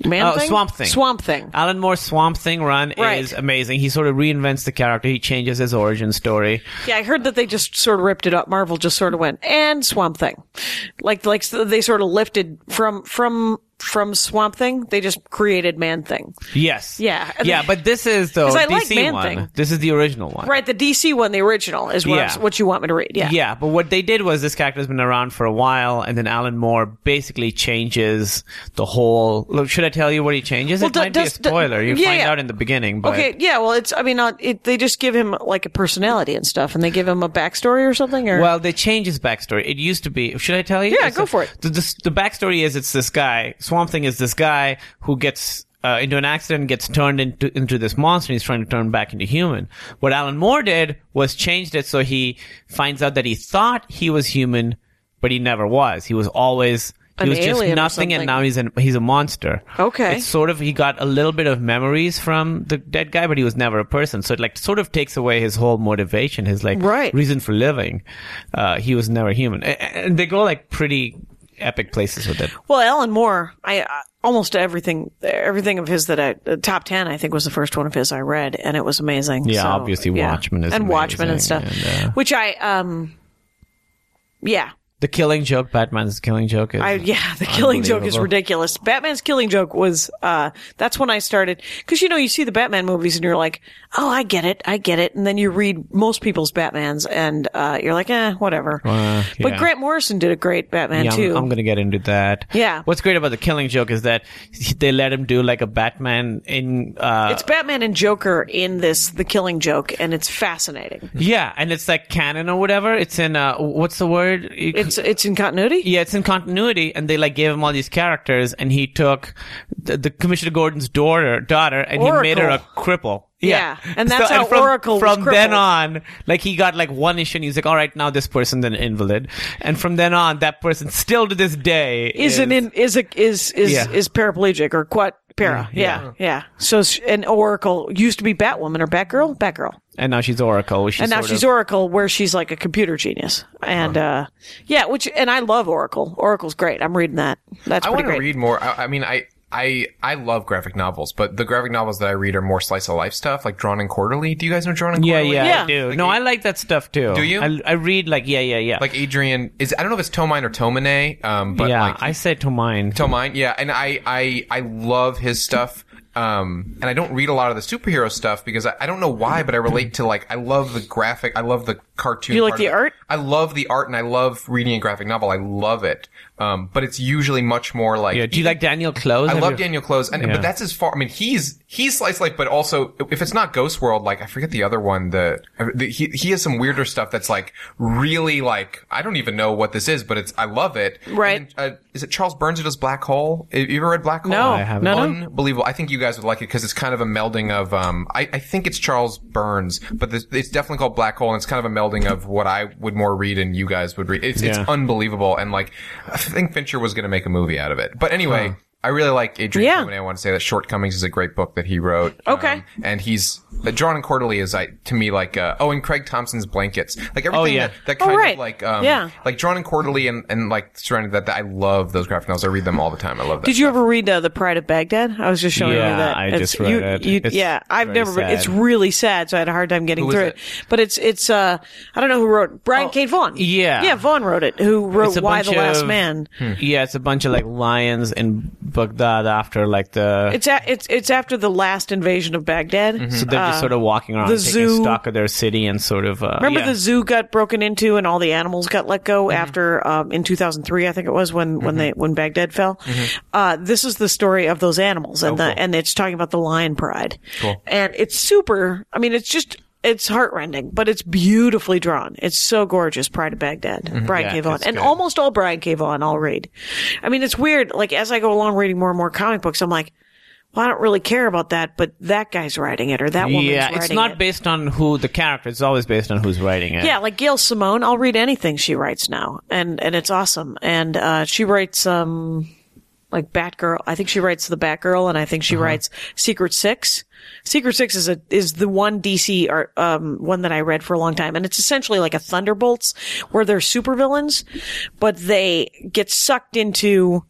Speaker 2: Man
Speaker 3: Oh,
Speaker 2: Thing,
Speaker 3: Swamp Thing.
Speaker 2: Swamp Thing.
Speaker 3: Alan Moore's Swamp Thing run
Speaker 2: Right.
Speaker 3: is amazing. He sort of reinvents the character. He changes his origin story.
Speaker 2: Yeah, I heard that they just sort of ripped it up. Marvel just sort of went and Swamp Thing, like like so they sort of lifted from from from Swamp Thing. They just created Man Thing.
Speaker 3: Yes.
Speaker 2: Yeah.
Speaker 3: Yeah, but this is the
Speaker 2: 'Cause I
Speaker 3: DC
Speaker 2: like Man
Speaker 3: one.
Speaker 2: Thing.
Speaker 3: This is the original one.
Speaker 2: Right, the DC one, the original is what I'm-
Speaker 3: Yeah.
Speaker 2: what you want me to read. Yeah,
Speaker 3: Yeah. but what they did was this character's been around for a while, and then Alan Moore basically changes the whole. Look, should I tell you what he changes?
Speaker 2: Well,
Speaker 3: it
Speaker 2: do-
Speaker 3: might
Speaker 2: does-
Speaker 3: be
Speaker 2: do-
Speaker 3: a spoiler. you
Speaker 2: yeah,
Speaker 3: find
Speaker 2: yeah.
Speaker 3: out in the beginning. But
Speaker 2: Okay, yeah. Well, it's I mean, not it, they just give him like a personality and stuff, and they give him a backstory or something. Or
Speaker 3: Well, they change his backstory. It used to be. Should I tell you?
Speaker 2: Yeah,
Speaker 3: It's
Speaker 2: go
Speaker 3: a-
Speaker 2: for it.
Speaker 3: The, the, the backstory is it's this guy. Swamp Thing is this guy who gets. Uh, into an accident, gets turned into into this monster. and He's trying to turn back into human. What Alan Moore did was changed it so he finds out that he thought he was human, but he never was. He was always he
Speaker 2: An
Speaker 3: was just
Speaker 2: alien or
Speaker 3: nothing, and
Speaker 2: something.
Speaker 3: now he's an, he's a monster.
Speaker 2: Okay.
Speaker 3: It's sort of he got a little bit of memories from the dead guy, but he was never a person. So it like sort of takes away his whole motivation, his like
Speaker 2: Right.
Speaker 3: reason for living. Uh, he was never human, A- a- and they go like pretty epic places with it.
Speaker 2: Well, Alan Moore, I uh, almost everything, everything of his that I uh, top ten, I think was the first one of his I read, and it was amazing.
Speaker 3: Yeah,
Speaker 2: So,
Speaker 3: obviously Watchmen is
Speaker 2: and Watchmen and
Speaker 3: amazing,
Speaker 2: stuff,
Speaker 3: and, uh,
Speaker 2: which I um, yeah,
Speaker 3: The Killing Joke, Batman's Killing Joke. Is,
Speaker 2: I yeah, the Killing Joke is
Speaker 3: Unbelievable.
Speaker 2: ridiculous. Batman's Killing Joke was uh, that's when I started because you know you see the Batman movies and you're like, oh, I get it, I get it, and then you read most people's Batmans and uh, you're like, eh, whatever. But
Speaker 3: yeah.
Speaker 2: Grant Morrison did a great Batman
Speaker 3: yeah, I'm-
Speaker 2: too.
Speaker 3: I'm, gonna get into that.
Speaker 2: Yeah.
Speaker 3: What's great about the Killing Joke is that he- they let him do like a Batman in. Uh,
Speaker 2: It's Batman and Joker in this The Killing Joke, and it's fascinating.
Speaker 3: yeah, and it's like canon or whatever. It's in uh, what's the word? You-
Speaker 2: It's it's in continuity.
Speaker 3: Yeah, it's in continuity, and they like gave him all these characters, and he took the, the Commissioner Gordon's daughter, daughter, and
Speaker 2: Oracle.
Speaker 3: he made her a cripple.
Speaker 2: Yeah, and that's how
Speaker 3: from,
Speaker 2: Oracle was
Speaker 3: From then
Speaker 2: crippled.
Speaker 3: on, like he got like one issue, and he's like, "All right, now this person's an invalid," and from then on, that person still to this day
Speaker 2: Is
Speaker 3: is
Speaker 2: an in, is a, is is
Speaker 3: Yeah. Mm,
Speaker 2: is paraplegic or quad para? Yeah, yeah. So sh- and Oracle used to be Batwoman or Batgirl, Batgirl,
Speaker 3: and now she's Oracle. She's
Speaker 2: and now
Speaker 3: sort
Speaker 2: she's
Speaker 3: of-
Speaker 2: Oracle, where she's like a computer genius. And uh, yeah, which and I love Oracle. Oracle's great. I'm reading that. That's pretty
Speaker 4: I want to
Speaker 2: great.
Speaker 4: read more. I, I mean, I. I, I love graphic novels, but the graphic novels that I read are more slice of life stuff, like Drawn and Quarterly. Do you guys know Drawn and
Speaker 3: yeah,
Speaker 4: Quarterly?
Speaker 3: yeah,
Speaker 2: Yeah.
Speaker 3: I do. no, I like that stuff too. Do
Speaker 4: you?
Speaker 3: I, I read like yeah, yeah, yeah.
Speaker 4: Like Adrian is I don't know if it's Tomine or Tomine, um, but
Speaker 3: yeah,
Speaker 4: like
Speaker 3: I say to mine.
Speaker 4: Tomine, yeah, and I I I love his stuff. Um, and I don't read a lot of the superhero stuff because I, I don't know why, but I relate to like I love the graphic, I love the cartoon.
Speaker 2: You like
Speaker 4: part
Speaker 2: the
Speaker 4: of it.
Speaker 2: art?
Speaker 4: I love the art, and I love reading a graphic novel. I love it, um, but it's usually much more like
Speaker 3: Yeah, do you like Daniel Close?
Speaker 4: I
Speaker 3: Have
Speaker 4: love
Speaker 3: you-
Speaker 4: Daniel Close, and
Speaker 3: Yeah.
Speaker 4: but that's as far. I mean, he's he's slice life, but also if it's not Ghost World, like I forget the other one. The, the he he has some weirder stuff that's like really like I don't even know what this is, but it's I love it.
Speaker 2: Right.
Speaker 4: And then, uh, is it Charles Burns who does Black Hole? Have you ever read Black Hole?
Speaker 2: No. I haven't. No, no.
Speaker 4: unbelievable. I think you guys would like it because it's kind of a melding of um. I, I think it's Charles Burns, but this, it's definitely called Black Hole, and it's kind of a melding of what I would more read and you guys would read. It's
Speaker 3: Yeah.
Speaker 4: it's unbelievable, and like I think Fincher was going to make a movie out of it, but anyway. I really like Adrian
Speaker 2: Yeah.
Speaker 4: Timonet. I want to say that Shortcomings is a great book that he wrote. um,
Speaker 2: Okay.
Speaker 4: and he's uh, Drawn and Quarterly is I to me like uh, oh, and Craig Thompson's Blankets, like everything
Speaker 3: yeah.
Speaker 4: that, that
Speaker 2: Oh,
Speaker 4: kind
Speaker 2: right.
Speaker 4: of like um,
Speaker 2: Yeah.
Speaker 4: like Drawn and Quarterly and, and like surrounded that, that. I love those graphic novels. I read them all the time. I love that.
Speaker 2: Did you ever read uh, The Pride of Baghdad? I was just showing you
Speaker 3: Yeah,
Speaker 2: that.
Speaker 3: I
Speaker 2: It's-
Speaker 3: just read
Speaker 2: you-
Speaker 3: it.
Speaker 2: you-
Speaker 3: It's
Speaker 2: yeah, I've
Speaker 3: very
Speaker 2: never read It's
Speaker 3: sad.
Speaker 2: really sad, so I had a hard time getting
Speaker 4: Who is
Speaker 2: through it.
Speaker 4: it?
Speaker 2: But it's, it's uh, I don't know who wrote Brian K. Vaughan.
Speaker 3: Oh, yeah.
Speaker 2: Yeah, Vaughan wrote it, who wrote
Speaker 3: It's a
Speaker 2: Why
Speaker 3: bunch
Speaker 2: the Last
Speaker 3: of-
Speaker 2: Man.
Speaker 3: Yeah, it's a bunch of like lions in Baghdad after like the.
Speaker 2: It's, a, it's, it's after the last invasion of Baghdad.
Speaker 3: so they're just sort of walking around,
Speaker 2: uh, the
Speaker 3: taking
Speaker 2: zoo-
Speaker 3: stock of their city, and sort of. Uh,
Speaker 2: Remember
Speaker 3: yeah. Mm-hmm.
Speaker 2: the zoo got broken into and all the animals got let go after um, in 2003 I think it was when when they when Baghdad fell.
Speaker 3: Mm-hmm.
Speaker 2: Uh, this is the story of those animals
Speaker 3: Oh,
Speaker 2: and the and it's talking about the lion pride. Cool. And it's super. I mean, it's just. It's heartrending, but it's beautifully drawn. It's so gorgeous. Pride of Baghdad,
Speaker 3: Mm-hmm.
Speaker 2: Brian K. Vaughan, and almost all Brian K. Vaughan I'll read. I mean, it's weird. Like as I go along reading more and more comic books, I'm like, well, I don't really care about that, but that guy's writing it or that woman's
Speaker 3: Yeah,
Speaker 2: writing
Speaker 3: it's not
Speaker 2: it.
Speaker 3: based on who the character. It's always based on who's writing it.
Speaker 2: Yeah, like Gail Simone, I'll read anything she writes now, and and it's awesome. And uh, she writes um, like Batgirl. I think she writes the Batgirl, and I think she writes Secret Six. Secret Six is a is the one DC art um one that I read for a long time, and it's essentially like a Thunderbolts, where they're supervillains, but they get sucked into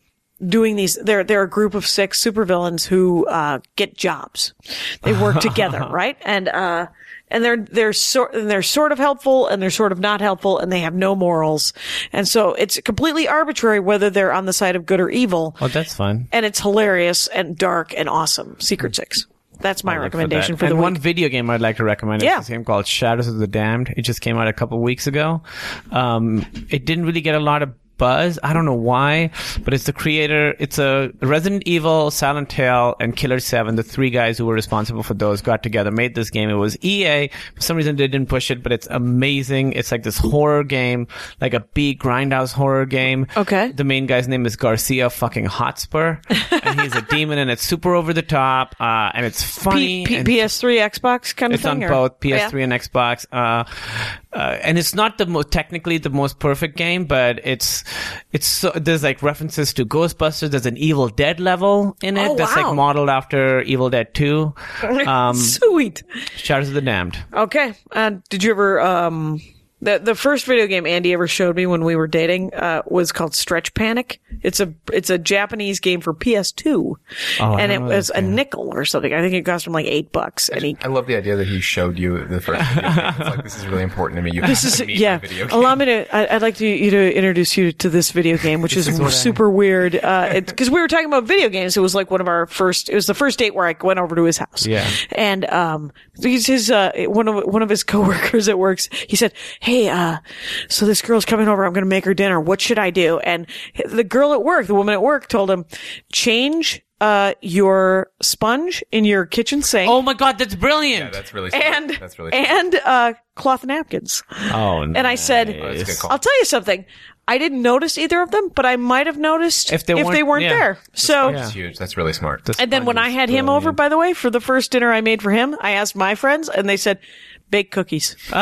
Speaker 2: doing these they're they're a group of six supervillains who uh get jobs they work together right and uh and they're they're sort and they're sort of helpful and they're sort of not helpful and they have no morals and so it's completely arbitrary whether they're on the side of good or evil
Speaker 3: Oh, that's fun.
Speaker 2: and it's hilarious and dark and awesome secret
Speaker 3: Hmm.
Speaker 2: six that's my recommendation for,
Speaker 3: and
Speaker 2: the
Speaker 3: one
Speaker 2: one
Speaker 3: video game I'd like to recommend
Speaker 2: Yeah.
Speaker 3: is a game called Shadows of the Damned. It just came out a couple weeks ago. Um, it didn't really get a lot of buzz. I don't know why, but it's the creator. It's a Resident Evil, Silent Hill, and Killer Seven. The three guys who were responsible for those got together, made this game. It was EA. For some reason, they didn't push it, but it's amazing. It's like this horror game, like a B grindhouse horror game.
Speaker 2: Okay.
Speaker 3: The main guy's name is Garcia fucking Hotspur, and he's a demon, and it's super over the top, uh, and it's
Speaker 2: P-
Speaker 3: funny.
Speaker 2: P-
Speaker 3: and
Speaker 2: ps3 xbox kind of
Speaker 3: it's
Speaker 2: thing
Speaker 3: on
Speaker 2: or- Oh,
Speaker 3: both PS3
Speaker 2: Yeah.
Speaker 3: and Xbox, uh, uh, and it's not the most technically the most perfect game, but it's it's so, there's like references to Ghostbusters. There's an Evil Dead level in it
Speaker 2: Oh,
Speaker 3: that's
Speaker 2: wow.
Speaker 3: like modeled after Evil Dead Two. Um,
Speaker 2: sweet
Speaker 3: Shadows of the Damned.
Speaker 2: Okay. Uh, did you ever? Um, the the first video game Andy ever showed me when we were dating uh, was called Stretch Panic. It's a it's a Japanese game for PS2, and it
Speaker 3: Oh, know
Speaker 2: was a nickel or something. I think it cost him like eight bucks. And he
Speaker 4: I love the idea that he showed you the first. Video game. It's like this is really important to me. You
Speaker 2: this
Speaker 4: have
Speaker 2: is
Speaker 4: to meet
Speaker 2: yeah.
Speaker 4: my video game.
Speaker 2: Allow me to. I, I'd like to you to introduce you to this video game, which is super weird. Because we were talking about video games, it was like one of our first. It was the first date where I went over to his house.
Speaker 3: Yeah.
Speaker 2: And um, he's his uh one of one of his coworkers at works. He said, "Hey, uh, so this girl's coming over. I'm going to make her dinner. What should I do?" And the girl at work, the woman at work, told him, "Change." Uh, your sponge in your kitchen sink
Speaker 3: Oh my God, that's brilliant!
Speaker 4: That's really smart.
Speaker 2: and
Speaker 4: that's really smart.
Speaker 2: and uh, cloth napkins.
Speaker 3: oh,
Speaker 2: And I said,
Speaker 4: that's a good call.
Speaker 2: I'll tell you something. I didn't notice either of them, but I might have noticed
Speaker 3: If they weren't- yeah.
Speaker 2: there. So,
Speaker 4: It's huge. That's really smart.
Speaker 2: and then when I had him over, by the way, for the first dinner I made for him, I asked my friends, and they said, "Bake cookies."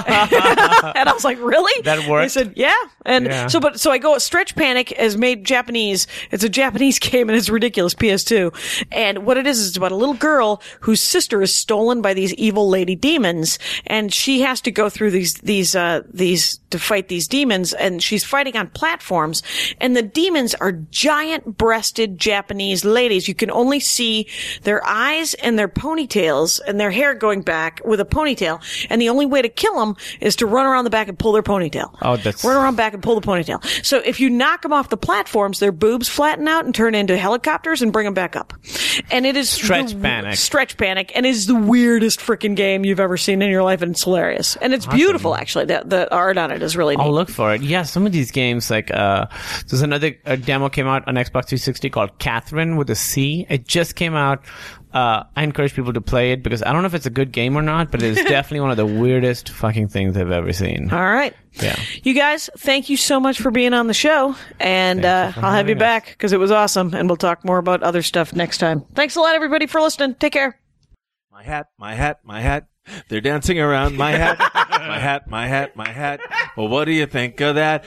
Speaker 2: and I was like, "Really?"
Speaker 3: That worked?
Speaker 2: They said, "Yeah." And
Speaker 3: Yeah.
Speaker 2: so, but so I go. Stretch Panic is made Japanese. It's a Japanese game, and it's ridiculous. PS2. And what it is is it's about a little girl whose sister is stolen by these evil lady demons, and she has to go through these these uh these to fight these demons, and she's fighting on platforms, and the demons are giant breasted Japanese ladies. You can only see their eyes and their ponytails and their hair going back with a ponytail ponytail, and the only way to kill them is to run around the back and pull their ponytail.
Speaker 3: Oh, that's-
Speaker 2: run around back and pull the ponytail. So if you knock them off the platforms, their boobs flatten out and turn into helicopters and bring them back up. And it is
Speaker 3: Stretch
Speaker 2: the-
Speaker 3: Panic.
Speaker 2: Stretch panic, and it is the weirdest freaking game you've ever seen in your life, and it's hilarious. And it's beautiful, actually. The, the art on it is really neat.
Speaker 3: I'll look for it. Yeah, some of these games, like, uh, there's another a demo came out on Xbox 360 called Catherine with a C. It just came out. Uh, I encourage people to play it because I don't know if it's a good game or not, but it is definitely one of the weirdest fucking things I've ever seen.
Speaker 2: All right.
Speaker 3: Yeah.
Speaker 2: You guys, thank you so much for being on the show. And uh, I'll have you back because it was awesome. And we'll talk more about other stuff next time. Thanks a lot, everybody, for listening. Take care.
Speaker 6: My hat, my hat, my hat. They're dancing around my hat, my hat, my hat, my hat. Well, what do you think of that?